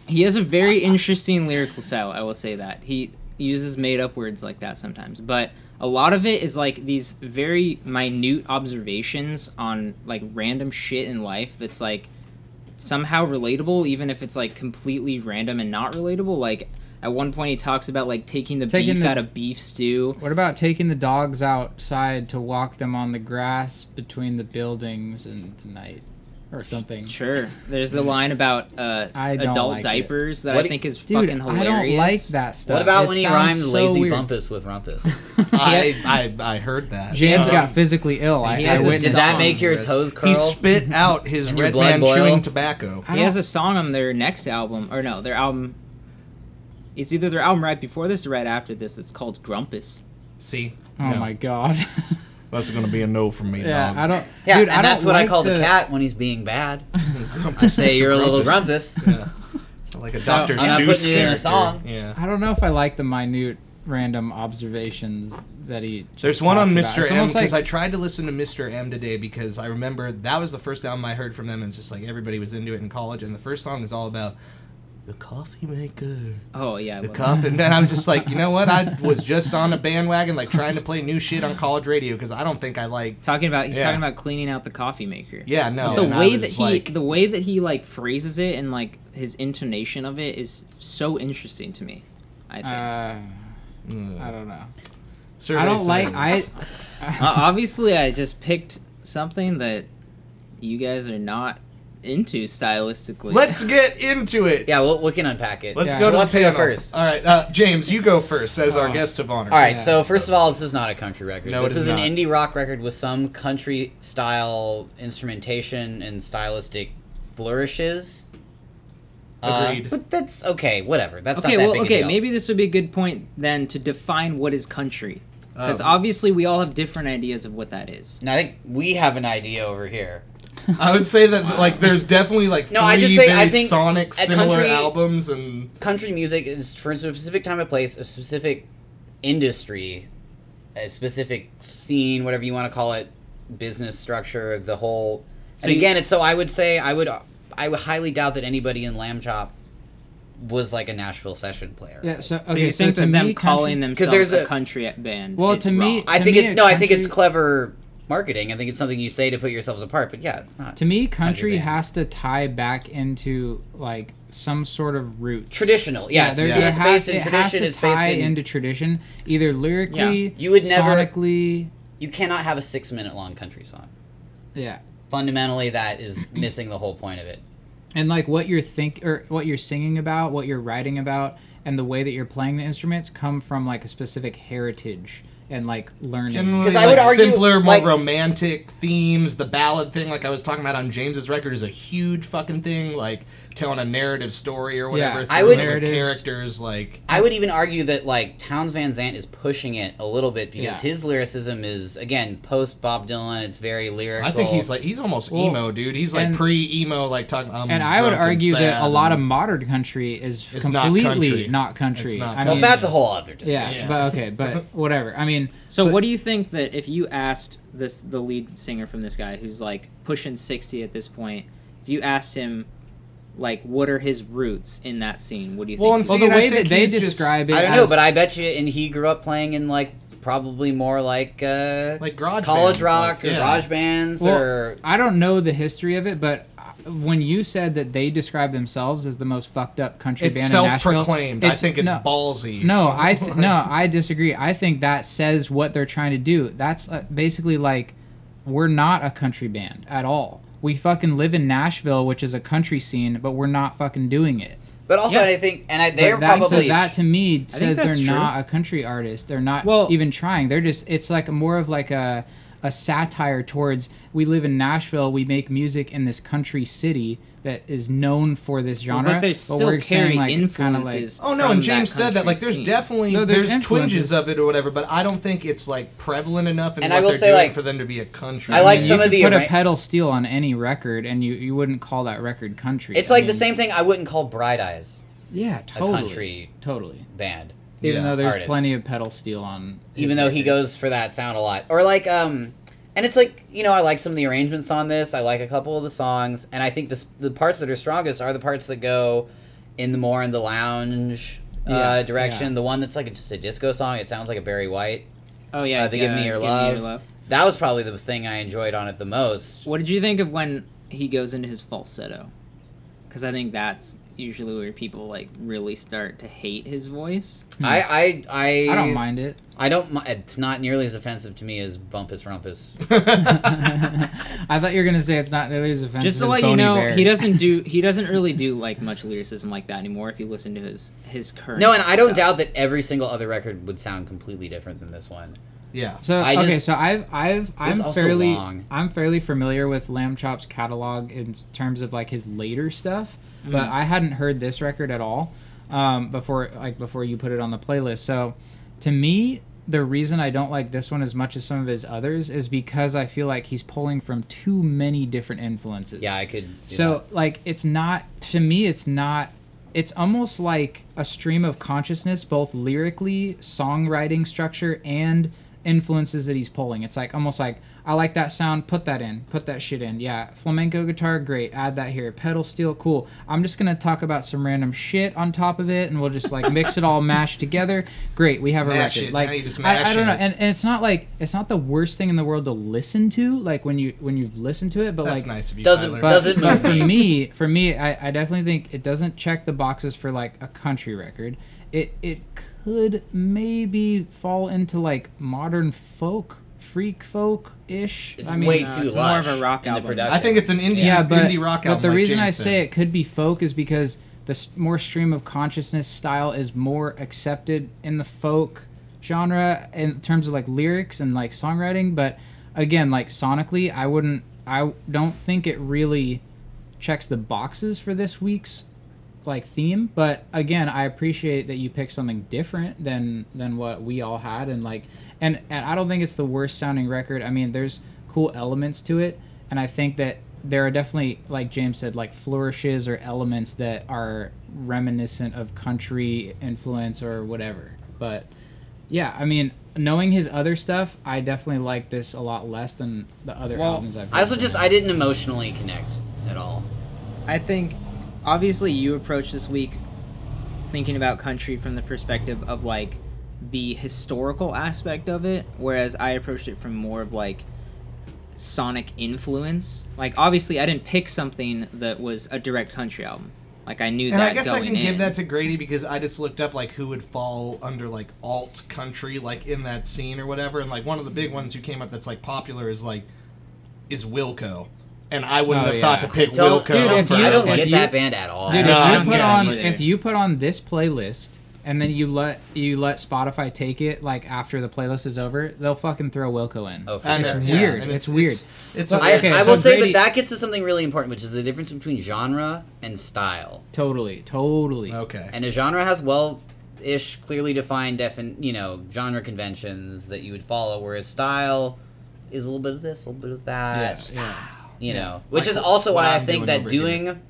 S4: He has a very interesting lyrical style, I will say that. He uses made up words like that sometimes, but a lot of it is like these very minute observations on like random shit in life that's like somehow relatable even if it's like completely random and not relatable. Like at one point he talks about like taking the
S1: Taking
S4: beef
S1: the-
S4: out of beef stew.
S1: What about taking the dogs outside to walk them on the grass between the buildings and the night, or something?
S4: Sure. There's the line about uh
S1: I don't
S4: adult
S1: like it.
S4: diapers that
S3: What
S4: I
S3: do-
S4: think is
S1: Dude,
S4: fucking hilarious.
S1: I don't like that stuff.
S3: What about
S1: It
S3: when he
S1: sounds
S3: rhymed
S1: so
S3: lazy
S1: weird.
S3: bumpus with rumpus?
S2: I, I I heard that.
S1: James
S4: Yeah.
S1: got physically ill. I,
S4: He
S1: I
S4: has a
S1: witnessed.
S3: Did
S4: song
S3: that make your
S2: that-
S3: toes curl?
S2: He spit out his
S3: And your
S2: red
S3: blood
S2: man
S3: boil?
S2: chewing tobacco.
S1: I
S4: he has
S1: don't-
S4: a song on their next album, or no, their album. It's either their album right before this or right after this. It's called Grumpus.
S2: See?
S1: Oh
S2: Yeah.
S1: my god.
S2: That's gonna be a no from me,
S1: yeah,
S2: dog.
S1: I don't.
S3: Yeah,
S1: dude,
S3: and
S1: I don't
S3: that's what I
S1: like
S3: call the... cat when he's being bad.
S2: Grumpus
S3: I
S2: is
S3: say
S2: the
S3: you're a little
S2: grumpus.
S3: grumpus.
S2: It's Like a
S4: So,
S2: Dr.
S4: I'm
S3: not
S2: Seuss
S3: putting it in a
S2: character.
S3: song.
S2: Yeah.
S1: I don't know if I like the minute random observations that he. just
S2: There's one on
S1: talks about.
S2: Mr.
S1: It's
S2: M
S1: almost
S2: because
S1: like-
S2: I tried to listen to Mr. M today because I remember that was the first album I heard from them and it's just like everybody was into it in college and the first song is all about the coffee maker,
S4: Oh yeah, I
S2: the
S4: love
S2: cuff, and then I was just like, you know what? I was just on a bandwagon, like trying to play new shit on college radio because I don't think I like.
S4: that. talking about he's
S2: Yeah.
S4: talking about cleaning out the coffee maker.
S2: Yeah, no.
S4: But the
S2: and I
S4: way that
S2: was
S4: he
S2: like-
S4: the way that he like phrases it and like his intonation of it is so interesting to me. I think. Uh,
S1: Uh,
S2: Mm.
S1: I don't know.
S2: Survey
S1: I don't like.
S2: says-
S1: I
S4: Uh, obviously, I just picked something that you guys are not into stylistically.
S2: Let's get into it.
S3: Yeah, we'll, we can unpack it.
S2: Let's
S1: Yeah.
S2: go to
S3: Who wants
S2: the
S3: to go
S2: panel
S3: first?
S2: All right, uh, James, you go first as
S4: Uh,
S2: our guest of honor.
S3: All right,
S1: Yeah.
S3: so first of all, this is not a country record.
S2: No, it
S3: this
S2: is
S3: is, an
S2: not.
S3: indie rock record with some country style instrumentation and stylistic flourishes. Uh,
S2: Agreed.
S3: but that's okay. Whatever. That's
S4: Okay,
S3: Not that
S4: well,
S3: big a
S4: okay,
S3: deal.
S4: maybe this would be a good point then to define what is country. Because
S2: Oh.
S4: obviously we all have different ideas of what that is.
S3: And I think we have an idea over here.
S2: I would say that like there's definitely like three
S3: No, I just think-
S2: very
S3: I think
S2: sonic
S3: a
S2: similar
S3: country-
S2: albums and
S3: Country music is for a specific time and place, a specific industry, a specific scene, whatever you want to call it, business structure, the whole.
S4: So
S3: and
S4: you-
S3: again, it's so I would say I would I would highly doubt that anybody in Lamb Chop was like a Nashville session player.
S1: yeah. So okay.
S4: So you think
S1: to
S4: that them
S1: me,
S4: calling
S1: country-
S4: themselves
S3: there's
S4: a,
S3: a-
S4: country band?
S1: Well,
S4: is
S1: to me-
S4: wrong.
S3: I
S1: to
S3: think
S1: me,
S3: it's
S1: a
S3: no. I think it's
S1: country-
S3: clever marketing. I think it's something you say to put yourselves apart. But yeah, it's not
S1: To me, country
S3: band.
S1: has to tie back into like some sort of root
S3: traditional. Yeah, it's,
S1: there-
S3: yeah. it's
S1: it has-
S3: based in
S1: it
S3: tradition.
S1: has to
S3: it's based
S1: tie
S3: in.
S1: into tradition, either lyrically,
S3: You would never-
S1: sonically.
S3: you cannot have a six-minute long country song.
S1: Yeah,
S3: Fundamentally, that is missing the whole point of it.
S1: and like what you're think or what you're singing about, what you're writing about, and the way that you're playing the instruments come from like a specific heritage and like learning.
S2: generally
S3: 'Cause I
S2: like,
S3: would argue,
S2: simpler, more
S3: like-
S2: romantic themes. The ballad thing, like I was talking about on James's record, is a huge fucking thing. Like telling a narrative story or whatever.
S1: Yeah,
S2: through
S3: I would-
S2: it with
S1: Narratives.
S2: characters like
S3: I would even argue that like Towns Van Zant is pushing it a little bit because
S1: Yeah.
S3: his lyricism is again post Bob Dylan. It's very lyrical.
S2: I think he's like he's almost
S1: Well,
S2: emo, dude. He's like
S1: and-
S2: pre emo, like talking. um, i
S1: and I would argue that a lot of modern country is
S2: It's not
S1: completely
S2: country.
S1: not country.
S2: It's not
S1: I
S2: country.
S3: well,
S1: mean,
S3: that's a whole other
S1: yeah,
S3: discussion.
S1: but okay, but whatever. I mean, mean,
S4: So
S1: but-
S4: what do you think that if you asked this the lead singer from this guy who's like pushing 60 at this point, if you asked him like what are his roots in that scene, what do you
S2: Well,
S4: think?
S2: and
S1: Well,
S2: See,
S1: the
S2: and I
S1: way that
S2: think
S1: they
S2: he's just-
S1: describe it,
S3: I don't know,
S1: as-
S3: but I bet you, and he grew up playing in like probably more like uh,
S2: Like garage
S3: college
S2: bands,
S3: rock
S2: like,
S3: or
S2: yeah.
S3: garage bands
S1: Well,
S3: or
S1: I don't know the history of it, but uh, when you said that they describe themselves as the most fucked up country
S2: It's
S1: band in Nashville,
S2: self-proclaimed. I think it's
S1: no,
S2: ballsy.
S1: No, I th- no, I disagree. I think that says what they're trying to do. That's uh, basically like we're not a country band at all. We fucking live in Nashville, which is a country scene, but we're not fucking doing it.
S3: But also,
S4: Yeah.
S3: I think, and I,
S1: But
S3: they're
S1: that, so
S3: probably
S1: that to me says they're
S4: that's true.
S1: not a country artist. They're not
S4: Well-
S1: even trying. They're just it's like more of like a a satire towards we live in Nashville, we make music in this country city that is known for this
S4: Well,
S1: genre.
S4: but they still carry
S1: saying, like, kinda
S4: influences.
S2: Oh no,
S4: from
S2: and James
S4: that
S2: said that
S4: country
S2: like there's
S4: scene.
S2: definitely
S1: No, there's
S2: there's, twinges
S1: influences.
S2: of it or whatever, but I don't think it's like prevalent enough in
S3: And I
S2: what
S3: will
S2: they're
S3: say,
S2: doing
S3: like,
S2: for them to be a country.
S3: I like
S1: Like,
S2: band.
S3: some
S1: you could
S3: of the
S1: put
S3: arra-
S1: a pedal steel on any record, and you, you wouldn't call that record country.
S3: it's
S1: I
S3: like the
S1: mean,
S3: same thing. I wouldn't call Bright Eyes
S1: Yeah, totally,
S3: country
S1: totally.
S3: band,
S1: Even
S2: Yeah,
S1: though there's
S3: artist.
S1: plenty of pedal steel on, his
S3: even though he
S1: records.
S3: goes for that sound a lot. Or like, um, and it's like you know, I like some of the arrangements on this. I like a couple of the songs, and I think the s- the parts that are strongest are the parts that go in the more in the lounge.
S1: Yeah,
S3: uh, direction.
S1: yeah.
S3: The one that's like just a disco song. It sounds like a Barry White.
S4: Oh yeah,
S3: uh, the Give Me Your Love.
S4: Love.
S3: That was probably the thing I enjoyed on it the most.
S4: What did you think of when he goes into his falsetto? Cuz I think that's usually where people like really start to hate his voice.
S3: I, I I
S1: Hmm. I don't mind it.
S3: I don't. mi- It's not nearly as offensive to me as Bumpus Rumpus.
S1: I thought you were gonna say it's not nearly as offensive.
S4: just to
S1: as
S4: let you
S1: Bon
S4: know
S1: Iver.
S4: he doesn't do he doesn't really do like much lyricism like that anymore if you listen to his his current
S3: No, and I don't
S4: stuff.
S3: doubt that every single other record would sound completely different than this one.
S2: yeah.
S1: So
S3: I
S1: okay,
S3: just-
S1: so I've I've
S3: was
S1: I'm
S3: also
S1: fairly
S3: long.
S1: I'm fairly familiar with Lamb Chop's catalog in terms of like his later stuff,
S3: Mm-hmm.
S1: but I hadn't heard this record at all um, before like before you put it on the playlist. So to me, the reason I don't like this one as much as some of his others is because I feel like he's pulling from too many different influences.
S3: Yeah, I could. do
S1: So like it's not to me it's not it's almost like a stream of consciousness both lyrically, songwriting structure and influences that he's pulling. It's like almost like I like that sound, put that in, put that shit in. Yeah, flamenco guitar great, add that here. Pedal steel cool. I'm just going to talk about some random shit on top of it and we'll just like mix it all mashed together. Great, we have a
S2: Mash
S1: record.
S2: it.
S1: Like
S2: Now you just
S1: I, I
S2: mashing
S1: don't know
S2: it.
S1: and, and it's not like it's not the worst thing in the world to listen to like when you when you've listened to it but
S2: That's
S1: like
S2: nice of you.
S3: doesn't-
S2: Tyler.
S1: but,
S3: doesn't
S1: but
S3: move
S1: for
S3: me.
S1: me for me I, I definitely think it doesn't check the boxes for like a country record it it could maybe fall into like modern folk freak folk ish
S3: It's
S1: i mean
S3: way
S4: no,
S3: too
S4: it's more
S3: lush
S4: of a rock
S3: in the
S4: album.
S3: production.
S2: I think it's an indie
S1: yeah but,
S2: indie rock album.
S1: but the
S2: like
S1: reason i
S2: James said.
S1: say it could be folk is because the s- more stream of consciousness style is more accepted in the folk genre in terms of like lyrics and like songwriting but again like sonically i wouldn't i don't think it really checks the boxes for this week's like theme but again i appreciate that you picked something different than than what we all had and like and and i don't think it's the worst sounding record i mean there's cool elements to it and i think that there are definitely like james said like flourishes or elements that are reminiscent of country influence or whatever but yeah i mean knowing his other stuff i definitely like this a lot less than the other
S4: Well,
S1: albums i've
S3: I also
S1: heard
S3: just
S1: from
S3: I
S1: him.
S3: didn't emotionally connect at all.
S4: I think obviously you approach this week thinking about country from the perspective of like the historical aspect of it, whereas I approached it from more of like sonic influence. Like obviously I didn't pick something that was a direct country album. Like I knew
S2: And
S4: that
S2: I guess I
S4: going
S2: can
S4: in.
S2: give that to Grady because I just looked up like who would fall under like alt country like in that scene or whatever, and like one of the big ones who came up that's like popular is like is Wilco, and I wouldn't
S1: Oh,
S2: have thought
S1: yeah.
S2: to pick
S3: Don't-
S2: Wilco.
S1: Dude, if
S2: for
S1: you-
S3: I don't
S1: if
S3: get
S1: you-
S3: that band at all.
S1: Dude,
S2: No,
S1: if you
S2: I'm
S1: put
S2: kidding.
S1: on
S2: Like-
S1: if you put on this playlist and then you let you let Spotify take it like after the playlist is over, they'll fucking throw Wilco in.
S3: Oh, for
S2: I
S1: it's
S2: know, yeah,
S1: weird.
S2: and
S1: it's,
S2: it's-
S1: weird.
S2: it's- it's
S1: But-
S3: I,
S2: okay,
S3: I
S1: so
S3: will say,
S1: Grady-
S3: but that gets to something really important, which is the difference between genre and style.
S1: totally, totally.
S2: Okay.
S3: And a genre has well-ish, clearly defined, defin- you know, genre conventions that you would follow, whereas style is a little bit of this, a little bit of that.
S1: Yeah, yeah.
S3: you know, which
S2: Like
S3: is also
S2: what
S3: why I
S2: I'm
S3: think
S2: doing
S3: that
S2: over
S3: doing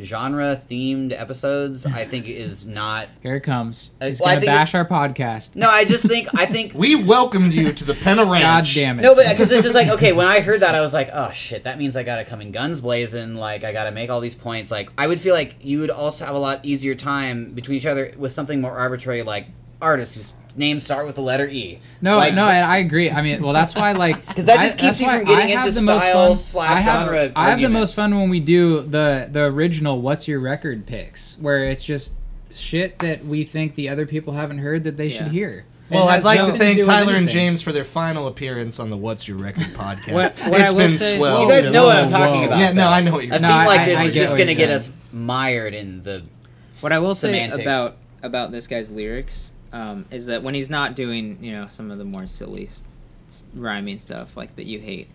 S3: genre themed episodes, I think is not.
S1: Here it comes.
S3: Uh,
S1: He's
S3: well, I
S1: gonna
S3: think
S1: bash our podcast.
S3: No, I just think I think
S2: We welcomed you to the Penna
S1: God
S2: Ranch.
S1: damn it.
S3: No, but because it's just like okay, when I heard that, I was like, oh shit, that means I gotta come in guns blazing. Like I gotta make all these points. Like I would feel like you would also have a lot easier time between each other with something more arbitrary, like artists whose names start with the letter E.
S1: No,
S3: Like,
S1: no, and I agree. I mean, well, that's why, like,
S3: Because that just
S1: I-
S3: keeps
S1: that's
S3: you
S1: why
S3: from getting
S1: I have
S3: into
S1: the most
S3: style
S1: fun-
S3: slash
S1: I have,
S3: genre
S1: I have the most fun
S3: arguments.
S1: when we do the the original "What's Your Record" picks, where it's just shit that we think the other people haven't heard that they should
S4: Yeah.
S1: hear.
S2: Well,
S1: It
S2: I'd
S1: has
S2: like
S1: nothing
S2: to thank
S1: do with
S2: Tyler and
S1: anything.
S2: James for their final appearance on the What's Your Record podcast.
S4: What- what I
S2: it's
S4: will
S2: been
S4: say-
S2: swell.
S3: you guys
S1: Whoa,
S3: know what I'm
S1: whoa,
S3: talking
S1: whoa.
S3: about.
S2: yeah, no,
S3: though.
S2: I know what you're
S3: A
S1: No,
S3: thing
S1: I-
S3: like
S1: I-
S3: this
S1: I
S3: is
S1: get
S3: just
S1: what you're
S3: gonna get
S1: saying.
S3: us mired in the.
S4: What I will say
S3: semantics.
S4: about about this guy's lyrics um, is that when he's not doing you know some of the more silly s- s- rhyming stuff like that you hate,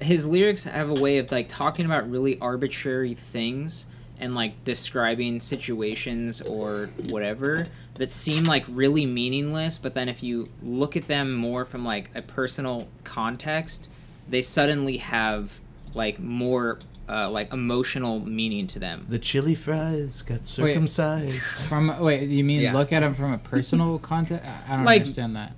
S4: his lyrics have a way of like talking about really arbitrary things and like describing situations or whatever that seem like really meaningless but then if you look at them more from like a personal context they suddenly have like more uh, like emotional meaning to them
S2: The chili fries got
S1: Wait.
S2: circumcised.
S1: From wait, you mean
S3: Yeah.
S1: look at him from a personal context? I I don't
S4: Like-
S1: understand that.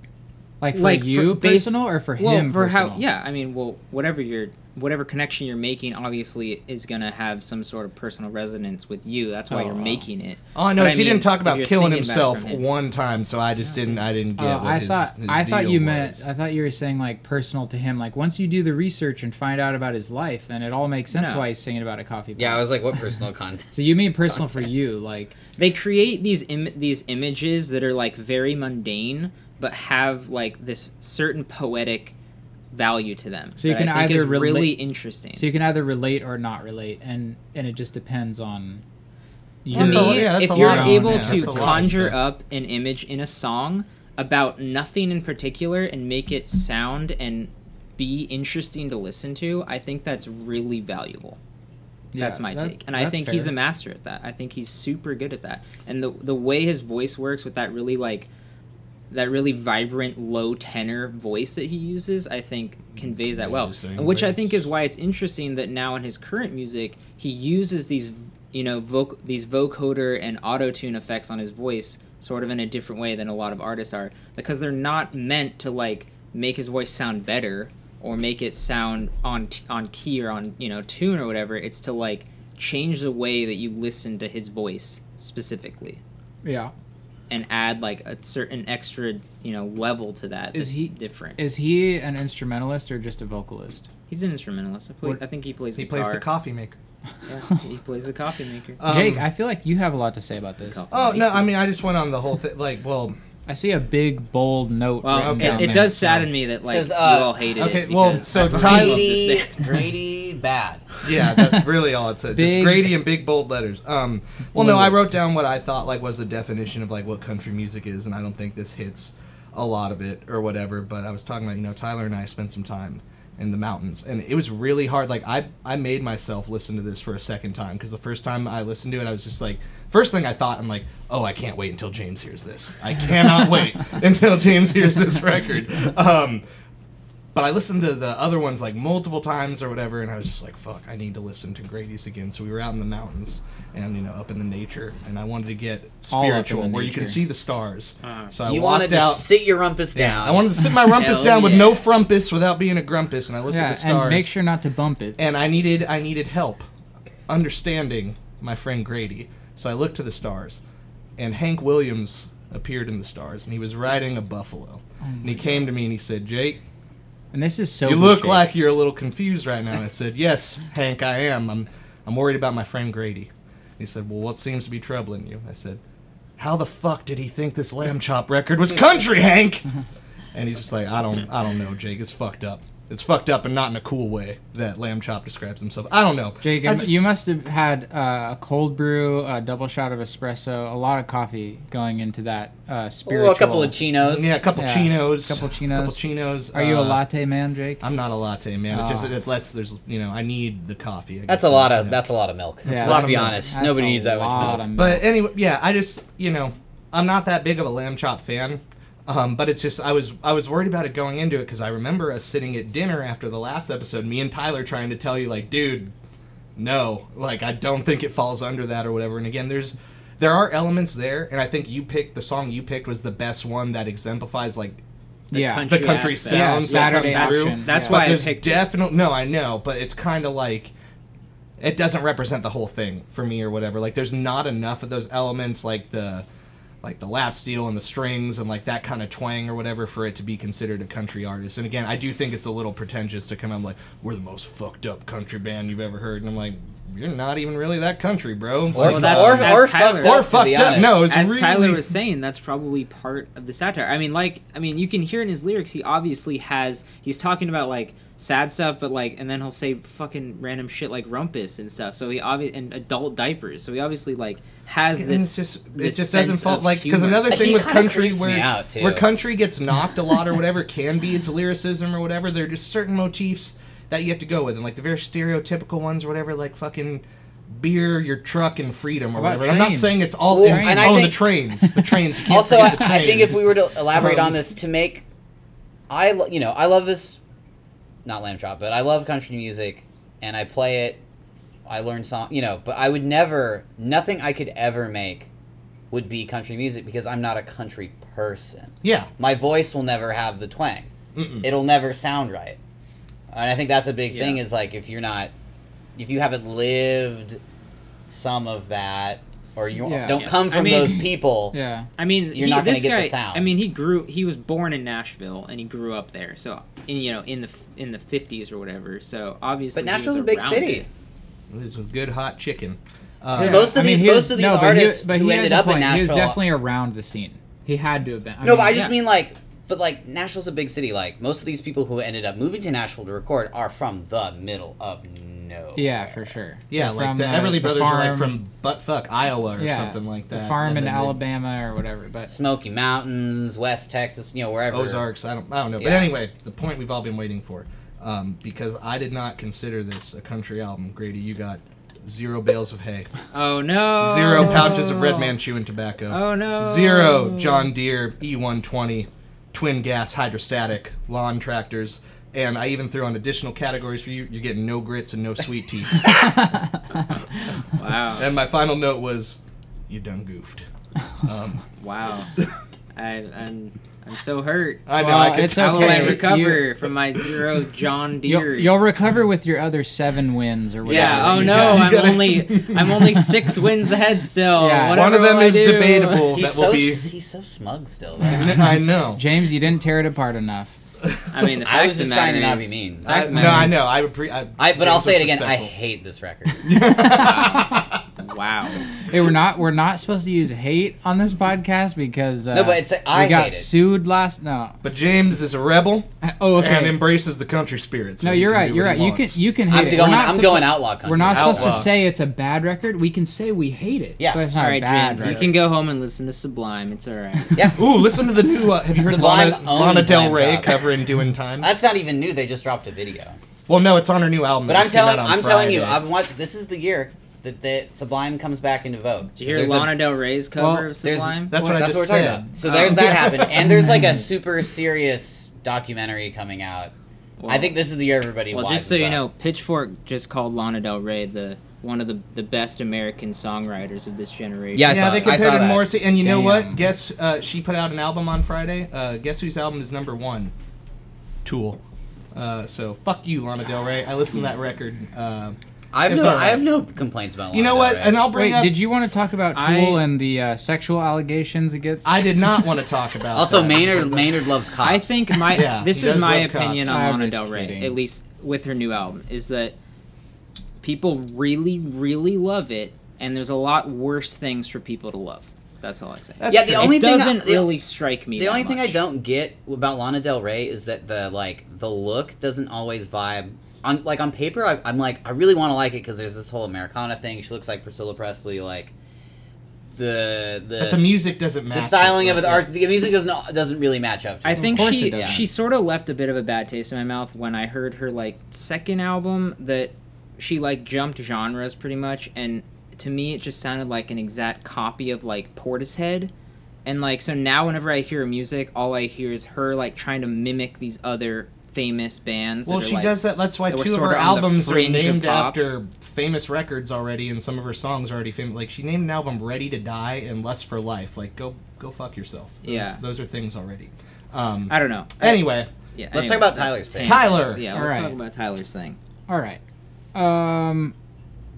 S1: Like for
S4: like
S1: you
S4: base-
S1: personal or for
S4: well,
S1: him
S4: for how
S1: personal?
S4: yeah i mean well whatever your whatever connection you're making obviously is going to have some sort of personal resonance with you that's why
S1: Oh.
S4: you're making it
S2: Oh no,
S4: But I
S2: see, he
S4: mean,
S2: didn't talk
S4: if
S2: about
S4: you're
S2: killing
S4: thinking about it
S2: himself
S4: from him-
S2: one time, so I just didn't. I didn't get
S1: Oh,
S2: what
S1: I
S2: his,
S1: thought
S2: his
S1: I thought
S2: deal
S1: you
S2: was.
S1: meant I thought you were saying like personal to him. Like once you do the research and find out about his life, then it all makes sense
S4: No.
S1: why he's singing about a coffee.
S3: Yeah,
S1: pot.
S3: I was like, what personal content?
S1: so you mean personal for you? Like
S4: they create these Im- these images that are like very mundane but have like this certain poetic value to them
S1: So you
S4: that I
S1: can
S4: think is
S1: either rela-
S4: really interesting
S1: so you can either relate or not relate, and and it just depends on. You
S4: to
S2: That's a-
S4: me,
S2: yeah, that's
S4: if
S2: a
S4: you're
S1: lot.
S4: able
S1: Yeah,
S4: to
S2: that's a lot of
S4: conjure
S2: stuff.
S4: up an image in a song about nothing in particular and make it sound and be interesting to listen to, I think that's really valuable.
S1: Yeah,
S4: that's my
S1: that-
S4: take. And I
S1: that's
S4: think he's
S1: fair.
S4: a master at that. I think he's super good at that. And the the way his voice works with that really like that really vibrant low tenor voice that he uses, I think conveys that well.
S2: Amazing
S4: And which I
S2: voice.
S4: think is why it's interesting that now in his current music, he uses these you know voc- these vocoder and auto tune effects on his voice sort of in a different way than a lot of artists are because they're not meant to like make his voice sound better or make it sound on t- on key or on you know tune or whatever. It's to like change the way that you listen to his voice specifically
S1: Yeah.
S4: and add like a certain extra you know level to that
S1: Is
S4: that's
S1: he-
S4: different
S1: Is he an instrumentalist or just a vocalist?
S4: he's an instrumentalist i, play,
S1: What-
S4: I think he plays
S2: He
S4: guitar.
S2: plays the coffee maker.
S4: yeah, he plays the coffee maker
S2: Um,
S1: Jake, I feel like you have a lot to say about this.
S4: Coffee
S2: Oh no,
S4: maker.
S2: I mean, I just went on the whole thing. Like, well,
S1: I see a big bold note.
S4: well
S1: written
S2: okay,
S1: down
S4: it, it
S1: there.
S4: does sadden me that like
S3: Says,
S4: you
S3: uh,
S4: all hated
S2: okay,
S4: it
S2: well,
S4: because
S2: so
S4: I fucking
S2: Tyler-
S4: love
S3: Grady,
S4: this band.
S3: Grady, bad.
S2: yeah, that's really all it said. Just
S1: Big-
S2: Grady in big bold letters. Um, well, no,
S1: Bold.
S2: I wrote down what I thought like was the definition of like what country music is, and I don't think this hits a lot of it or whatever. But I was talking about you know Tyler and I spent some time in the mountains, and it was really hard. Like I I made myself listen to this for a second time because the first time I listened to it, I was just like first thing I thought I'm like oh I can't wait until James hears this. I cannot wait until James hears this record. Um, but I listened to the other ones like multiple times or whatever, and I was just like, "Fuck, I need to listen to Grady's again." So we were out in the mountains and you know up in the nature, and I wanted to get
S1: All up in the
S2: spiritual where you can
S1: nature.
S2: see the stars. So I
S3: You wanted
S2: walked
S3: to
S2: out.
S3: sit your rumpus down.
S2: I wanted to sit my rumpus
S4: Hell
S2: down with
S4: yeah.
S2: no frumpus without being a grumpus, and I looked at
S1: Yeah,
S2: the stars.
S1: and make sure not to bump it.
S2: and I needed I needed help understanding my friend Grady. So I looked to the stars, and Hank Williams appeared in the stars, and he was riding a buffalo.
S1: Oh
S2: and he came to me and he said, "Jake."
S1: and this is so.
S2: You look
S1: Jake.
S2: like you're a little confused right now. And I said, Yes, Hank, I am. I'm, I'm worried about my friend Grady. He said, Well, what seems to be troubling you? I said, How the fuck did he think this lamb chop record was country, Hank? And he's just like, I don't, I don't know, Jake. It's fucked up. It's fucked up, and not in a cool way that Lamb Chop describes himself. I don't know.
S1: Jake,
S2: I
S1: um,
S2: just-
S1: you must have had uh, a cold brew, a double shot of espresso, a lot of coffee going into that uh, spiritual.
S3: Well, a couple of chinos.
S2: yeah, a couple
S1: yeah,
S2: chinos,
S1: couple chinos.
S2: couple chinos.
S1: Are you a
S2: uh,
S1: latte man, Jake?
S2: I'm not a latte man. It just
S1: Ah.
S2: unless there's, you know, I need the coffee. I
S3: That's
S2: guess.
S3: a lot of
S2: Yeah.
S3: that's a lot of milk.
S1: Yeah,
S3: Let's
S2: that's
S3: be
S2: a-
S3: honest.
S1: That's
S3: Nobody
S1: a
S3: needs that much
S1: lot
S3: milk.
S1: of
S2: But anyway, yeah, I just you know I'm not that big of a lamb chop fan, um, but it's just I was I was worried about it going into it because I remember us sitting at dinner after the last episode, me and Tyler trying to tell you like, dude, no like i don't think it falls under that or whatever and again there's there are elements there and i think you picked the song you picked was the best one that exemplifies like
S4: The
S1: yeah.
S4: country-
S2: the country
S4: aspect.
S2: sounds
S1: Yeah,
S2: that
S1: Saturday
S2: come through
S1: Action,
S4: That's
S1: yeah.
S2: but
S4: why I
S2: there's
S4: picked it.
S2: definitely no i know but it's kind of like it doesn't represent the whole thing for me or whatever like there's not enough of those elements like the like the lap steel and the strings and like that kind of twang or whatever for it to be considered a country artist and again i do think it's a little pretentious to come out like we're the most fucked up country band you've ever heard and i'm like you're not even really that country bro
S3: Or,
S2: Like,
S4: Well, that's-
S3: or,
S4: that's
S3: or
S4: Tyler.
S3: fucked
S4: Or
S3: up. to be
S2: fucked up.
S3: honest.
S2: No, it's-
S4: As
S2: really-
S4: Tyler was saying, that's probably part of the satire. I mean, like, I mean, you can hear in his lyrics, he obviously has. He's talking about like sad stuff, but like, and then he'll say fucking random shit like rumpus and stuff. So he obviously and adult diapers. So he obviously like has
S2: And
S4: this.
S2: it's just it
S4: this
S2: just doesn't
S4: sense
S2: fall
S4: of
S2: like because
S4: humor.
S2: another
S3: Like,
S2: thing
S3: he
S2: with
S3: kinda
S2: country
S3: creeps me
S2: where
S3: out, too.
S2: where country gets knocked a lot or whatever can be its lyricism or whatever there are just certain motifs that you have to go with and like the very stereotypical ones or whatever like fucking beer your truck and freedom or
S1: What about
S2: whatever i'm not
S1: train?
S2: saying it's all
S3: Well,
S2: and,
S3: and I
S2: oh the
S3: think-
S2: trains the trains you can't
S3: also, I,
S2: forget the
S3: I think if we
S2: trains.
S3: were to elaborate
S2: Um,
S3: on this to make, I lo- you know I love this, not lamb chop, but I love country music, and I play it. I learn song, you know, but I would never. Nothing I could ever make would be country music because I'm not a country person.
S2: yeah
S3: My voice will never have the twang.
S1: Mm-hmm.
S2: Mm-mm.
S3: It'll never sound right. And I think that's a big thing
S4: Yeah.
S3: is like if you're not, if you haven't lived some of that, or you
S1: Yeah.
S3: don't
S4: Yeah.
S3: come
S4: I
S3: from
S4: mean-
S3: those people.
S1: yeah.
S4: I mean,
S3: You're
S4: he,
S3: not gonna
S4: this
S3: get the
S4: guy.
S3: sound.
S4: I mean, he grew. He was born in Nashville, and he grew up there. So, in, you know, in the f- in the fifties or whatever. So obviously,
S3: But
S4: he was
S3: Nashville's a big
S4: around
S3: city.
S4: it.
S2: it was with good hot chicken
S3: Because
S2: uh,
S1: Yeah.
S3: most of
S1: I mean,
S3: these-
S1: he was-
S3: most of these
S1: no, but he-
S3: artists
S1: but he,
S3: who
S1: has
S3: ended
S1: a
S3: up in
S1: point. He was
S3: Nashville-
S1: definitely around the scene. He had to have been. I
S3: no,
S1: mean,
S3: but I just
S1: yeah.
S3: mean like, but like Nashville's a big city. Like most of these people who ended up moving to Nashville to record are from the middle of nowhere.
S1: Yeah, for sure.
S2: yeah
S1: They're
S2: like
S1: from uh,
S2: the everly brothers are like
S1: farm-
S2: from butt fuck iowa or
S1: yeah,
S2: something like that
S1: The farm
S2: and
S1: in
S2: then they-
S1: Alabama or whatever, but
S3: Smoky Mountains, West Texas, you know wherever.
S2: Ozarks. I don't. I don't know. But
S3: Yeah.
S2: anyway, the point we've all been waiting for, um, because I did not consider this a country album. Grady, you got zero bales of hay,
S4: Oh no.
S2: zero pouches of Red Man chewing tobacco,
S4: Oh no.
S2: zero John Deere E120 twin gas hydrostatic lawn tractors. And I even threw on additional categories for you. You're getting no grits and no sweet tea.
S4: Wow.
S2: and my final note was, you done goofed. Um,
S4: Wow. I, I'm I'm so hurt.
S2: I know. I
S1: Well,
S2: could
S1: it's
S2: tell.
S4: How will I
S1: Okay,
S4: recover
S1: you-
S4: from my zero John
S1: you'll,
S4: Deere?
S1: you'll recover with your other seven wins or whatever.
S4: Yeah. Oh
S2: You
S4: no.
S2: gotta- you
S4: I'm
S2: gotta-
S4: only I'm only six wins ahead still.
S1: Yeah.
S4: What
S2: One of
S4: will
S2: them
S4: I
S2: is
S4: do?
S2: debatable.
S3: He's
S2: that
S3: so
S2: will be.
S3: s- he's so smug still. though.
S2: I know.
S1: James, you didn't tear it apart enough.
S4: I mean, the fact
S3: I was
S4: of
S3: just
S4: the
S3: trying to
S4: matter
S3: not be
S4: is-
S3: mean.
S4: fact
S2: I-
S4: of the
S2: no, I
S4: matter
S2: know. I, appre- I,
S3: I, but I'll
S2: James
S3: say it
S2: was
S3: again. I
S2: respectful.
S3: hate this record.
S4: is- Wow.
S1: Hey, we're not we're not supposed to use hate on this podcast because uh,
S3: No, but it's- I
S1: we got
S3: hate it.
S1: sued last. No.
S2: But James is a rebel
S1: Oh, okay.
S2: and embraces the country spirit. so
S1: no,
S2: he
S1: you're
S2: can
S1: right.
S2: do
S1: You're
S2: what
S1: right.
S2: he
S1: You can
S2: wants.
S1: you can hate
S3: I'm
S1: it. We're
S3: going.
S1: not
S3: I'm
S1: suppo-
S3: going outlaw country.
S1: We're not supposed to
S2: Outlaw.
S1: say it's a bad record. We can say we hate it.
S3: Yeah.
S1: But it's not
S4: All
S1: a
S4: right,
S1: bad
S4: James. You
S1: record.
S4: can go home and listen to Sublime. It's all right.
S3: Yeah,
S2: Ooh, listen to the new. Uh, have you heard
S3: Sublime
S2: Lana,
S3: owns
S2: Lana Del
S3: Lamb
S2: Rey
S3: Chop.
S2: covering "Doing Time"?
S3: that's not even new. They just dropped a video.
S2: Well, no, it's on her new album.
S3: But
S2: that
S3: I'm
S2: just came
S3: telling,
S2: out on
S3: I'm telling you,
S2: Friday.
S3: I've watched. This is the year that, that Sublime comes back into vogue.
S4: Did you hear
S3: There's a-
S4: Lana Del Rey's cover
S1: Well,
S4: of
S3: there's-
S4: Sublime?
S2: that's what I
S3: that's
S2: just
S3: what we're
S2: said.
S3: talking about. So there's
S4: Oh.
S3: that happened, and there's like a super serious documentary coming out. I
S4: Well-
S3: think this is the year everybody.
S4: Well,
S3: wisens
S4: just so you
S3: up.
S4: know, Pitchfork just called Lana Del Rey the one of the, the best American songwriters of this generation.
S3: Yeah, I
S2: yeah,
S3: saw
S2: they
S3: that. I
S2: compared
S3: saw
S2: her to
S3: that.
S2: Morrissey, and you know
S1: Damn.
S2: what? Guess uh, she put out an album on Friday. Uh, guess whose album is number one? Tool. Uh, so fuck you, Lana Del Rey. I listened to that record. Uh,
S3: I have
S2: It's
S3: no,
S2: all right.
S3: I have no complaints about.
S2: you
S3: Lana
S2: know
S3: Del
S2: what?
S3: Rey.
S2: And I'll bring
S1: Wait,
S2: up.
S1: did you want to talk about
S4: I-
S1: Tool and the uh, sexual allegations against?
S2: I did not want to talk about.
S3: also,
S2: that.
S3: Maynard Maynard loves cops.
S4: I think my
S2: Yeah,
S4: this
S2: he
S4: is
S2: does
S4: my
S2: love cops.
S4: opinion on
S1: I'm
S4: Lana
S1: just
S4: Del Rey,
S1: kidding.
S4: at least with her new album, is that people really, really love it, and there's a lot worse things for people to love. That's all I say.
S2: That's
S3: Yeah,
S2: true.
S3: the only
S4: it
S3: thing I-
S4: doesn't
S3: the-
S4: really strike me.
S3: The
S4: that
S3: only thing I
S4: much.
S3: don't get about Lana Del Rey is that the like the look doesn't always vibe. On like on paper, I, I'm like I really want to like it because there's this whole Americana thing. She looks like Priscilla Presley, like the the
S2: But the music doesn't
S3: the
S2: match.
S3: styling
S2: it,
S3: of it, the
S2: right?
S3: art, the music doesn't doesn't really match up. To
S4: I
S3: it.
S4: think
S1: Of course it
S4: she
S1: doesn't.
S4: she sort of left a bit of a bad taste in my mouth when I heard her like second album that she like jumped genres pretty much and to me it just sounded like an exact copy of like Portishead and like so now whenever I hear her music all I hear is her like trying to mimic these other famous bands.
S2: Well,
S4: that are,
S2: she
S4: like,
S2: does that. That's why
S4: that were
S2: two of her
S4: sorta on the
S2: albums are
S4: fringe of
S2: named
S4: pop.
S2: after famous records already, and some of her songs are already famous. Like she named an album "Ready to Die" and "Lust for Life." Like go go fuck yourself. Those,
S4: Yeah.
S2: those are things already. Um,
S4: I don't know.
S2: anyway,
S4: yeah,
S3: Let's talk about Tyler's thing.
S2: Tyler!
S4: Yeah,
S1: All
S4: let's
S1: right.
S4: talk about Tyler's thing.
S1: All right. Um.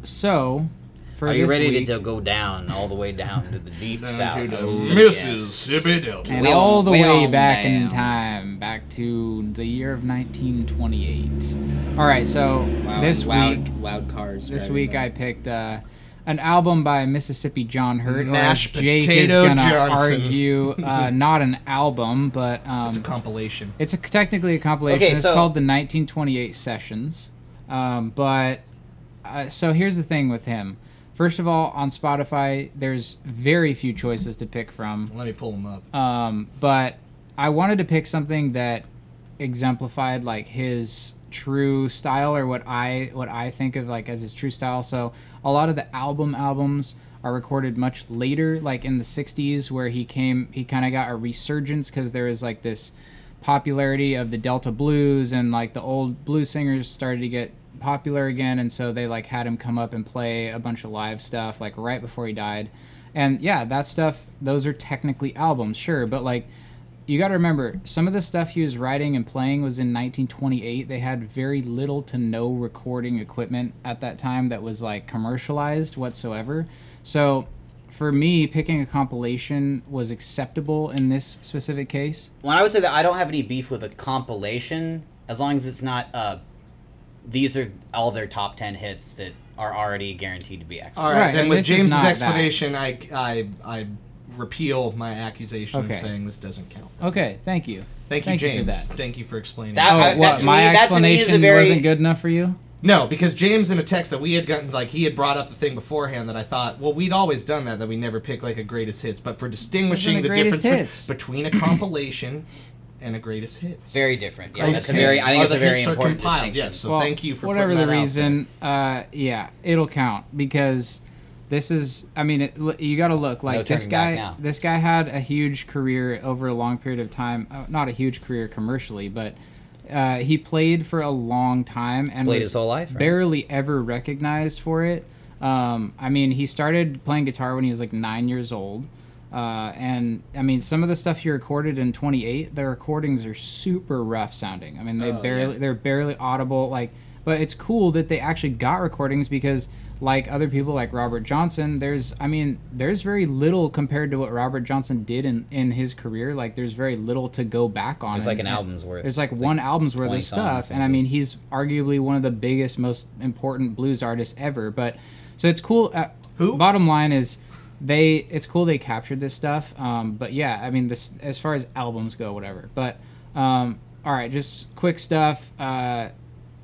S1: So, for
S3: Are you
S1: this
S3: ready
S1: week,
S3: to go down all the way down to the deep south?
S2: Mississippi Delta.
S1: and
S4: Well,
S1: all the way
S4: well,
S1: back in
S4: ma'am.
S1: time, back to the year of 1928. All right. So
S4: Wow,
S1: this
S4: loud,
S1: week,
S4: loud cars.
S1: this
S4: driving
S1: week
S4: by.
S1: I picked uh, an album by Mississippi John Hurt. or as
S2: Mashed
S1: Jake is
S2: Potato
S1: gonna
S2: Johnson.
S1: argue uh, not an album, but um,
S2: It's a compilation.
S1: It's a, technically a compilation.
S3: Okay,
S1: it's
S3: so-
S1: called the 1928 Sessions. Um, but uh, so here's the thing with him. First of all, on Spotify, there's very few choices to pick from.
S2: Let me pull them up.
S1: Um, but I wanted to pick something that exemplified like his true style or what I what I think of like as his true style. So a lot of the album albums are recorded much later, like in the '60s, where he came. He kind of got a resurgence because there was like this popularity of the Delta blues and like the old blues singers started to get popular again, and so they like had him come up and play a bunch of live stuff like right before he died. And yeah, that stuff, those are technically albums, sure, but like you got to remember some of the stuff he was writing and playing was in 1928 they had very little to no recording equipment at that time that was like commercialized whatsoever so for me picking a compilation was acceptable in this specific case
S3: Well, I would say that I don't have any beef with a compilation as long as it's not. Uh, these are all their top ten hits that are already guaranteed to be excellent.
S2: All right,
S1: Right,
S2: then
S1: and
S2: with
S1: this is
S2: James's
S1: not that.
S2: explanation, I, I I repeal my accusation of
S1: Okay.
S2: saying this doesn't count.
S1: okay thank you
S2: Thank you,
S1: Thank you for
S2: James.
S1: that.
S2: Thank you for explaining.
S3: That-
S1: oh
S3: I-
S1: what
S3: to
S1: my
S3: me- that to me is a
S1: explanation
S3: very-
S1: wasn't good enough for you
S2: No, because James in a text that we had gotten, like he had brought up the thing beforehand that I thought, well, we'd always done that, that we never pick like a greatest hits, but for distinguishing
S1: This isn't
S2: the
S1: a
S2: difference
S1: greatest
S2: be-
S1: hits.
S2: between a compilation and a greatest hits.
S3: Very different. Yeah,
S2: Greatest
S3: that's a very.
S2: hits
S3: I think
S2: are
S3: it's a
S2: the
S3: very
S2: hits are
S3: important
S2: compiled.
S3: distinction.
S2: Yes, so thank you for
S1: whatever
S2: putting
S1: the
S2: that out
S1: reason. Uh, yeah, it'll count because this is. I mean, it, l- you got to look like
S3: No
S1: this
S3: turning back
S1: guy.
S3: now.
S1: This guy had a huge career over a long period of time. Uh, not a huge career commercially, but uh, he played for a long time and
S3: Played
S1: was
S3: his whole life, right?
S1: barely ever recognized for it. Um, I mean, he started playing guitar when he was like nine years old. Uh, and I mean, some of the stuff he recorded in 28, the recordings are super rough sounding. I mean,
S3: Oh,
S1: they barely they're barely audible. Like, but it's cool that they actually got recordings because, like other people like Robert Johnson, there's I mean, there's very little compared to what Robert Johnson did in in his career. Like, there's very little to go back on.
S3: There's like an
S1: And-
S3: album's worth.
S1: there's like one album's worth
S3: 20
S1: of
S3: songs,
S1: stuff, and I
S3: maybe.
S1: mean, he's arguably one of the biggest, most important blues artists ever. But so it's cool. Uh,
S2: Who?
S1: Bottom line is, they it's cool they captured this stuff. Um, but yeah, I mean, this as far as albums go, whatever. But um, all right, just quick stuff. Uh,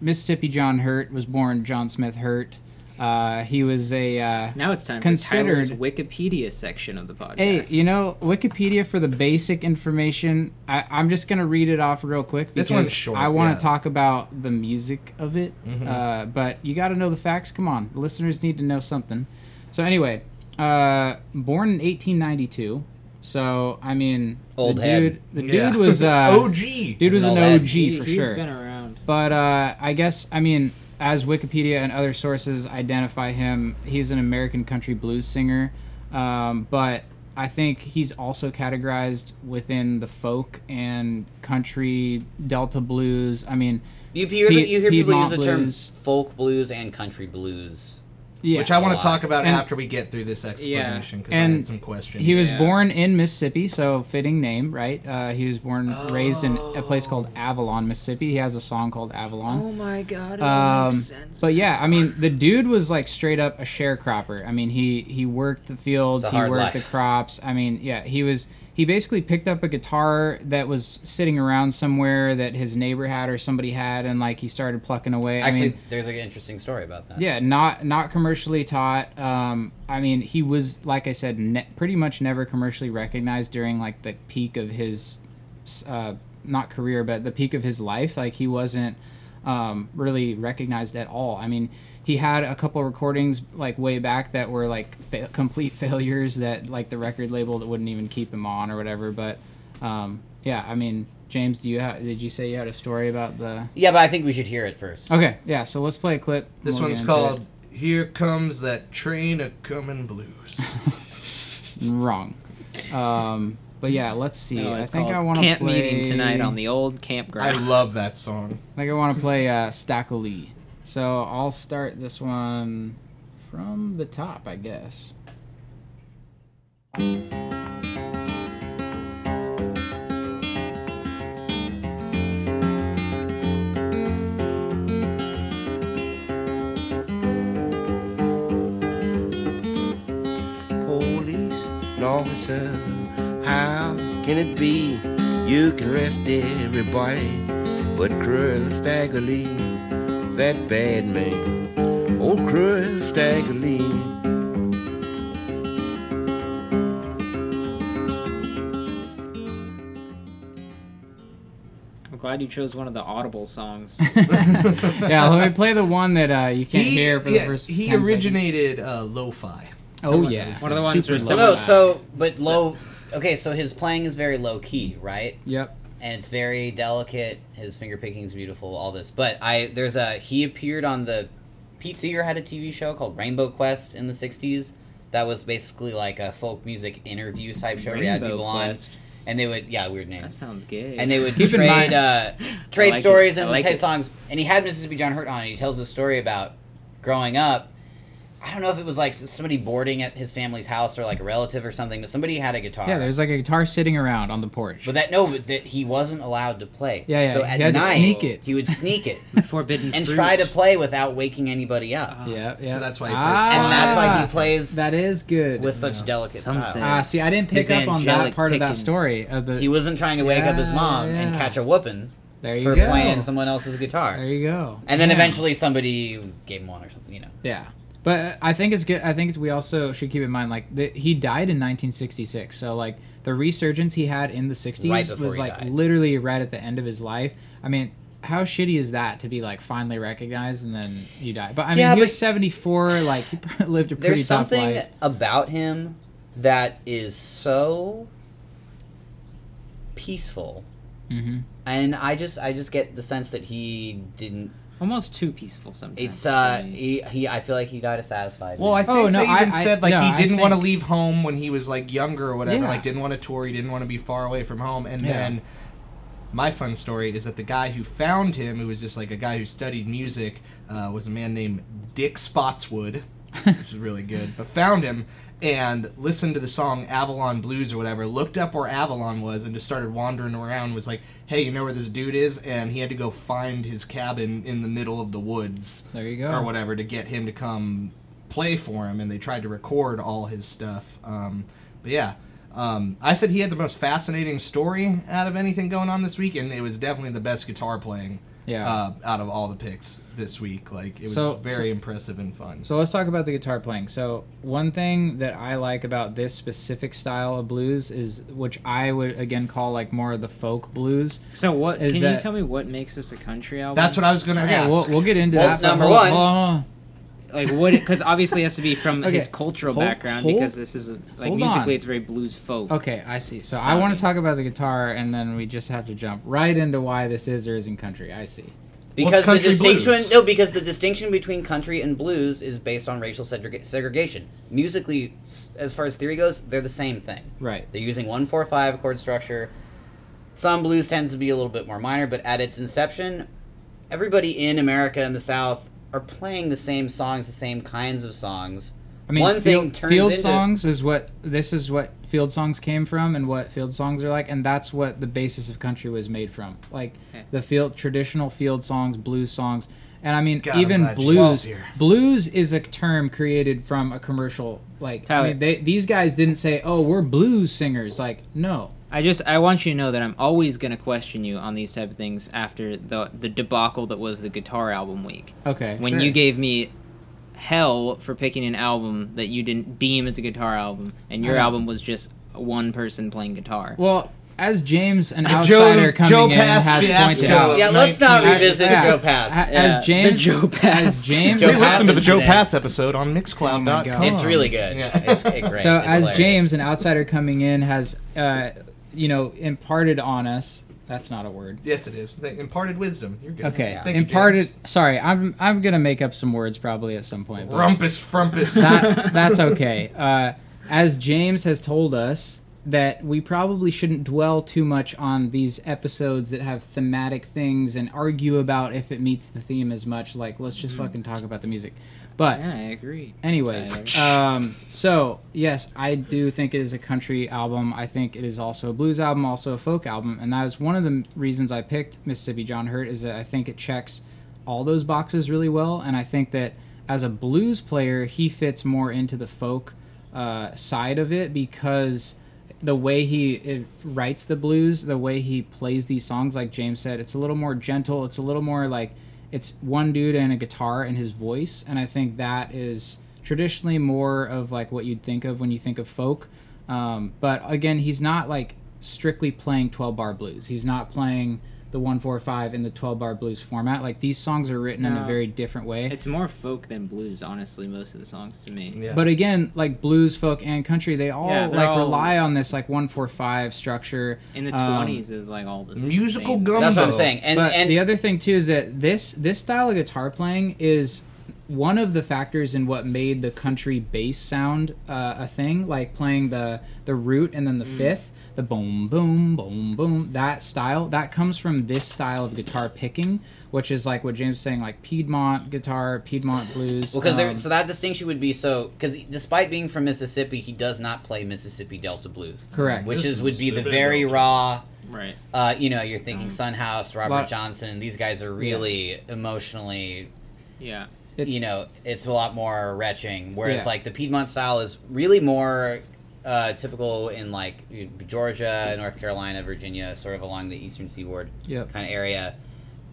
S1: Mississippi John Hurt was born John Smith Hurt. Uh, he was a uh,
S4: Now it's time
S1: Considered-
S4: for Tyler's Wikipedia section of the podcast.
S1: Hey, you know Wikipedia for the basic information. I, I'm just gonna read it off real quick because
S2: This one's short,
S1: I want to
S2: yeah. Mm-hmm.
S1: talk about the music of it. Uh, but you got to know the facts. Come on, listeners need to know something. So anyway, uh, born in 1892. So I mean,
S3: Old
S1: the
S3: head.
S1: dude. The dude
S2: Yeah.
S1: was uh,
S2: OG.
S1: Dude was
S3: He's
S1: an
S3: an old
S1: OG
S4: he,
S1: for
S4: has
S1: sure.
S4: been around.
S1: But uh, I guess I mean, as Wikipedia and other sources identify him, he's an American country blues singer. Um, but I think he's also categorized within the folk and country delta blues. I mean,
S3: You hear, that
S1: Pied-
S3: you hear people use
S1: Piedmont
S3: the term
S1: blues.
S3: folk blues and country blues.
S1: yeah.
S2: Which I want
S3: Why?
S2: to talk about
S1: And-
S2: after we get through this explanation because I
S1: And
S2: had some questions.
S1: He was
S4: Yeah.
S1: born in Mississippi, so fitting name, right? Uh, he was born, raised in a place called Avalon, Mississippi. He has a song called Avalon.
S4: Oh my god, it all
S1: Um,
S4: makes sense.
S1: but yeah, I mean, the dude was like straight up a sharecropper. I mean, he he worked the fields,
S3: It's a
S1: he
S3: hard
S1: worked the
S3: life.
S1: crops. I mean, yeah, he was he basically picked up a guitar that was sitting around somewhere that his neighbor had or somebody had, and like he started plucking away.
S3: Actually,
S1: I mean,
S3: there's an interesting story about that.
S1: yeah, not not commercially taught. Um, I mean, he was like I said, ne- pretty much never commercially recognized during like the peak of his, uh, not career, but the peak of his life. Like he wasn't um, really recognized at all. I mean, he had a couple recordings like way back that were like fa- complete failures that like the record label that wouldn't even keep him on or whatever. But um, yeah, I mean, James, do you ha- did you say you had a story about the?
S3: Yeah, but I think we should hear it first.
S1: Okay, yeah. So let's play a clip.
S2: This
S1: We'll get
S2: one's
S1: into
S2: called "Here Comes That Train a Comin' Blues."
S1: it. wrong. Um, but yeah, let's see.
S4: No,
S1: I
S4: it's
S1: think I
S4: called
S1: want to
S4: camp
S1: play...
S4: meeting tonight on the old
S2: I
S4: campground.
S2: love that song.
S1: I think I want to play uh, Stackley. So I'll start this one from the top, I guess.
S8: police and officer. How can it be you can arrest everybody but Cruel Staggerly, that bad man? Oh, Cruel Staggerly.
S4: I'm glad you chose one of the audible songs.
S1: Yeah, let me play the one that uh, you can't hear for the
S2: yeah,
S1: first.
S2: he
S1: 10
S2: originated uh, lo-fi.
S1: Oh
S4: Someone
S1: yeah,
S4: knows. One of the ones
S1: Super
S4: where someone-
S1: low.
S3: No, so but low. Okay, so his playing is very low key, right?
S1: Yep.
S3: and it's very delicate. His finger picking's beautiful. All this, but I there's a he appeared on the Pete Seeger had a TV show called Rainbow Quest in the '60s. That was basically like a folk music interview type show. where you had
S4: Rainbow
S3: people on,
S4: Quest.
S3: and they would yeah weird
S4: That
S3: names.
S4: sounds gay.
S3: And they would
S1: Keep in
S3: trade
S1: mind-
S3: uh, trade
S4: like it.
S3: stories
S4: I
S3: and
S4: like
S3: type
S4: it.
S3: songs. And he had Mississippi John Hurt on. And he tells a story about growing up. I don't know if it was like somebody boarding at his family's house or like a relative or something, but somebody had a guitar.
S1: Yeah, there's like a guitar sitting around on the porch.
S3: But that no, but that he wasn't allowed to play.
S1: Yeah, yeah,
S3: So
S1: he
S3: at
S1: had to
S3: night,
S1: sneak it.
S3: he would sneak it
S4: forbidden
S3: and
S4: fruit.
S3: try to play without waking anybody up.
S1: yeah, yeah.
S2: that's why he plays
S1: ah,
S3: and that's why he plays
S1: That is good.
S3: with such delicate
S4: Some
S3: style.
S4: say-
S1: Ah, see, I didn't pick
S4: His
S1: up on that
S4: angelic
S1: part of that
S4: picking.
S1: story. Of the
S3: He wasn't trying to wake up his
S1: Yeah,
S3: mom and
S1: yeah.
S3: catch a whooping
S1: there you
S3: for
S1: go.
S3: playing someone else's guitar.
S1: There you go.
S3: and then
S1: Yeah.
S3: eventually somebody gave him one or something, you know.
S1: Yeah, but I think it's good. I think it's, we also should keep in mind like that he died in 1966, so like the resurgence he had in the 60s
S3: Right before
S1: was
S3: he
S1: like
S3: died.
S1: literally right at the end of his life. I mean. How shitty is that to be like finally recognized and then you die? But I mean,
S3: Yeah,
S1: he
S3: but-
S1: was seventy four. Like he lived a pretty
S3: There's
S1: tough
S3: something
S1: life.
S3: about him that is so peaceful.
S1: Mm-hmm.
S3: And I just I just get the sense that he didn't
S4: almost too peaceful sometimes.
S3: It's uh,
S4: really.
S3: he, he I feel like he died a satisfied.
S2: Well, I
S3: man.
S2: think
S1: Oh, no,
S2: they even
S1: I- I-
S2: said like
S1: no, I
S2: he didn't want to
S1: think-
S2: leave home when he was like younger or whatever.
S1: Yeah.
S2: Like didn't want to tour. He didn't want to be far away from home. And
S1: Yeah.
S2: then my fun story is that the guy who found him, who was just like a guy who studied music, uh, was a man named Dick Spotswood, which is really good. But found him and listened to the song Avalon Blues or whatever. Looked up where Avalon was and just started wandering around. Was like, hey, you know where this dude is? And he had to go find his cabin in the middle of the woods
S1: There you go.
S2: or whatever to get him to come play for him, and they tried to record all his stuff. Um, but yeah, um, I said he had the most fascinating story out of anything going on this week, and it was definitely the best guitar playing.
S1: Yeah.
S2: Uh, out of all the picks this week, like it was
S1: So-
S2: very impressive and fun.
S1: So let's talk about the guitar playing. So one thing that I like about this specific style of blues is, which I would again call like more of the folk blues.
S4: so what?
S1: is
S4: Can you
S1: that-
S4: tell me what makes this a country album?
S2: That's what I was gonna
S1: Yeah,
S2: ask.
S1: we'll, we'll get into
S3: Well,
S1: that. but
S3: number
S1: hold-
S3: one-
S1: hold on.
S4: like what? Because obviously it has to be from
S1: Okay,
S4: his cultural
S1: hold-
S4: background
S1: hold-
S4: because this is a, like
S1: hold
S4: musically
S1: on.
S4: it's very blues folk.
S1: Okay, I see. So I want
S4: Sounding.
S1: to talk about the guitar, and then we just have to jump right into why this is or isn't country. I see.
S2: Well,
S3: because
S2: it's
S3: the
S2: country
S3: distinction
S2: blues.
S3: no, because the distinction between country and blues is based on racial segre- segregation. Musically, s- as far as theory goes, they're the same thing.
S1: Right.
S3: They're using one four five chord structure. Some blues tends to be a little bit more minor, but at its inception, everybody in America and the South are playing the same songs, the same kinds of songs.
S1: I mean,
S3: one
S1: field,
S3: thing turns
S1: field
S3: into
S1: songs is what this is what field songs came from, and what field songs are like, and that's what the basis of country was made from. Like
S4: Okay.
S1: the field traditional field songs, blues songs, and I mean
S2: God, I'm
S1: even
S2: glad James is
S1: blues.
S2: here.
S1: Blues is a term created from a commercial. Like I
S4: Tyler.
S1: mean, they, these guys didn't say, "Oh, we're blues singers." Like no,
S4: I just I want you to know that I'm always gonna question you on these type of things after the the debacle that was the guitar album week.
S1: okay.
S4: when
S1: sure.
S4: you gave me hell for picking an album that you didn't deem as a guitar album, and your
S1: Oh.
S4: album was just one person playing guitar.
S1: well, as James, an
S2: Joe-
S1: outsider coming
S2: Joe
S1: in,
S2: Pass
S1: has
S2: fiasco.
S1: pointed out.
S3: Yeah, let's not
S2: 19.
S3: revisit
S1: Yeah.
S3: Joe Pass.
S1: A-
S4: Yeah,
S1: As
S4: the
S1: James,
S4: Joe Pass.
S1: as James,
S3: Joe
S2: Hey, listen to the Joe
S3: today.
S2: Pass episode on
S1: Oh my
S2: Mixcloud.com.
S1: God.
S3: It's really good.
S2: Yeah.
S3: It's, it's great.
S1: So
S3: It's
S1: as
S3: hilarious.
S1: James, an outsider coming in, has, uh, you know, imparted on us That's not a word.
S2: Yes, it is. They imparted wisdom. You're good.
S1: Okay.
S2: Thank you,
S1: Imparted.
S2: James.
S1: sorry, I'm I'm gonna make up some words probably at some point. but-
S2: Rumpus frumpus.
S1: that, that's okay. Uh, as James has told us, that we probably shouldn't dwell too much on these episodes that have thematic things and argue about if it meets the theme as much. Like, let's
S2: Mm-hmm.
S1: just fucking talk about the music. But
S4: Yeah, I agree.
S1: Anyways, um, so yes, I do think it is a country album. I think it is also a blues album, also a folk album, and that is one of the reasons I picked Mississippi John Hurt. Is that I think it checks all those boxes really well, and I think that as a blues player, he fits more into the folk uh, side of it because the way he it, writes the blues, the way he plays these songs, like James said, it's a little more gentle. It's a little more like it's one dude and a guitar and his voice, and I think that is traditionally more of like what you'd think of when you think of folk. Um, but again, he's not like strictly playing 12 bar blues. He's not playing the 145 in the 12 bar blues format. Like these songs are written in a
S4: No.
S1: very different way.
S4: It's more folk than blues, honestly. Most of the songs to me.
S2: Yeah.
S1: But again, like blues, folk, and country, they all
S4: Yeah, they're
S1: like
S4: all-
S1: rely on this like one four five structure.
S4: In the
S1: Um,
S4: twenties, it was like all the
S2: musical
S4: same.
S2: gumbo.
S3: That's what I'm saying. And
S1: but
S3: and
S1: the other thing too is that this this style of guitar playing is one of the factors in what made the country bass sound uh, a thing, like playing the the root and then the
S3: Mm.
S1: fifth, the boom boom boom boom. That style that comes from this style of guitar picking, which is like what James is saying, like Piedmont guitar, Piedmont blues.
S3: Well, because
S1: um,
S3: so that distinction would be so because despite being from Mississippi, he does not play Mississippi Delta blues,
S1: correct.
S3: which
S2: Just
S3: is would be the
S2: Mississippi
S3: very
S2: Delta.
S3: raw.
S4: right.
S3: Uh, you know, you're thinking Sunhouse, Robert
S1: Mm. Lot-
S3: Johnson. These guys are really emotionally.
S4: Yeah.
S1: It's-
S3: you know, it's a lot more retching. Whereas
S1: Yeah.
S3: like the Piedmont style is really more uh, typical in like Georgia, North Carolina, Virginia, sort of along the Eastern Seaboard
S1: Yep.
S3: kind of area.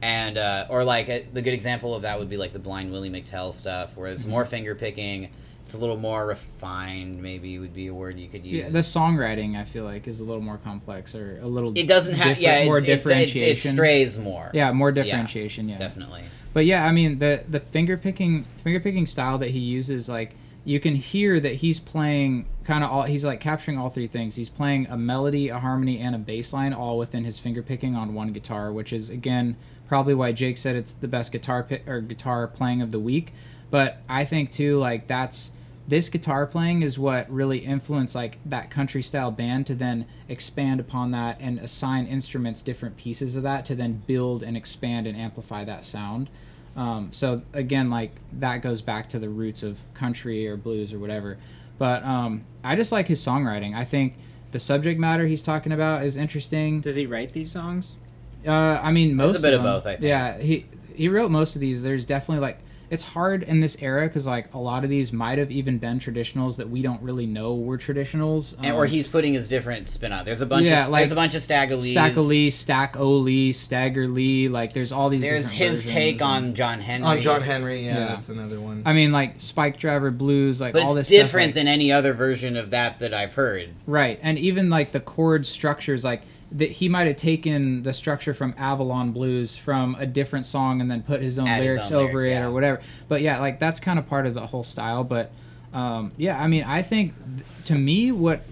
S3: And uh, or like a, the good example of that would be like the blind Willie McTell stuff, where it's
S1: Mm-hmm.
S3: more finger picking. It's a little more refined, maybe would be a word you could use.
S1: Yeah, the songwriting I feel like is a little more complex or a little.
S3: it doesn't have
S1: different-
S3: yeah,
S1: more
S3: it, it- it- It,
S1: differentiation.
S3: strays more.
S1: yeah, more differentiation. Yeah,
S3: definitely.
S1: but yeah, I mean the the finger picking finger picking style that he uses, like you can hear that he's playing kind of all he's like capturing all three things. He's playing a melody, a harmony, and a bass line all within his finger picking on one guitar, which is again probably why Jake said it's the best guitar pick or guitar playing of the week. But I think too like that's this guitar playing is what really influenced like that country style band to then expand upon that and assign instruments different pieces of that to then build and expand and amplify that sound um, so again like that goes back to the roots of country or blues or whatever but um, i just like his songwriting i think the subject matter he's talking about is interesting
S4: Does he write these songs?
S1: uh, I mean, most
S3: a bit
S1: of,
S3: of
S1: them.
S3: both, I think.
S1: Yeah, he he wrote most of these. There's definitely like it's hard in this era because like a lot of these might have even been traditionals that we don't really know were traditionals.
S3: And
S1: Um,
S3: or he's putting his different spin on. it. There's a bunch
S1: Yeah,
S3: of
S1: like
S3: there's a bunch of Staggerlees.
S1: Stack Lee, Stack O Lee, Stagger Lee. Like there's all these.
S3: There's
S1: different
S3: his
S1: versions
S3: take
S1: and-
S3: on John Henry.
S2: On John Henry, yeah,
S1: Yeah.
S2: that's another one.
S1: I mean, like Spike Driver blues, like
S3: But
S1: all
S3: it's
S1: this
S3: different
S1: stuff, like-
S3: than any other version of that that I've heard.
S1: right, and even like the chord structures, like that he might have taken the structure from Avalon Blues from a different song and then put his own
S3: Add his
S1: lyrics
S3: own
S1: over
S3: lyrics,
S1: it
S3: yeah.
S1: or whatever. But yeah, like that's kind of part of the whole style. But um, yeah, I mean, I think th- to me, what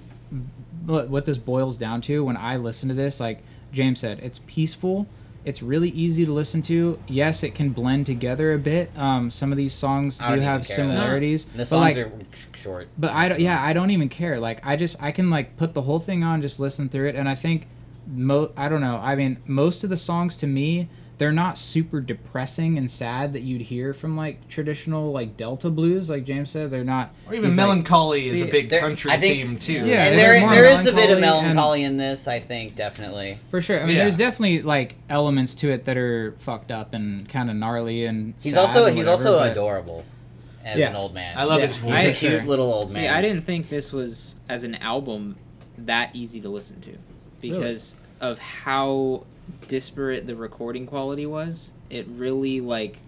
S1: what what this boils down to when I listen to this, like James said, it's peaceful. It's really easy to listen to. Yes, it can blend together a bit. Um, some of these songs
S3: I
S1: do
S3: don't even
S1: have
S3: care. It's not-
S1: similarities,
S3: The
S1: but like,
S3: songs are short.
S1: but I don't. Yeah, I don't even care. Like I just I can like put the whole thing on, just listen through it, and I think, mo I don't know. I mean, most of the songs to me, they're not super depressing and sad that you'd hear from like traditional like Delta blues, like James said. They're not.
S2: Or even
S1: he's, like-
S2: melancholy is a
S4: See,
S2: big
S3: there-
S2: country
S3: I think-
S2: theme too.
S1: Yeah,
S3: and
S1: they're
S3: there,
S1: more
S3: there is a bit
S1: melancholy
S3: of
S1: and-
S3: melancholy in this, I think, definitely.
S1: for sure. I mean,
S2: Yeah.
S1: there's definitely like elements to it that are fucked up and kind of gnarly and.
S3: He's
S1: sad
S3: also
S1: or
S3: he's
S1: whatever,
S3: also
S1: but-
S3: adorable as
S1: Yeah.
S3: an old man.
S2: I love
S1: Yeah.
S2: his
S1: I-
S3: He's a
S2: voice.
S3: cute
S1: Sure.
S3: little old man.
S4: See, I didn't think this was as an album that easy to listen to because of how disparate the recording quality was. It really like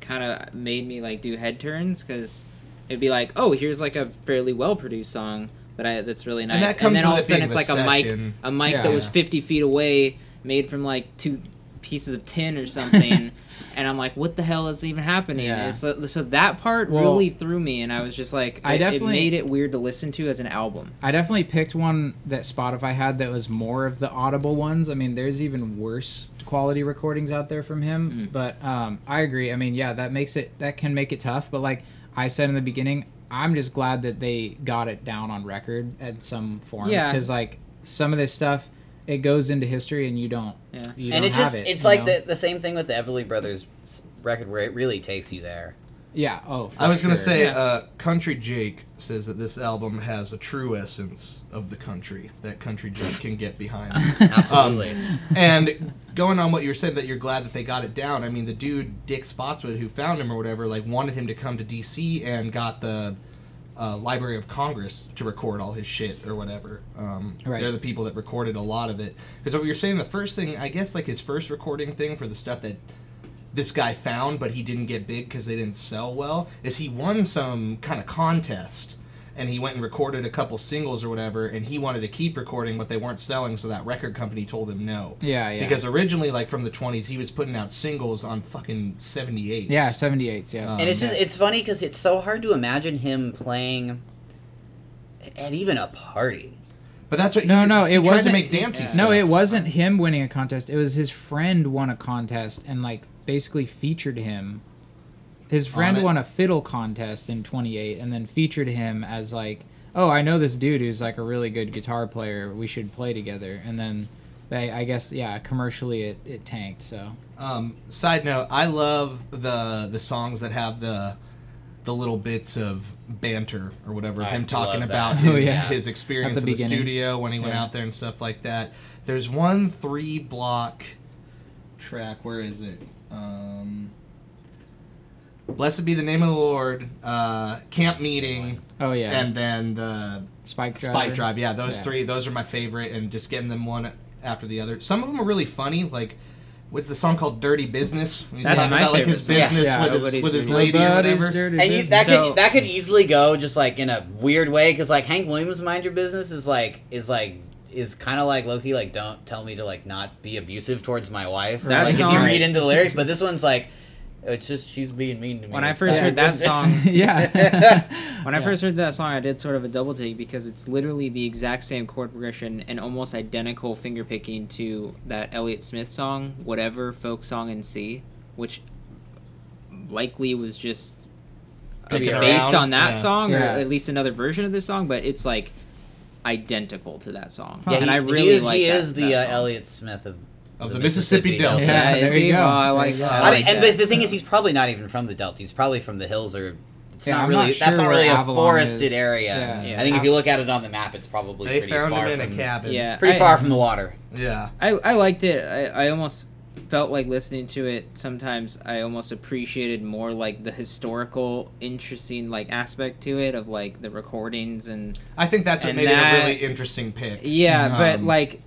S4: kind of made me like do head turns because it'd be like, oh, here's like a fairly well produced song that I that's really nice,
S2: that comes
S4: then all of
S2: with
S4: a
S2: it
S4: sudden
S2: being
S4: it's
S2: the
S4: like a mic
S2: session.
S4: a mic
S1: Yeah.
S4: that was
S1: Yeah.
S4: 50 feet away, made from like two pieces of tin or something. and I'm like, what the hell is even happening?
S1: Yeah.
S4: And So, so that part
S1: Well-
S4: really threw me, and I was just like,
S1: I
S4: it-
S1: definitely-
S4: it made it weird to listen to as an album.
S1: I definitely picked one that Spotify had that was more of the audible ones. I mean, there's even worse quality recordings out there from
S2: Mm.
S1: him, but um, I agree. I mean, yeah, that makes it that can make it tough. But like I said in the beginning, I'm just glad that they got it down on record in some form.
S4: Yeah.
S1: because like some of this stuff, it goes into history, and you don't.
S4: Yeah.
S1: you
S3: and
S1: don't
S3: it
S1: have
S3: just
S1: it,
S3: it's
S1: you
S3: like
S1: know?
S3: the, the same thing with the Everly Brothers s- record where it really takes you there.
S1: Yeah. Oh, for
S2: I was gonna
S1: sure.
S2: say, uh, Country Jake says that this album has a true essence of the country that Country Jake can get behind.
S1: Um,
S3: Absolutely.
S2: and going on what you were saying, that you're glad that they got it down. I mean, the dude Dick Spotswood, who found him or whatever, like wanted him to come to D.C. and got the uh, Library of Congress to record all his shit or whatever. Um,
S1: Right.
S2: They're the people that recorded a lot of it. Because what you were saying, the first thing, I guess, like his first recording thing for the stuff that this guy found, but he didn't get big because they didn't sell well, is he won some kind of contest. And he went and recorded a couple singles or whatever, and he wanted to keep recording, but they weren't selling, so that record company told him no.
S1: Yeah, yeah.
S2: Because originally, like from the 20s, he was putting out singles on fucking 78s.
S1: yeah, 78s. Yeah.
S2: Um,
S3: and it's just it's funny because it's so hard to imagine him playing at even a party.
S2: But that's what
S1: No,
S2: he,
S1: no,
S2: he
S1: it
S2: tried to
S1: wasn't-
S2: make dancey
S4: yeah.
S2: stuff.
S1: No, it wasn't him winning a contest. It was his friend won a contest and like basically featured him. His friend
S2: it.
S1: won a fiddle contest in 28 and then featured him as like, "Oh, I know this dude who's like a really good guitar player. We should play together." And then they I guess yeah, commercially it, it tanked, so.
S2: Um, side note: I love the the songs that have the the little bits of banter or whatever of
S3: I
S2: him
S3: love
S2: talking
S3: that.
S2: about his,
S1: Oh, yeah.
S2: his experience
S1: At the
S2: in the
S1: beginning.
S2: studio when he went
S1: Yeah.
S2: out there and stuff like that. There's one three block track. Where is it? Um, Blessed be the name of the Lord. Uh, camp meeting,
S1: Oh yeah.
S2: and then the
S1: Spike Driver.
S2: Spike Drive, yeah, those
S1: Yeah.
S2: three, those are my favorite, and just getting them one after the other. Some of them are really funny, like what's the song called "Dirty Business"? When He's
S4: That's
S2: talking
S4: my
S2: about like his
S4: favorite song.
S2: business
S1: Yeah. Yeah,
S2: with his
S4: nobody's
S2: with his
S4: doing
S2: lady or
S1: Nobody's
S2: whatever.
S1: Oh, dirty
S3: And you,
S1: business.
S3: that
S4: Mm-hmm. So-
S3: could that could easily go just like in a weird way because like Hank Williams Mind Your Business is like is like is kind of like Loki like don't tell me to like not be abusive towards my wife.
S4: That
S3: like if
S4: song-
S3: you read into the lyrics, but this one's like it's just she's being mean to me.
S4: When I
S3: It's
S4: first
S3: not
S4: heard
S3: her
S4: that
S3: business.
S4: song,
S1: yeah.
S4: When I
S1: Yeah.
S4: first heard that song, I did sort of a double take because it's literally the exact same chord progression and almost identical finger picking to that Elliott Smith song, whatever folk song in C, which likely was just
S2: Picking
S4: uh, based
S2: around,
S4: on that
S2: yeah.
S4: song or
S1: Yeah.
S4: at least another version of this song, but it's like identical to that song.
S3: yeah,
S4: and
S3: he,
S4: I
S3: he
S4: really
S3: is,
S4: like
S3: he
S4: that,
S3: is the
S4: that
S3: uh,
S4: song.
S3: Elliot Smith of
S2: Of the Mississippi Delta.
S1: Yeah,
S4: Yeah,
S1: there
S4: is
S1: you
S4: he?
S1: go.
S4: Oh, I
S1: There
S4: like
S1: you go.
S4: that.
S1: I
S3: I
S4: like
S3: didn't- and the,
S4: that.
S3: the thing is, he's probably not even from the Delta. He's probably from the hills, or it's
S1: Yeah,
S3: not
S1: I'm
S3: really.
S1: not
S3: that's
S1: sure
S3: not really
S1: where
S3: a
S1: Avalon
S3: forested
S1: is.
S3: area.
S1: Yeah.
S4: Yeah.
S3: I think if you look at it on the map, it's probably
S2: They
S3: pretty
S2: found
S3: far
S2: him in a
S3: from-
S2: cabin.
S4: yeah,
S3: Pretty
S4: I-
S3: far from the water.
S2: yeah.
S4: I, I liked it. I, I almost felt like listening to it sometimes I almost appreciated more like the historical interesting like aspect to it of like the recordings and
S2: I think that's what
S4: And
S2: made it a
S4: that-
S2: really interesting pick.
S4: yeah, but
S2: Um,
S4: like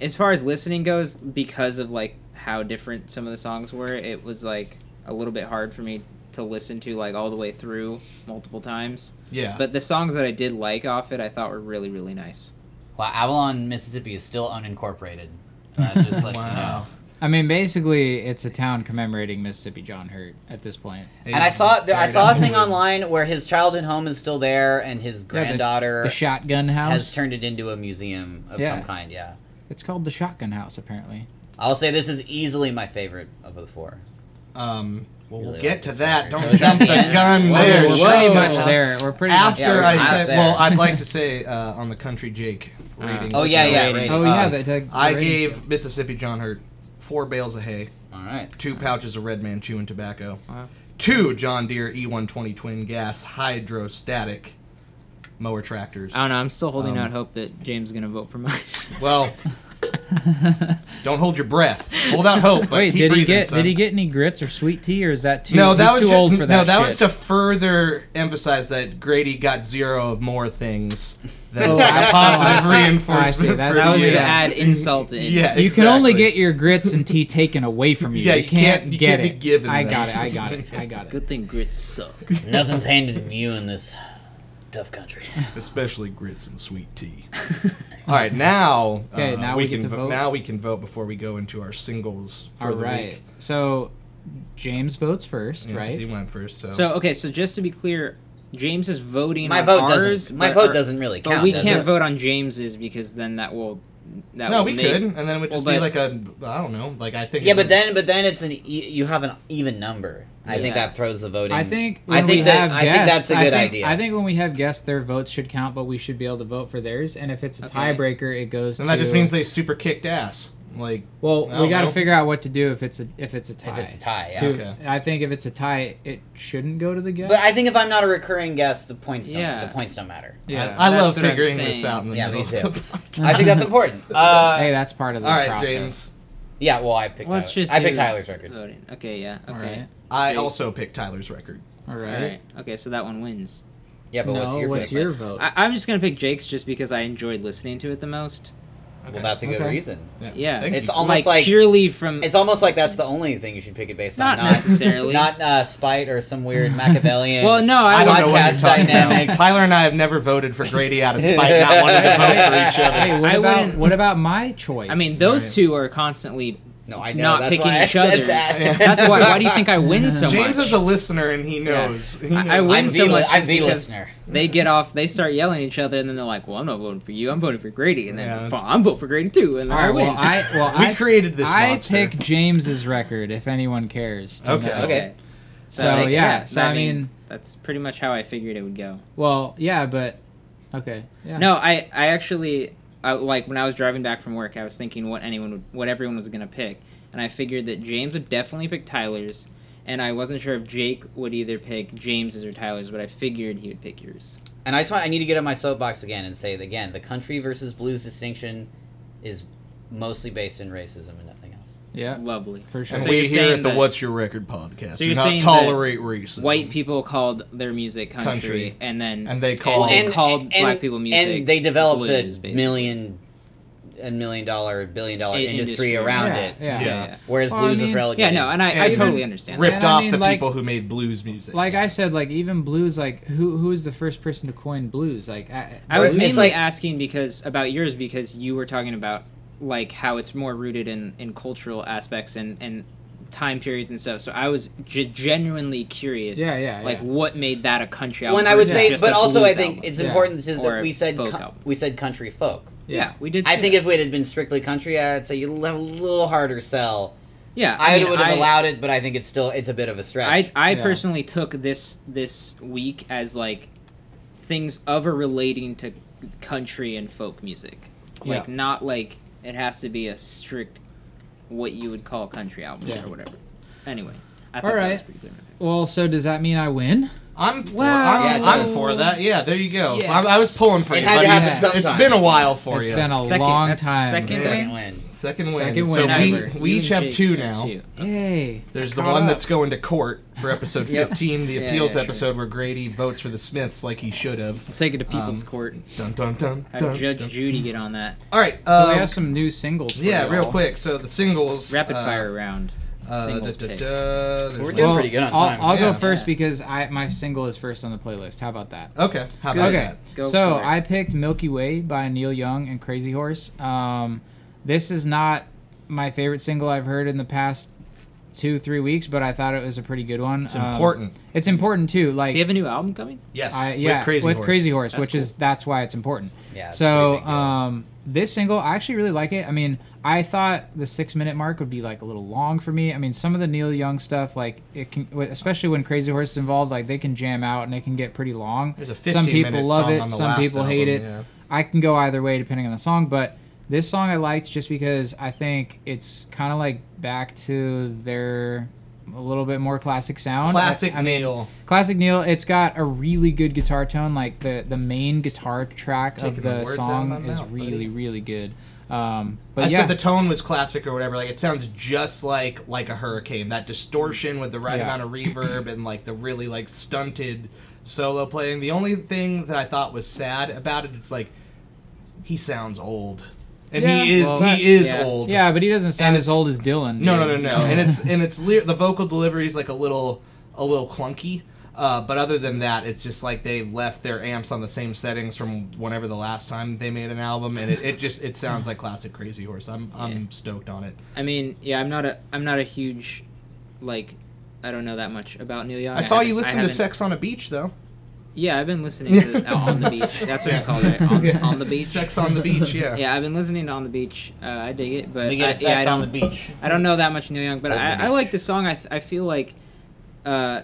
S4: as far as listening goes because of like how different some of the songs were, it was like a little bit hard for me to listen to like all the way through multiple times.
S2: yeah,
S4: But the songs that I did like off it, I thought were really really nice.
S3: Well, Avalon, Mississippi is still unincorporated. That just lets you know.
S2: wow.
S1: I mean, basically it's a town commemorating Mississippi John Hurt at this point.
S3: And I saw I
S2: Buried
S3: saw a
S2: in the
S3: thing
S2: woods.
S3: online where his childhood home is still there, and his
S1: Yeah, the-
S3: granddaughter
S1: the shotgun
S3: has
S1: house.
S3: turned it into a museum of
S1: Yeah.
S3: some kind. Yeah,
S1: it's called the shotgun house apparently.
S3: I'll say this is easily my favorite of the four.
S2: Um, well, we'll
S3: Really
S2: get
S3: like
S2: to
S3: this
S2: that.
S3: record.
S2: Don't
S3: Was that
S2: jump the
S3: the end?
S2: gun
S3: Whoa,
S2: there.
S1: we're
S2: Shut
S1: pretty
S2: up.
S1: much there. We're pretty
S2: After
S3: Yeah, we're
S2: I
S3: almost
S2: said,
S3: there.
S2: well, I'd like to say uh, on the country Jake ratings.
S3: Oh yeah, yeah.
S1: much
S4: rating.
S3: rating.
S1: Ah. Oh yeah,
S2: Uh,
S1: the, the, the
S2: I
S1: ratings
S2: gave
S1: go.
S2: Mississippi John Hurt four bales of hay,
S3: All right.
S2: two pouches of Red Man chewing tobacco,
S4: Wow.
S2: two John Deere E120 twin gas hydrostatic mower tractors.
S4: I don't know. I'm still holding
S2: Um,
S4: out hope that James is gonna vote for mine.
S2: Well, don't hold your breath. Hold out hope, but
S1: Wait,
S2: keep
S1: did
S2: breathing.
S1: he get
S2: son.
S1: did he get any grits or sweet tea or is that too
S2: no,
S1: he's
S2: that was
S1: too
S2: ju-
S1: old for that
S2: no, that
S1: shit.
S2: was to further emphasize that Grady got zero of more things. That
S1: Oh,
S2: was like
S1: I-
S2: a
S1: oh, I
S2: positive
S1: see. I see,
S2: reinforcement.
S1: that's-
S2: for
S4: that was
S2: you.
S4: to
S1: Yeah.
S4: add insult in.
S2: Yeah,
S1: you can only
S2: exactly.
S1: get your grits and tea taken away from you.
S2: Yeah,
S1: you
S2: you can't-
S1: can't,
S2: you
S1: get
S2: can't
S1: it.
S2: be given
S1: I
S2: that.
S1: got it. I got it. I got it.
S4: Good thing grits suck.
S3: Nothing's handed to you in this tough country.
S2: especially grits and sweet tea. All right, now uh,
S1: Okay, now we get
S2: can
S1: to vote.
S2: Now we can vote before we go into our singles for
S1: All
S2: the
S1: right.
S2: week.
S1: So James votes first,
S2: Yeah, 'cause He
S1: right?
S2: went first, so,
S4: So okay, so just to be clear, James is voting.
S3: My
S4: on
S3: vote doesn't-
S4: ours,
S3: my
S4: but
S3: vote
S4: our-
S3: doesn't really
S4: but
S3: count,
S4: we
S3: does
S4: can't
S3: it?
S4: vote on James's because then that will. That
S2: no,
S4: will
S2: we
S4: make-
S2: could, and then it would just
S4: well,
S2: be like
S4: but-
S2: a I don't know, like I think.
S3: Yeah,
S2: it
S3: but
S2: would-
S3: then but then it's an e- you have an even number. I think
S4: Yeah.
S3: that throws the voting.
S1: I think when
S3: I think
S1: we have
S3: that's I think
S1: guests,
S3: that's a good
S1: think-
S3: idea.
S1: I think when we have guests, their votes should count, but we should be able to vote for theirs. And if it's a
S4: Okay.
S1: tiebreaker, it goes.
S2: and that
S1: to,
S2: just means they super kicked ass. Like
S1: Well,
S2: I
S1: we
S2: don't
S1: got to
S2: know.
S1: figure out what to do if it's a if it's a tie.
S3: if it's a tie, yeah.
S1: To-
S2: Okay.
S1: I think if it's a tie, it shouldn't go to the guest.
S3: But I think if I'm not a recurring guest, the points don't,
S4: Yeah.
S3: the points don't matter.
S1: yeah.
S2: I, I
S4: That's
S2: love
S4: what I'm
S2: figuring this
S4: saying.
S2: out in the
S3: Yeah, me
S2: middle of
S3: too.
S2: the podcast.
S3: I think that's important. Uh,
S1: hey, that's part of the
S2: All right,
S1: process.
S2: James.
S3: yeah, well, I picked.
S4: Well, it's
S3: Tyler.
S4: just
S3: I picked
S4: you
S3: Tyler's record.
S4: Voting. Okay, yeah. Okay.
S1: All right.
S2: I
S4: Jake.
S2: also picked Tyler's record.
S1: All
S4: All
S1: right.
S4: right. Okay, so that one wins.
S3: Yeah, but
S1: no,
S3: what's your pick?
S1: vote?
S4: I, I'm just gonna pick Jake's just because I enjoyed listening to it the most.
S2: Okay.
S3: Well, that's a good
S1: Okay.
S3: reason.
S4: yeah.
S2: thank
S3: It's
S2: you.
S3: all- Almost like-
S4: purely from.
S3: It's almost like that's the only thing you should pick it based
S4: Not
S3: on. Not
S4: necessarily.
S3: Not uh, spite or some weird Machiavellian.
S4: well, no, I,
S2: I
S4: don't.
S2: don't know what
S3: podcast
S2: you're talking
S3: dynamic.
S2: about. Tyler and I have never voted for Grady out of spite, not wanting to vote for each other.
S1: hey, what
S4: I
S1: about
S4: wouldn't-
S1: what about my choice?
S4: I mean, those
S2: Right.
S4: two are constantly.
S3: No, I know.
S4: not
S3: that's
S4: picking
S3: why I
S4: each
S3: said
S4: other's.
S3: that.
S4: That's why. Why do you think I win so much?
S2: James is a listener and he knows. He
S4: I, I
S2: knows.
S4: win
S3: I'm
S4: so
S3: the-
S4: much.
S3: I'm
S4: is
S3: the
S4: because
S3: listener.
S4: They get off. They start yelling at each other, and then they're like, "Well, I'm not voting for you. I'm voting for Grady." And then
S2: Yeah, that's-
S4: "Well, I'm voting for Grady too. And
S1: all
S4: then
S1: right.
S4: I win.
S1: Well, I well
S2: We
S1: I
S2: created this
S1: I
S2: monster.
S1: pick James's record if anyone cares. to
S2: Okay.
S1: know.
S3: okay.
S1: So
S4: like,
S1: yeah. So I mean,
S4: that's pretty much how I figured it would go.
S1: well, yeah, but okay. Yeah.
S4: No, I I actually I, like when I was driving back from work, I was thinking what anyone would, what everyone was gonna pick, and I figured that James would definitely pick Tyler's. And I wasn't sure if Jake would either pick James's or Tyler's, but I figured he would pick yours.
S3: And I just want, I need to get on my soapbox again and say it again. The country versus blues distinction is mostly based in racism and nothing else.
S1: Yeah.
S4: Lovely.
S1: For sure.
S2: And
S4: So
S2: we
S4: you're
S2: here
S4: saying
S2: at the
S4: that-
S2: What's Your Record podcast
S4: So
S2: do
S4: you're
S2: not
S4: saying
S2: tolerate racism.
S4: White people called their music country,
S2: Country.
S4: and then
S2: And they called-
S4: and
S2: And-
S4: called
S3: and-
S4: black people music.
S3: And they developed
S4: blues,
S3: a
S4: basically.
S3: million, a million dollar, billion dollar
S4: I-
S3: industry,
S4: industry.
S3: around
S1: yeah,
S3: it.
S1: Yeah.
S2: Yeah.
S3: Whereas
S1: Well, I
S3: blues is
S1: mean-
S4: Yeah,
S3: relegated.
S4: no, and I, I
S2: And
S4: totally understand.
S2: ripped
S1: And I
S2: off
S1: mean,
S2: the
S1: like-
S2: people who made blues music.
S1: Like I said, like even blues, like who who is the first person to coin blues? Like I,
S4: I was
S3: It's
S4: mainly
S3: like-
S4: asking because about yours because you were talking about like how it's more rooted in in cultural aspects and and time periods and stuff. So I was g- genuinely curious.
S1: Yeah, yeah,
S4: Like
S1: yeah.
S4: what made that a country album?
S3: When I would
S4: versus
S3: say,
S4: just
S3: but
S4: a
S3: also I
S4: blues
S3: think
S4: album?
S3: it's
S1: Yeah.
S3: important just
S4: Or
S3: that
S4: a
S3: we said
S4: folk
S3: co-
S4: album.
S3: we said country folk.
S4: yeah, we did.
S3: I
S4: say
S3: think
S4: that.
S3: if it had been strictly country, I'd say you have a little harder sell.
S4: yeah,
S3: I,
S4: mean,
S3: would have
S4: I-
S3: allowed it, but I think it's still it's a bit of a stretch.
S4: I I
S1: Yeah.
S4: personally took this this week as like things of or relating to country and folk music, like
S1: Yeah.
S4: not like it has to be a strict what you would call country album
S1: Yeah.
S4: or whatever. Anyway, I thought that was
S1: Alright.
S4: pretty good.
S1: well, so does that mean I win?
S2: I'm for,
S4: Wow.
S2: I'm,
S3: Yeah, it
S2: I'm
S3: does.
S2: for that. Yeah, there you go.
S4: Yes.
S2: I, I was pulling for
S3: It
S2: you.
S3: had to
S2: buddy.
S3: happen
S2: It's- It's
S3: sometime.
S2: been a while for
S1: It's
S2: you.
S1: been a
S4: Second-
S1: long
S4: that's
S1: time.
S4: second
S2: Yeah.
S3: Second win.
S2: second win.
S1: Second win
S2: so we,
S1: ever.
S2: we
S4: You
S2: each
S4: and
S2: have
S4: Jake
S2: two
S4: got
S2: now.
S4: two.
S1: Yay.
S2: There's the
S1: Caught
S2: one
S1: up.
S2: that's going to court for episode 15, the
S4: Yeah, yeah,
S2: appeals
S4: sure.
S2: episode where Grady votes for the Smiths like he should have.
S4: I'll take it to people's
S2: Um,
S4: court.
S2: Dun dun dun
S4: Have
S2: dun.
S4: Judge
S2: dun.
S4: Judy get on that
S2: All right.
S1: So
S2: Um,
S1: we have some new singles. For
S2: yeah,
S1: y'all.
S2: real quick. So the singles.
S4: rapid
S2: uh,
S4: fire round.
S2: Uh,
S4: singles
S2: da, da,
S4: picks.
S2: da, there's
S3: We're
S2: one-
S3: doing
S1: Well,
S3: pretty good on
S1: I'll,
S3: time.
S1: I'll go
S2: Yeah.
S1: first
S4: Yeah.
S1: because I my single is first on the playlist. How about that?
S2: Okay. How about
S1: Okay,
S2: that?
S4: Go
S1: so
S4: for it.
S1: I picked Milky Way by Neil Young and Crazy Horse. Um, this is not my favorite single I've heard in the past two three weeks, but I thought it was a pretty good one. Um,
S2: It's important.
S1: It's important too.
S4: Do
S1: Like
S4: you have a new album coming?
S2: Yes.
S1: I- Uh, yeah,
S2: with Crazy
S1: Horse,
S2: Horse.
S4: That's
S1: which is that's why it's important.
S3: Yeah, it's a
S1: So
S3: pretty big deal.
S1: um, this single, I actually really like it. I mean, I thought the six minute mark would be like a little long for me. I mean, some of the Neil Young stuff, like it can, wi- especially when Crazy Horse is involved, like they can jam out and it can get pretty long.
S2: There's a
S1: some
S2: 15
S1: people
S2: minute
S1: love
S2: song
S1: it,
S2: on the
S1: some
S2: last
S1: people hate it.
S2: album, yeah.
S1: I can go either way depending on the song, but this song I liked just because I think it's kind of like back to their a little bit more classic sound. I-
S2: Classic
S1: I mean,
S2: Neil.
S1: Classic Neil, it's got a really good guitar tone. Like the the main guitar track
S2: Taking
S1: of
S2: the
S1: the
S2: words
S1: song
S2: out of my
S1: is
S2: mouth, buddy.
S1: really really good. Um, but
S2: I
S1: yeah,
S2: said the tone was classic or whatever. Like it sounds just like like a hurricane. That distortion with the right
S1: Yeah.
S2: amount of reverb and like the really like stunted solo playing. The only thing that I thought was sad about it, it's like he sounds old, and
S1: Yeah.
S2: he is
S1: Well,
S2: he
S1: that-
S2: is
S4: yeah.
S2: old.
S1: yeah, but he doesn't sound
S2: And
S1: as
S2: it's-
S1: old as Dylan.
S2: No, no,
S1: dude.
S2: no, no. and it's and it's ly- the vocal delivery is like a little a little clunky. Uh, but other than that, it's just like they left their amps on the same settings from whenever the last time they made an album, and it, it just it sounds like classic Crazy Horse. I'm I'm
S4: Yeah.
S2: stoked on it.
S4: I mean, yeah, I'm not a I'm not a huge like I don't know that much about Neil Young.
S2: I saw you
S4: haven't- I
S2: listen to
S4: haven't-
S2: Sex on a Beach, though.
S4: Yeah, I've been listening to uh, on the beach. That's what it's called, right? On, on the beach.
S2: Sex on the Beach, yeah.
S4: Yeah, I've been listening to on the beach. Uh, I dig it, but
S5: They get
S4: I,
S5: a sex
S4: yeah, I don't.
S5: on the beach.
S4: I don't know that much Neil Young, but
S5: Old
S4: I, I
S5: Beach.
S4: like this song. I, th- I feel like uh,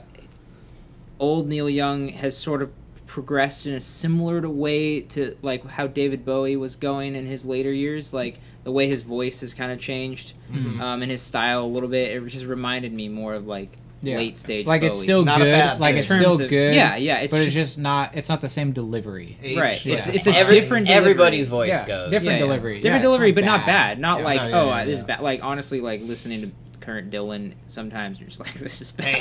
S4: old Neil Young has sort of progressed in a similar to way to like how David Bowie was going in his later years. Like the way his voice has kind of changed
S1: Mm.
S2: Mm-hmm.
S4: um, and his style a little bit. It just reminded me more of like
S1: Yeah.
S4: late stage.
S1: Like
S4: Bowie.
S1: it's still
S2: Not a
S1: good.
S2: bad
S1: like
S2: thing.
S1: it's
S4: In
S1: still
S4: terms of-
S1: good.
S4: yeah, yeah, it's
S1: but it's
S4: just-
S1: just not. It's not the same delivery.
S2: Age,
S4: right.
S2: yeah.
S4: It's, it's a
S3: Every-
S4: different
S3: everybody's voice
S1: Yeah,
S3: goes.
S1: different
S4: Yeah, yeah.
S1: delivery.
S4: Different
S1: Yeah, it's
S4: delivery, but not bad. Not
S1: Yeah.
S4: like
S2: No, yeah,
S4: oh,
S2: yeah,
S4: uh, this
S2: yeah.
S4: is bad. Like honestly, like listening to current Dylan, sometimes you're just like, this is bad.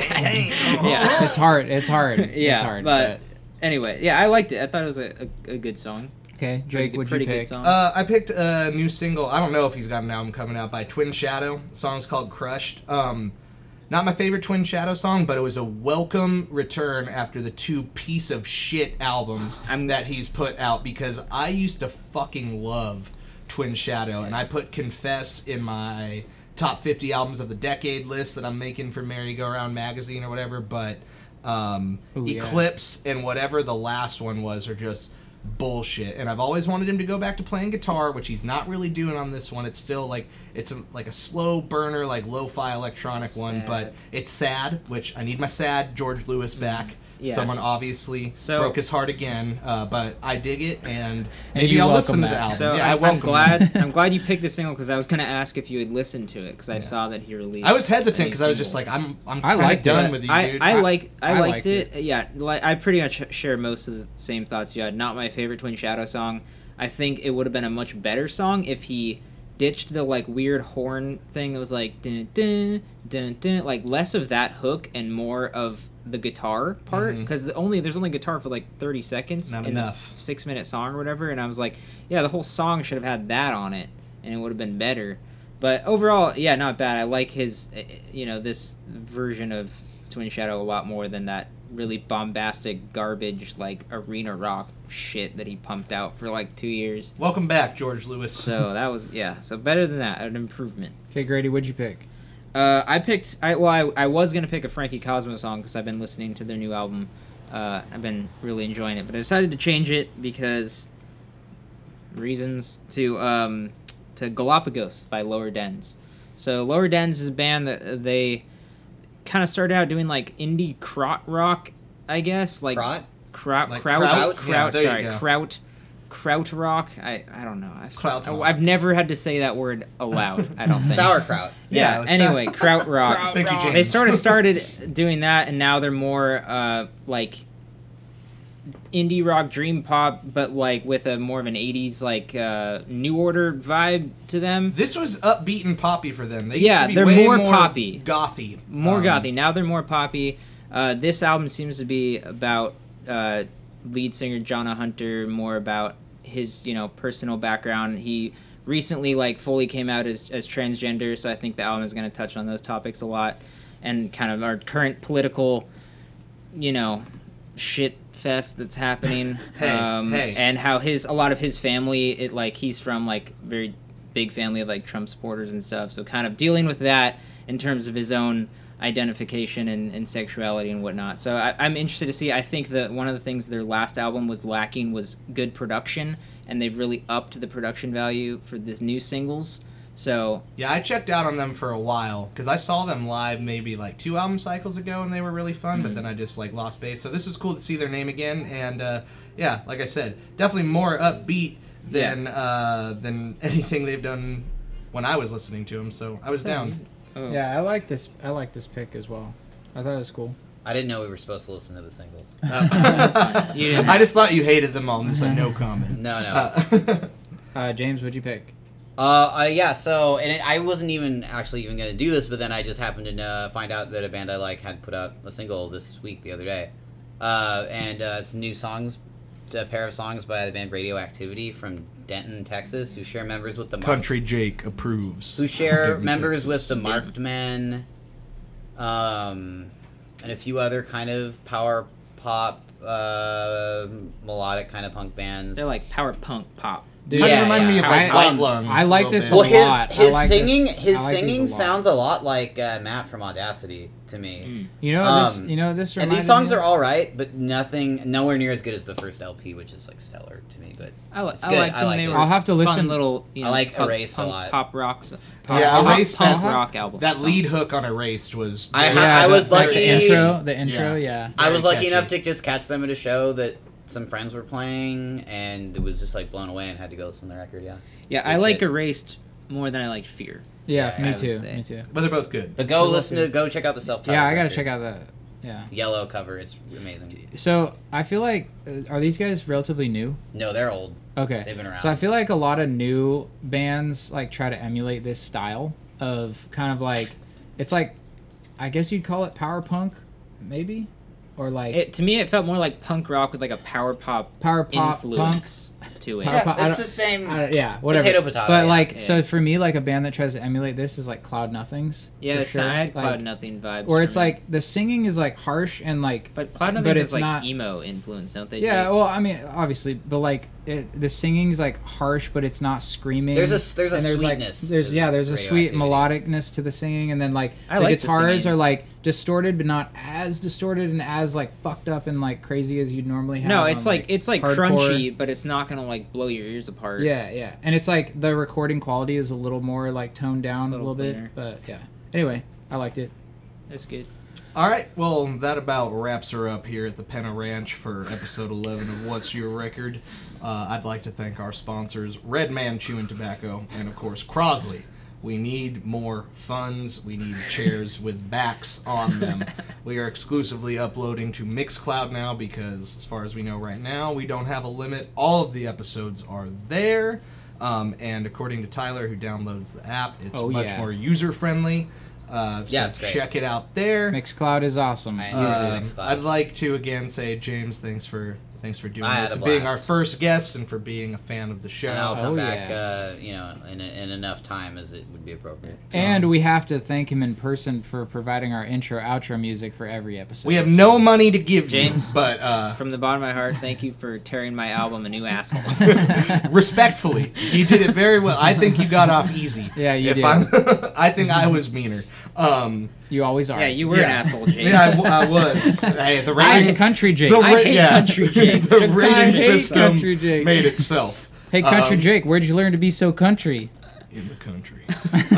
S4: yeah,
S1: It's hard. It's hard.
S4: yeah.
S1: It's hard.
S4: but, anyway, yeah, I liked it. I thought it was a, a, a good song.
S1: but- okay,
S4: Pretty
S1: Drake,
S4: good-
S1: would you
S4: pretty
S1: pick?
S4: good song.
S2: Uh, I picked a new single. I don't know if he's got an album coming out by Twin Shadow. The song's called Crushed. Um, not my favorite Twin Shadow song, but it was a welcome return after the two piece of shit albums
S4: I'm-
S2: that he's put out because I used to fucking love Twin Shadow and I put Confess in my top 50 albums of the decade list that I'm making for Merry Go Round magazine or whatever, but um,
S1: Ooh, yeah.
S2: Eclipse. Eclipse and whatever the last one was are just bullshit. And I've always wanted him to go back to playing guitar, which he's not really doing on this one. It's still like it's a, like a slow burner, like lo-fi electronic one,
S4: Sad. Mm-hmm.
S2: but it's sad. Which I need my sad George Lewis back.
S4: Yeah.
S2: Someone obviously
S4: So-
S2: broke his heart again, uh, but I dig it, and
S1: And
S2: maybe
S1: you
S2: I'll
S1: welcome
S2: listen to the
S1: that.
S2: album.
S4: so
S2: yeah, I
S4: I, am
S2: welcome.
S4: glad
S1: that.
S4: I'm glad you picked the single because I was gonna ask if you had listened to it because I saw that he released.
S2: I was
S4: a
S2: hesitant
S4: new
S2: because I was just
S4: single.
S2: like, I'm I'm
S1: I
S2: kind of
S1: liked it.
S2: done with you,
S4: I,
S2: dude.
S4: I
S1: I-
S4: like I,
S1: I
S4: liked,
S1: liked
S4: it. Yeah, like I pretty much share most of the same thoughts you had. Not my favorite Twin Shadow song. I think it would have been a much better song if he ditched the like weird horn thing that was like dun dun dun dun like less of that hook and more of the guitar part
S2: Mhm.
S4: because only there's only guitar for like 30 seconds
S2: Not
S4: in
S2: enough.
S4: the six minute song or whatever and i was like yeah the whole song should have had that on it and it would have been better but overall yeah not bad i like his uh, you know this version of twin shadow a lot more than that really bombastic garbage like arena rock shit that he pumped out for like two years
S2: welcome back, George Lewis.
S4: so that was yeah so better than that an improvement
S1: Okay, Grady, would you pick?
S4: uh, I picked. I well, I, I was gonna pick a Frankie Cosmo song because I've been listening to their new album. Uh, I've been really enjoying it, but I decided to change it because reasons to um, to Galapagos by Lower Dens. So Lower Dens is a band that uh, they kind of started out doing like indie crot rock, I guess, like
S5: Crot?
S4: crot,
S2: Like
S4: kraut,
S2: kraut?
S4: kraut,
S2: Yeah, there you
S4: sorry,
S2: go.
S4: kraut, kraut rock. I, I don't know. I've,
S2: Kraut rock.
S4: I've never had to say that word aloud. I don't think
S5: Sauerkraut.
S2: Yeah,
S4: yeah.
S2: it's-
S4: anyway, Kraut Rock.
S2: Thank you, James.
S4: they sort of started doing that, and now they're more uh, like indie rock, dream pop, but like with a more of an '80s like uh, New Order vibe to them.
S2: This was upbeat and poppy for them. They used
S4: Yeah,
S2: to be
S4: they're
S2: way
S4: more poppy.
S2: gothy,
S4: More
S2: Um,
S4: gothy. Now they're more poppy. Uh, this album seems to be about uh, lead singer Jonna Hunter, more about his you know personal background. He recently like fully came out as, as transgender, so I think the album is going to touch on those topics a lot and kind of our current political, you know, shit fest that's happening. um,
S2: Hey, hey.
S4: And how his a lot of his family, it like he's from like very big family of like Trump supporters and stuff. So kind of dealing with that in terms of his own identification and, and sexuality and whatnot. So I, I'm interested to see. I think that one of the things their last album was lacking was good production, and they've really upped the production value for this new singles. So
S2: Yeah, I checked out on them for a while because I saw them live maybe like two album cycles ago, and they were really fun.
S4: Mm-hmm.
S2: But then I just like lost base. So this is cool to see their name again, and uh, yeah, like I said, definitely more upbeat than uh, than anything they've done when I was listening to them. So I was down.
S4: oh.
S1: Yeah, I like this. I like this pick as well. I thought it was cool.
S3: I didn't know we were supposed to listen to the singles. Oh,
S4: you didn't
S2: I just thought you hated them all. I'm just like no comment.
S3: No, no.
S2: Uh,
S1: Uh, James, would you pick?
S3: Uh, uh yeah. So, and it, I wasn't even actually even gonna do this, but then I just happened to uh, find out that a band I like had put out a single this week, the other day, uh, and uh, it's new songs, a pair of songs by the band Radioactivity from Denton, Texas, who share members with the Mark-
S2: Country Jake approves.
S3: who share
S2: Denton,
S3: members
S2: Texas.
S3: with the Marked Men, um, and a few other kind of power pop, uh, melodic kind of punk bands.
S4: They're like power punk pop.
S1: Dude,
S2: Kind of
S3: Yeah,
S2: remind
S3: yeah.
S2: me of like
S1: I- I-
S2: White Lung.
S1: I like
S2: a little
S1: this
S2: bit.
S1: a
S3: Well, his
S1: lot. I
S3: his
S1: like this-
S3: singing
S1: I
S3: his
S1: like these
S3: singing
S1: a lot.
S3: sounds a lot like uh, Matt from Audacity to
S1: Hmm.
S3: me.
S1: You know, this,
S3: Um,
S1: you know this.
S3: and
S1: reminded
S3: these songs
S1: me-
S3: are all right, but nothing, nowhere near as good as the first LP, which is like stellar to me. But
S4: I, li-
S3: It's
S4: I
S3: good.
S4: like
S3: I
S4: them.
S3: like
S4: they
S3: it.
S4: were
S1: I'll have to listen-
S4: Fun little, you
S3: I
S4: know,
S3: like
S4: punk,
S3: Erased a
S4: punk-
S3: lot.
S4: Pop rocks. Pop,
S2: Yeah,
S4: punk-
S2: Erased
S4: punk
S1: that-
S4: rock album.
S2: That
S4: songs.
S2: lead hook on Erased was.
S3: I
S2: very-
S3: ha- I was
S1: the,
S3: lucky-
S1: The intro, the intro, yeah.
S3: I
S2: Very
S3: was lucky
S2: catchy.
S3: enough to just catch them at a show that some friends were playing, and it was just like blown away and had to go listen to the record. Yeah,
S4: Yeah,
S3: Good
S4: I like
S3: shit.
S4: Erased more than I like Fear.
S1: yeah,
S3: I
S1: me
S4: would
S1: too.
S4: say.
S1: Me too.
S2: But they're both good.
S3: but go
S1: Cool,
S3: listen
S1: cool.
S3: to go check out the self.
S1: Yeah, I gotta check out the. Yeah.
S3: Yellow cover. It's amazing.
S1: So I feel like uh, are these guys relatively new?
S3: No, they're old.
S1: Okay.
S3: They've been around.
S1: So I feel like a lot of new bands like try to emulate this style of kind of like it's like I guess you'd call it power punk, maybe, or like
S4: It, to me, it felt more like punk rock with like a power pop
S1: power pop punk.
S4: influence to it.
S1: Power
S3: yeah,
S1: pop- I
S3: it's the
S1: don't-
S3: same.
S1: I don't- yeah, whatever.
S3: Potato, potato,
S1: But
S3: yeah,
S1: like,
S4: yeah.
S1: so for me, like a band that tries to emulate this is like Cloud Nothings.
S4: Yeah,
S1: for
S4: it's
S1: sure.
S4: not, I had Cloud
S1: Like,
S4: Nothing vibes.
S1: Or
S4: for
S1: it's
S4: me.
S1: like the singing is like harsh and like
S4: but Cloud
S1: but
S4: Nothings
S1: it's
S4: is like
S1: not-
S4: emo influence, don't they?
S1: yeah.
S4: Jake?
S1: Well, I mean, obviously, but like it, the singing's like harsh, but it's not screaming.
S3: There's a there's a
S1: and there's
S3: sweetness.
S1: like there's
S3: to
S1: yeah there's a sweet
S3: radioactivity.
S1: melodicness to the singing and then like
S4: I
S1: the
S4: like the
S1: guitars
S4: singing.
S1: are like distorted but not as distorted and as like fucked up and like crazy as you'd normally have
S4: no,
S1: on,
S4: it's like it's like
S1: hardcore.
S4: crunchy, but it's not gonna like blow your ears apart.
S1: yeah yeah and it's like the recording quality is a little more like toned down a little,
S4: Little
S1: bit
S4: cleaner.
S1: but yeah anyway I liked it
S4: it's good.
S2: All right. Well, that about wraps her up here at the Penna Ranch for episode 11 of What's Your Record. Uh, I'd like to thank our sponsors, Red Man Chewing Tobacco, and of course, Crosley. We need more funds. We need chairs with backs on them. We are exclusively uploading to Mixcloud now because, as far as we know right now, we don't have a limit. All of the episodes are there. Um, and according to Tyler, who downloads the app, it's
S1: Oh,
S2: much
S1: yeah.
S2: more user friendly. Uh, so
S3: Yeah, it's great.
S2: check it out there.
S1: Mixcloud is awesome
S3: I
S1: Uh,
S3: use it
S2: Um,
S3: next time.
S2: I'd like to again say, James, thanks for thanks for doing
S3: I had
S2: this
S3: a
S2: and being our
S3: blast.
S2: first guest and for being a fan of the show.
S3: And I'll come
S1: Oh,
S3: back,
S1: yeah.
S3: uh, you know, in, in enough time as it would be appropriate.
S1: and we have to thank him in person for providing our intro outro music for every episode
S2: we have no money to give
S4: James.
S2: you, but uh,
S4: From the bottom of my heart, thank you for tearing my album a new asshole.
S2: respectfully, you did it very well. I think you got off easy.
S1: Yeah, you
S2: if
S1: did.
S2: I'm, I think I was meaner. Um,
S1: you always are
S4: yeah, you were an asshole, Jake.
S2: Yeah, I, w- I was. Hey, the
S1: I
S2: rating,
S1: hate country Jake
S2: the
S1: I-
S2: ra-
S4: hate
S2: yeah.
S4: country Jake.
S2: the rating
S1: hate
S2: system
S1: country Jake.
S2: made itself.
S1: hey country
S2: Um,
S1: Jake where'd you learn to be so country
S2: in the country.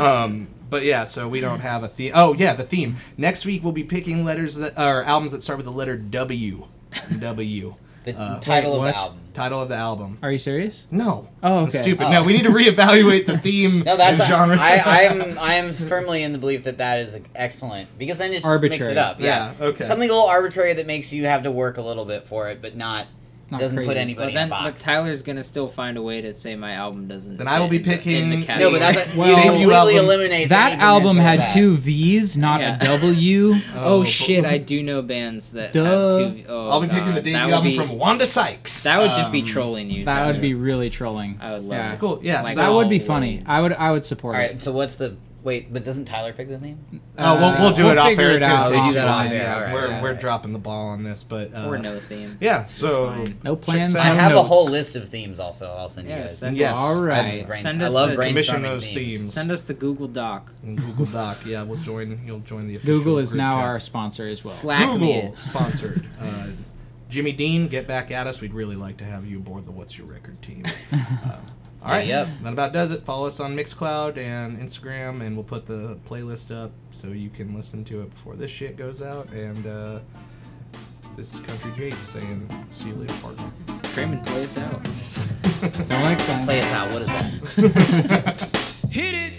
S2: um, but yeah, so we don't have a theme. Oh yeah, the theme. Next week we'll be picking letters that or albums that start with the letter W. W.
S3: The title
S1: wait, what?
S3: of the album.
S2: Title of the album.
S1: are you serious
S2: No.
S1: Oh,
S2: That's
S1: okay.
S2: stupid.
S3: Oh.
S2: No, we need to reevaluate the theme
S3: No, that's
S2: and genre.
S3: I, I'm I am firmly in the belief that that is excellent because then it just mixes
S1: Arbitrary.
S3: it up. Yeah.
S2: yeah. Okay.
S3: Something a little arbitrary that makes you have to work a little bit for it, but not,
S1: Not
S3: doesn't put
S1: crazy.
S3: anybody
S4: But then,
S3: in a
S4: but
S3: box.
S4: Tyler's gonna still find a way to say my album doesn't.
S2: Then I will
S4: fit
S2: be
S4: in the- in
S2: picking-
S4: the
S2: No,
S3: no,
S4: category.
S3: but that's
S1: Well,
S3: you
S2: debut
S3: completely
S2: album-
S3: eliminates
S1: that
S3: any
S1: album
S3: potential
S1: had
S3: of that.
S1: two V's, not
S4: Yeah.
S1: a W.
S4: Oh,
S2: but-
S4: shit! I do know bands that
S1: Duh.
S4: have two. Oh,
S2: I'll be picking
S4: God.
S2: the debut
S4: That would
S2: album
S4: be-
S2: from Wanda Sykes.
S4: That would just be
S2: Um,
S4: trolling you.
S1: That would
S2: Yeah.
S1: be really trolling.
S4: I would love
S1: yeah.
S4: it.
S2: Cool. Yeah.
S4: Like,
S2: so
S1: That would be
S4: Always.
S1: funny. I would I would support
S3: All
S1: it.
S3: right, so what's the wait? But doesn't Tyler pick the theme?
S2: Oh, we'll, we'll do
S1: we'll
S2: it off
S1: figure
S2: air.
S1: it
S2: It's gonna
S1: out
S2: take too
S3: We do that
S2: long.
S3: off air.
S2: Yeah,
S3: All right,
S2: we're
S3: all
S2: we're
S3: right.
S2: dropping the ball on this, but uh,
S4: or no theme.
S2: Yeah. So
S4: fine.
S1: No
S2: check
S1: plans,
S2: that
S1: no
S3: I have a
S1: notes.
S3: whole list of themes. Also, I'll send you
S4: Yeah,
S3: guys.
S4: send,
S2: Yes.
S1: All
S3: I-
S1: right.
S3: brains-
S4: Send
S3: I
S4: us
S3: love
S4: the-
S2: commission
S3: brainstorming
S2: those
S3: themes.
S2: themes.
S4: send us the Google Doc.
S2: And Google Doc. Yeah, we'll join. You'll join the official.
S1: Google is
S2: group
S1: now
S2: chat.
S1: our sponsor as well.
S4: Slack me.
S2: Google sponsored. Uh, Jimmy Dean, get back at us. We'd really like to have you aboard the What's Your Record team. Uh, all right.
S3: Yep.
S2: That about does it. Follow us on Mixcloud and Instagram, and we'll put the playlist up so you can listen to it before this shit goes out. And uh, this is Country Jake saying, see you later, partner.
S4: Kramen, play us out.
S1: Till next time.
S3: Play us out. What is that?
S6: Hit it.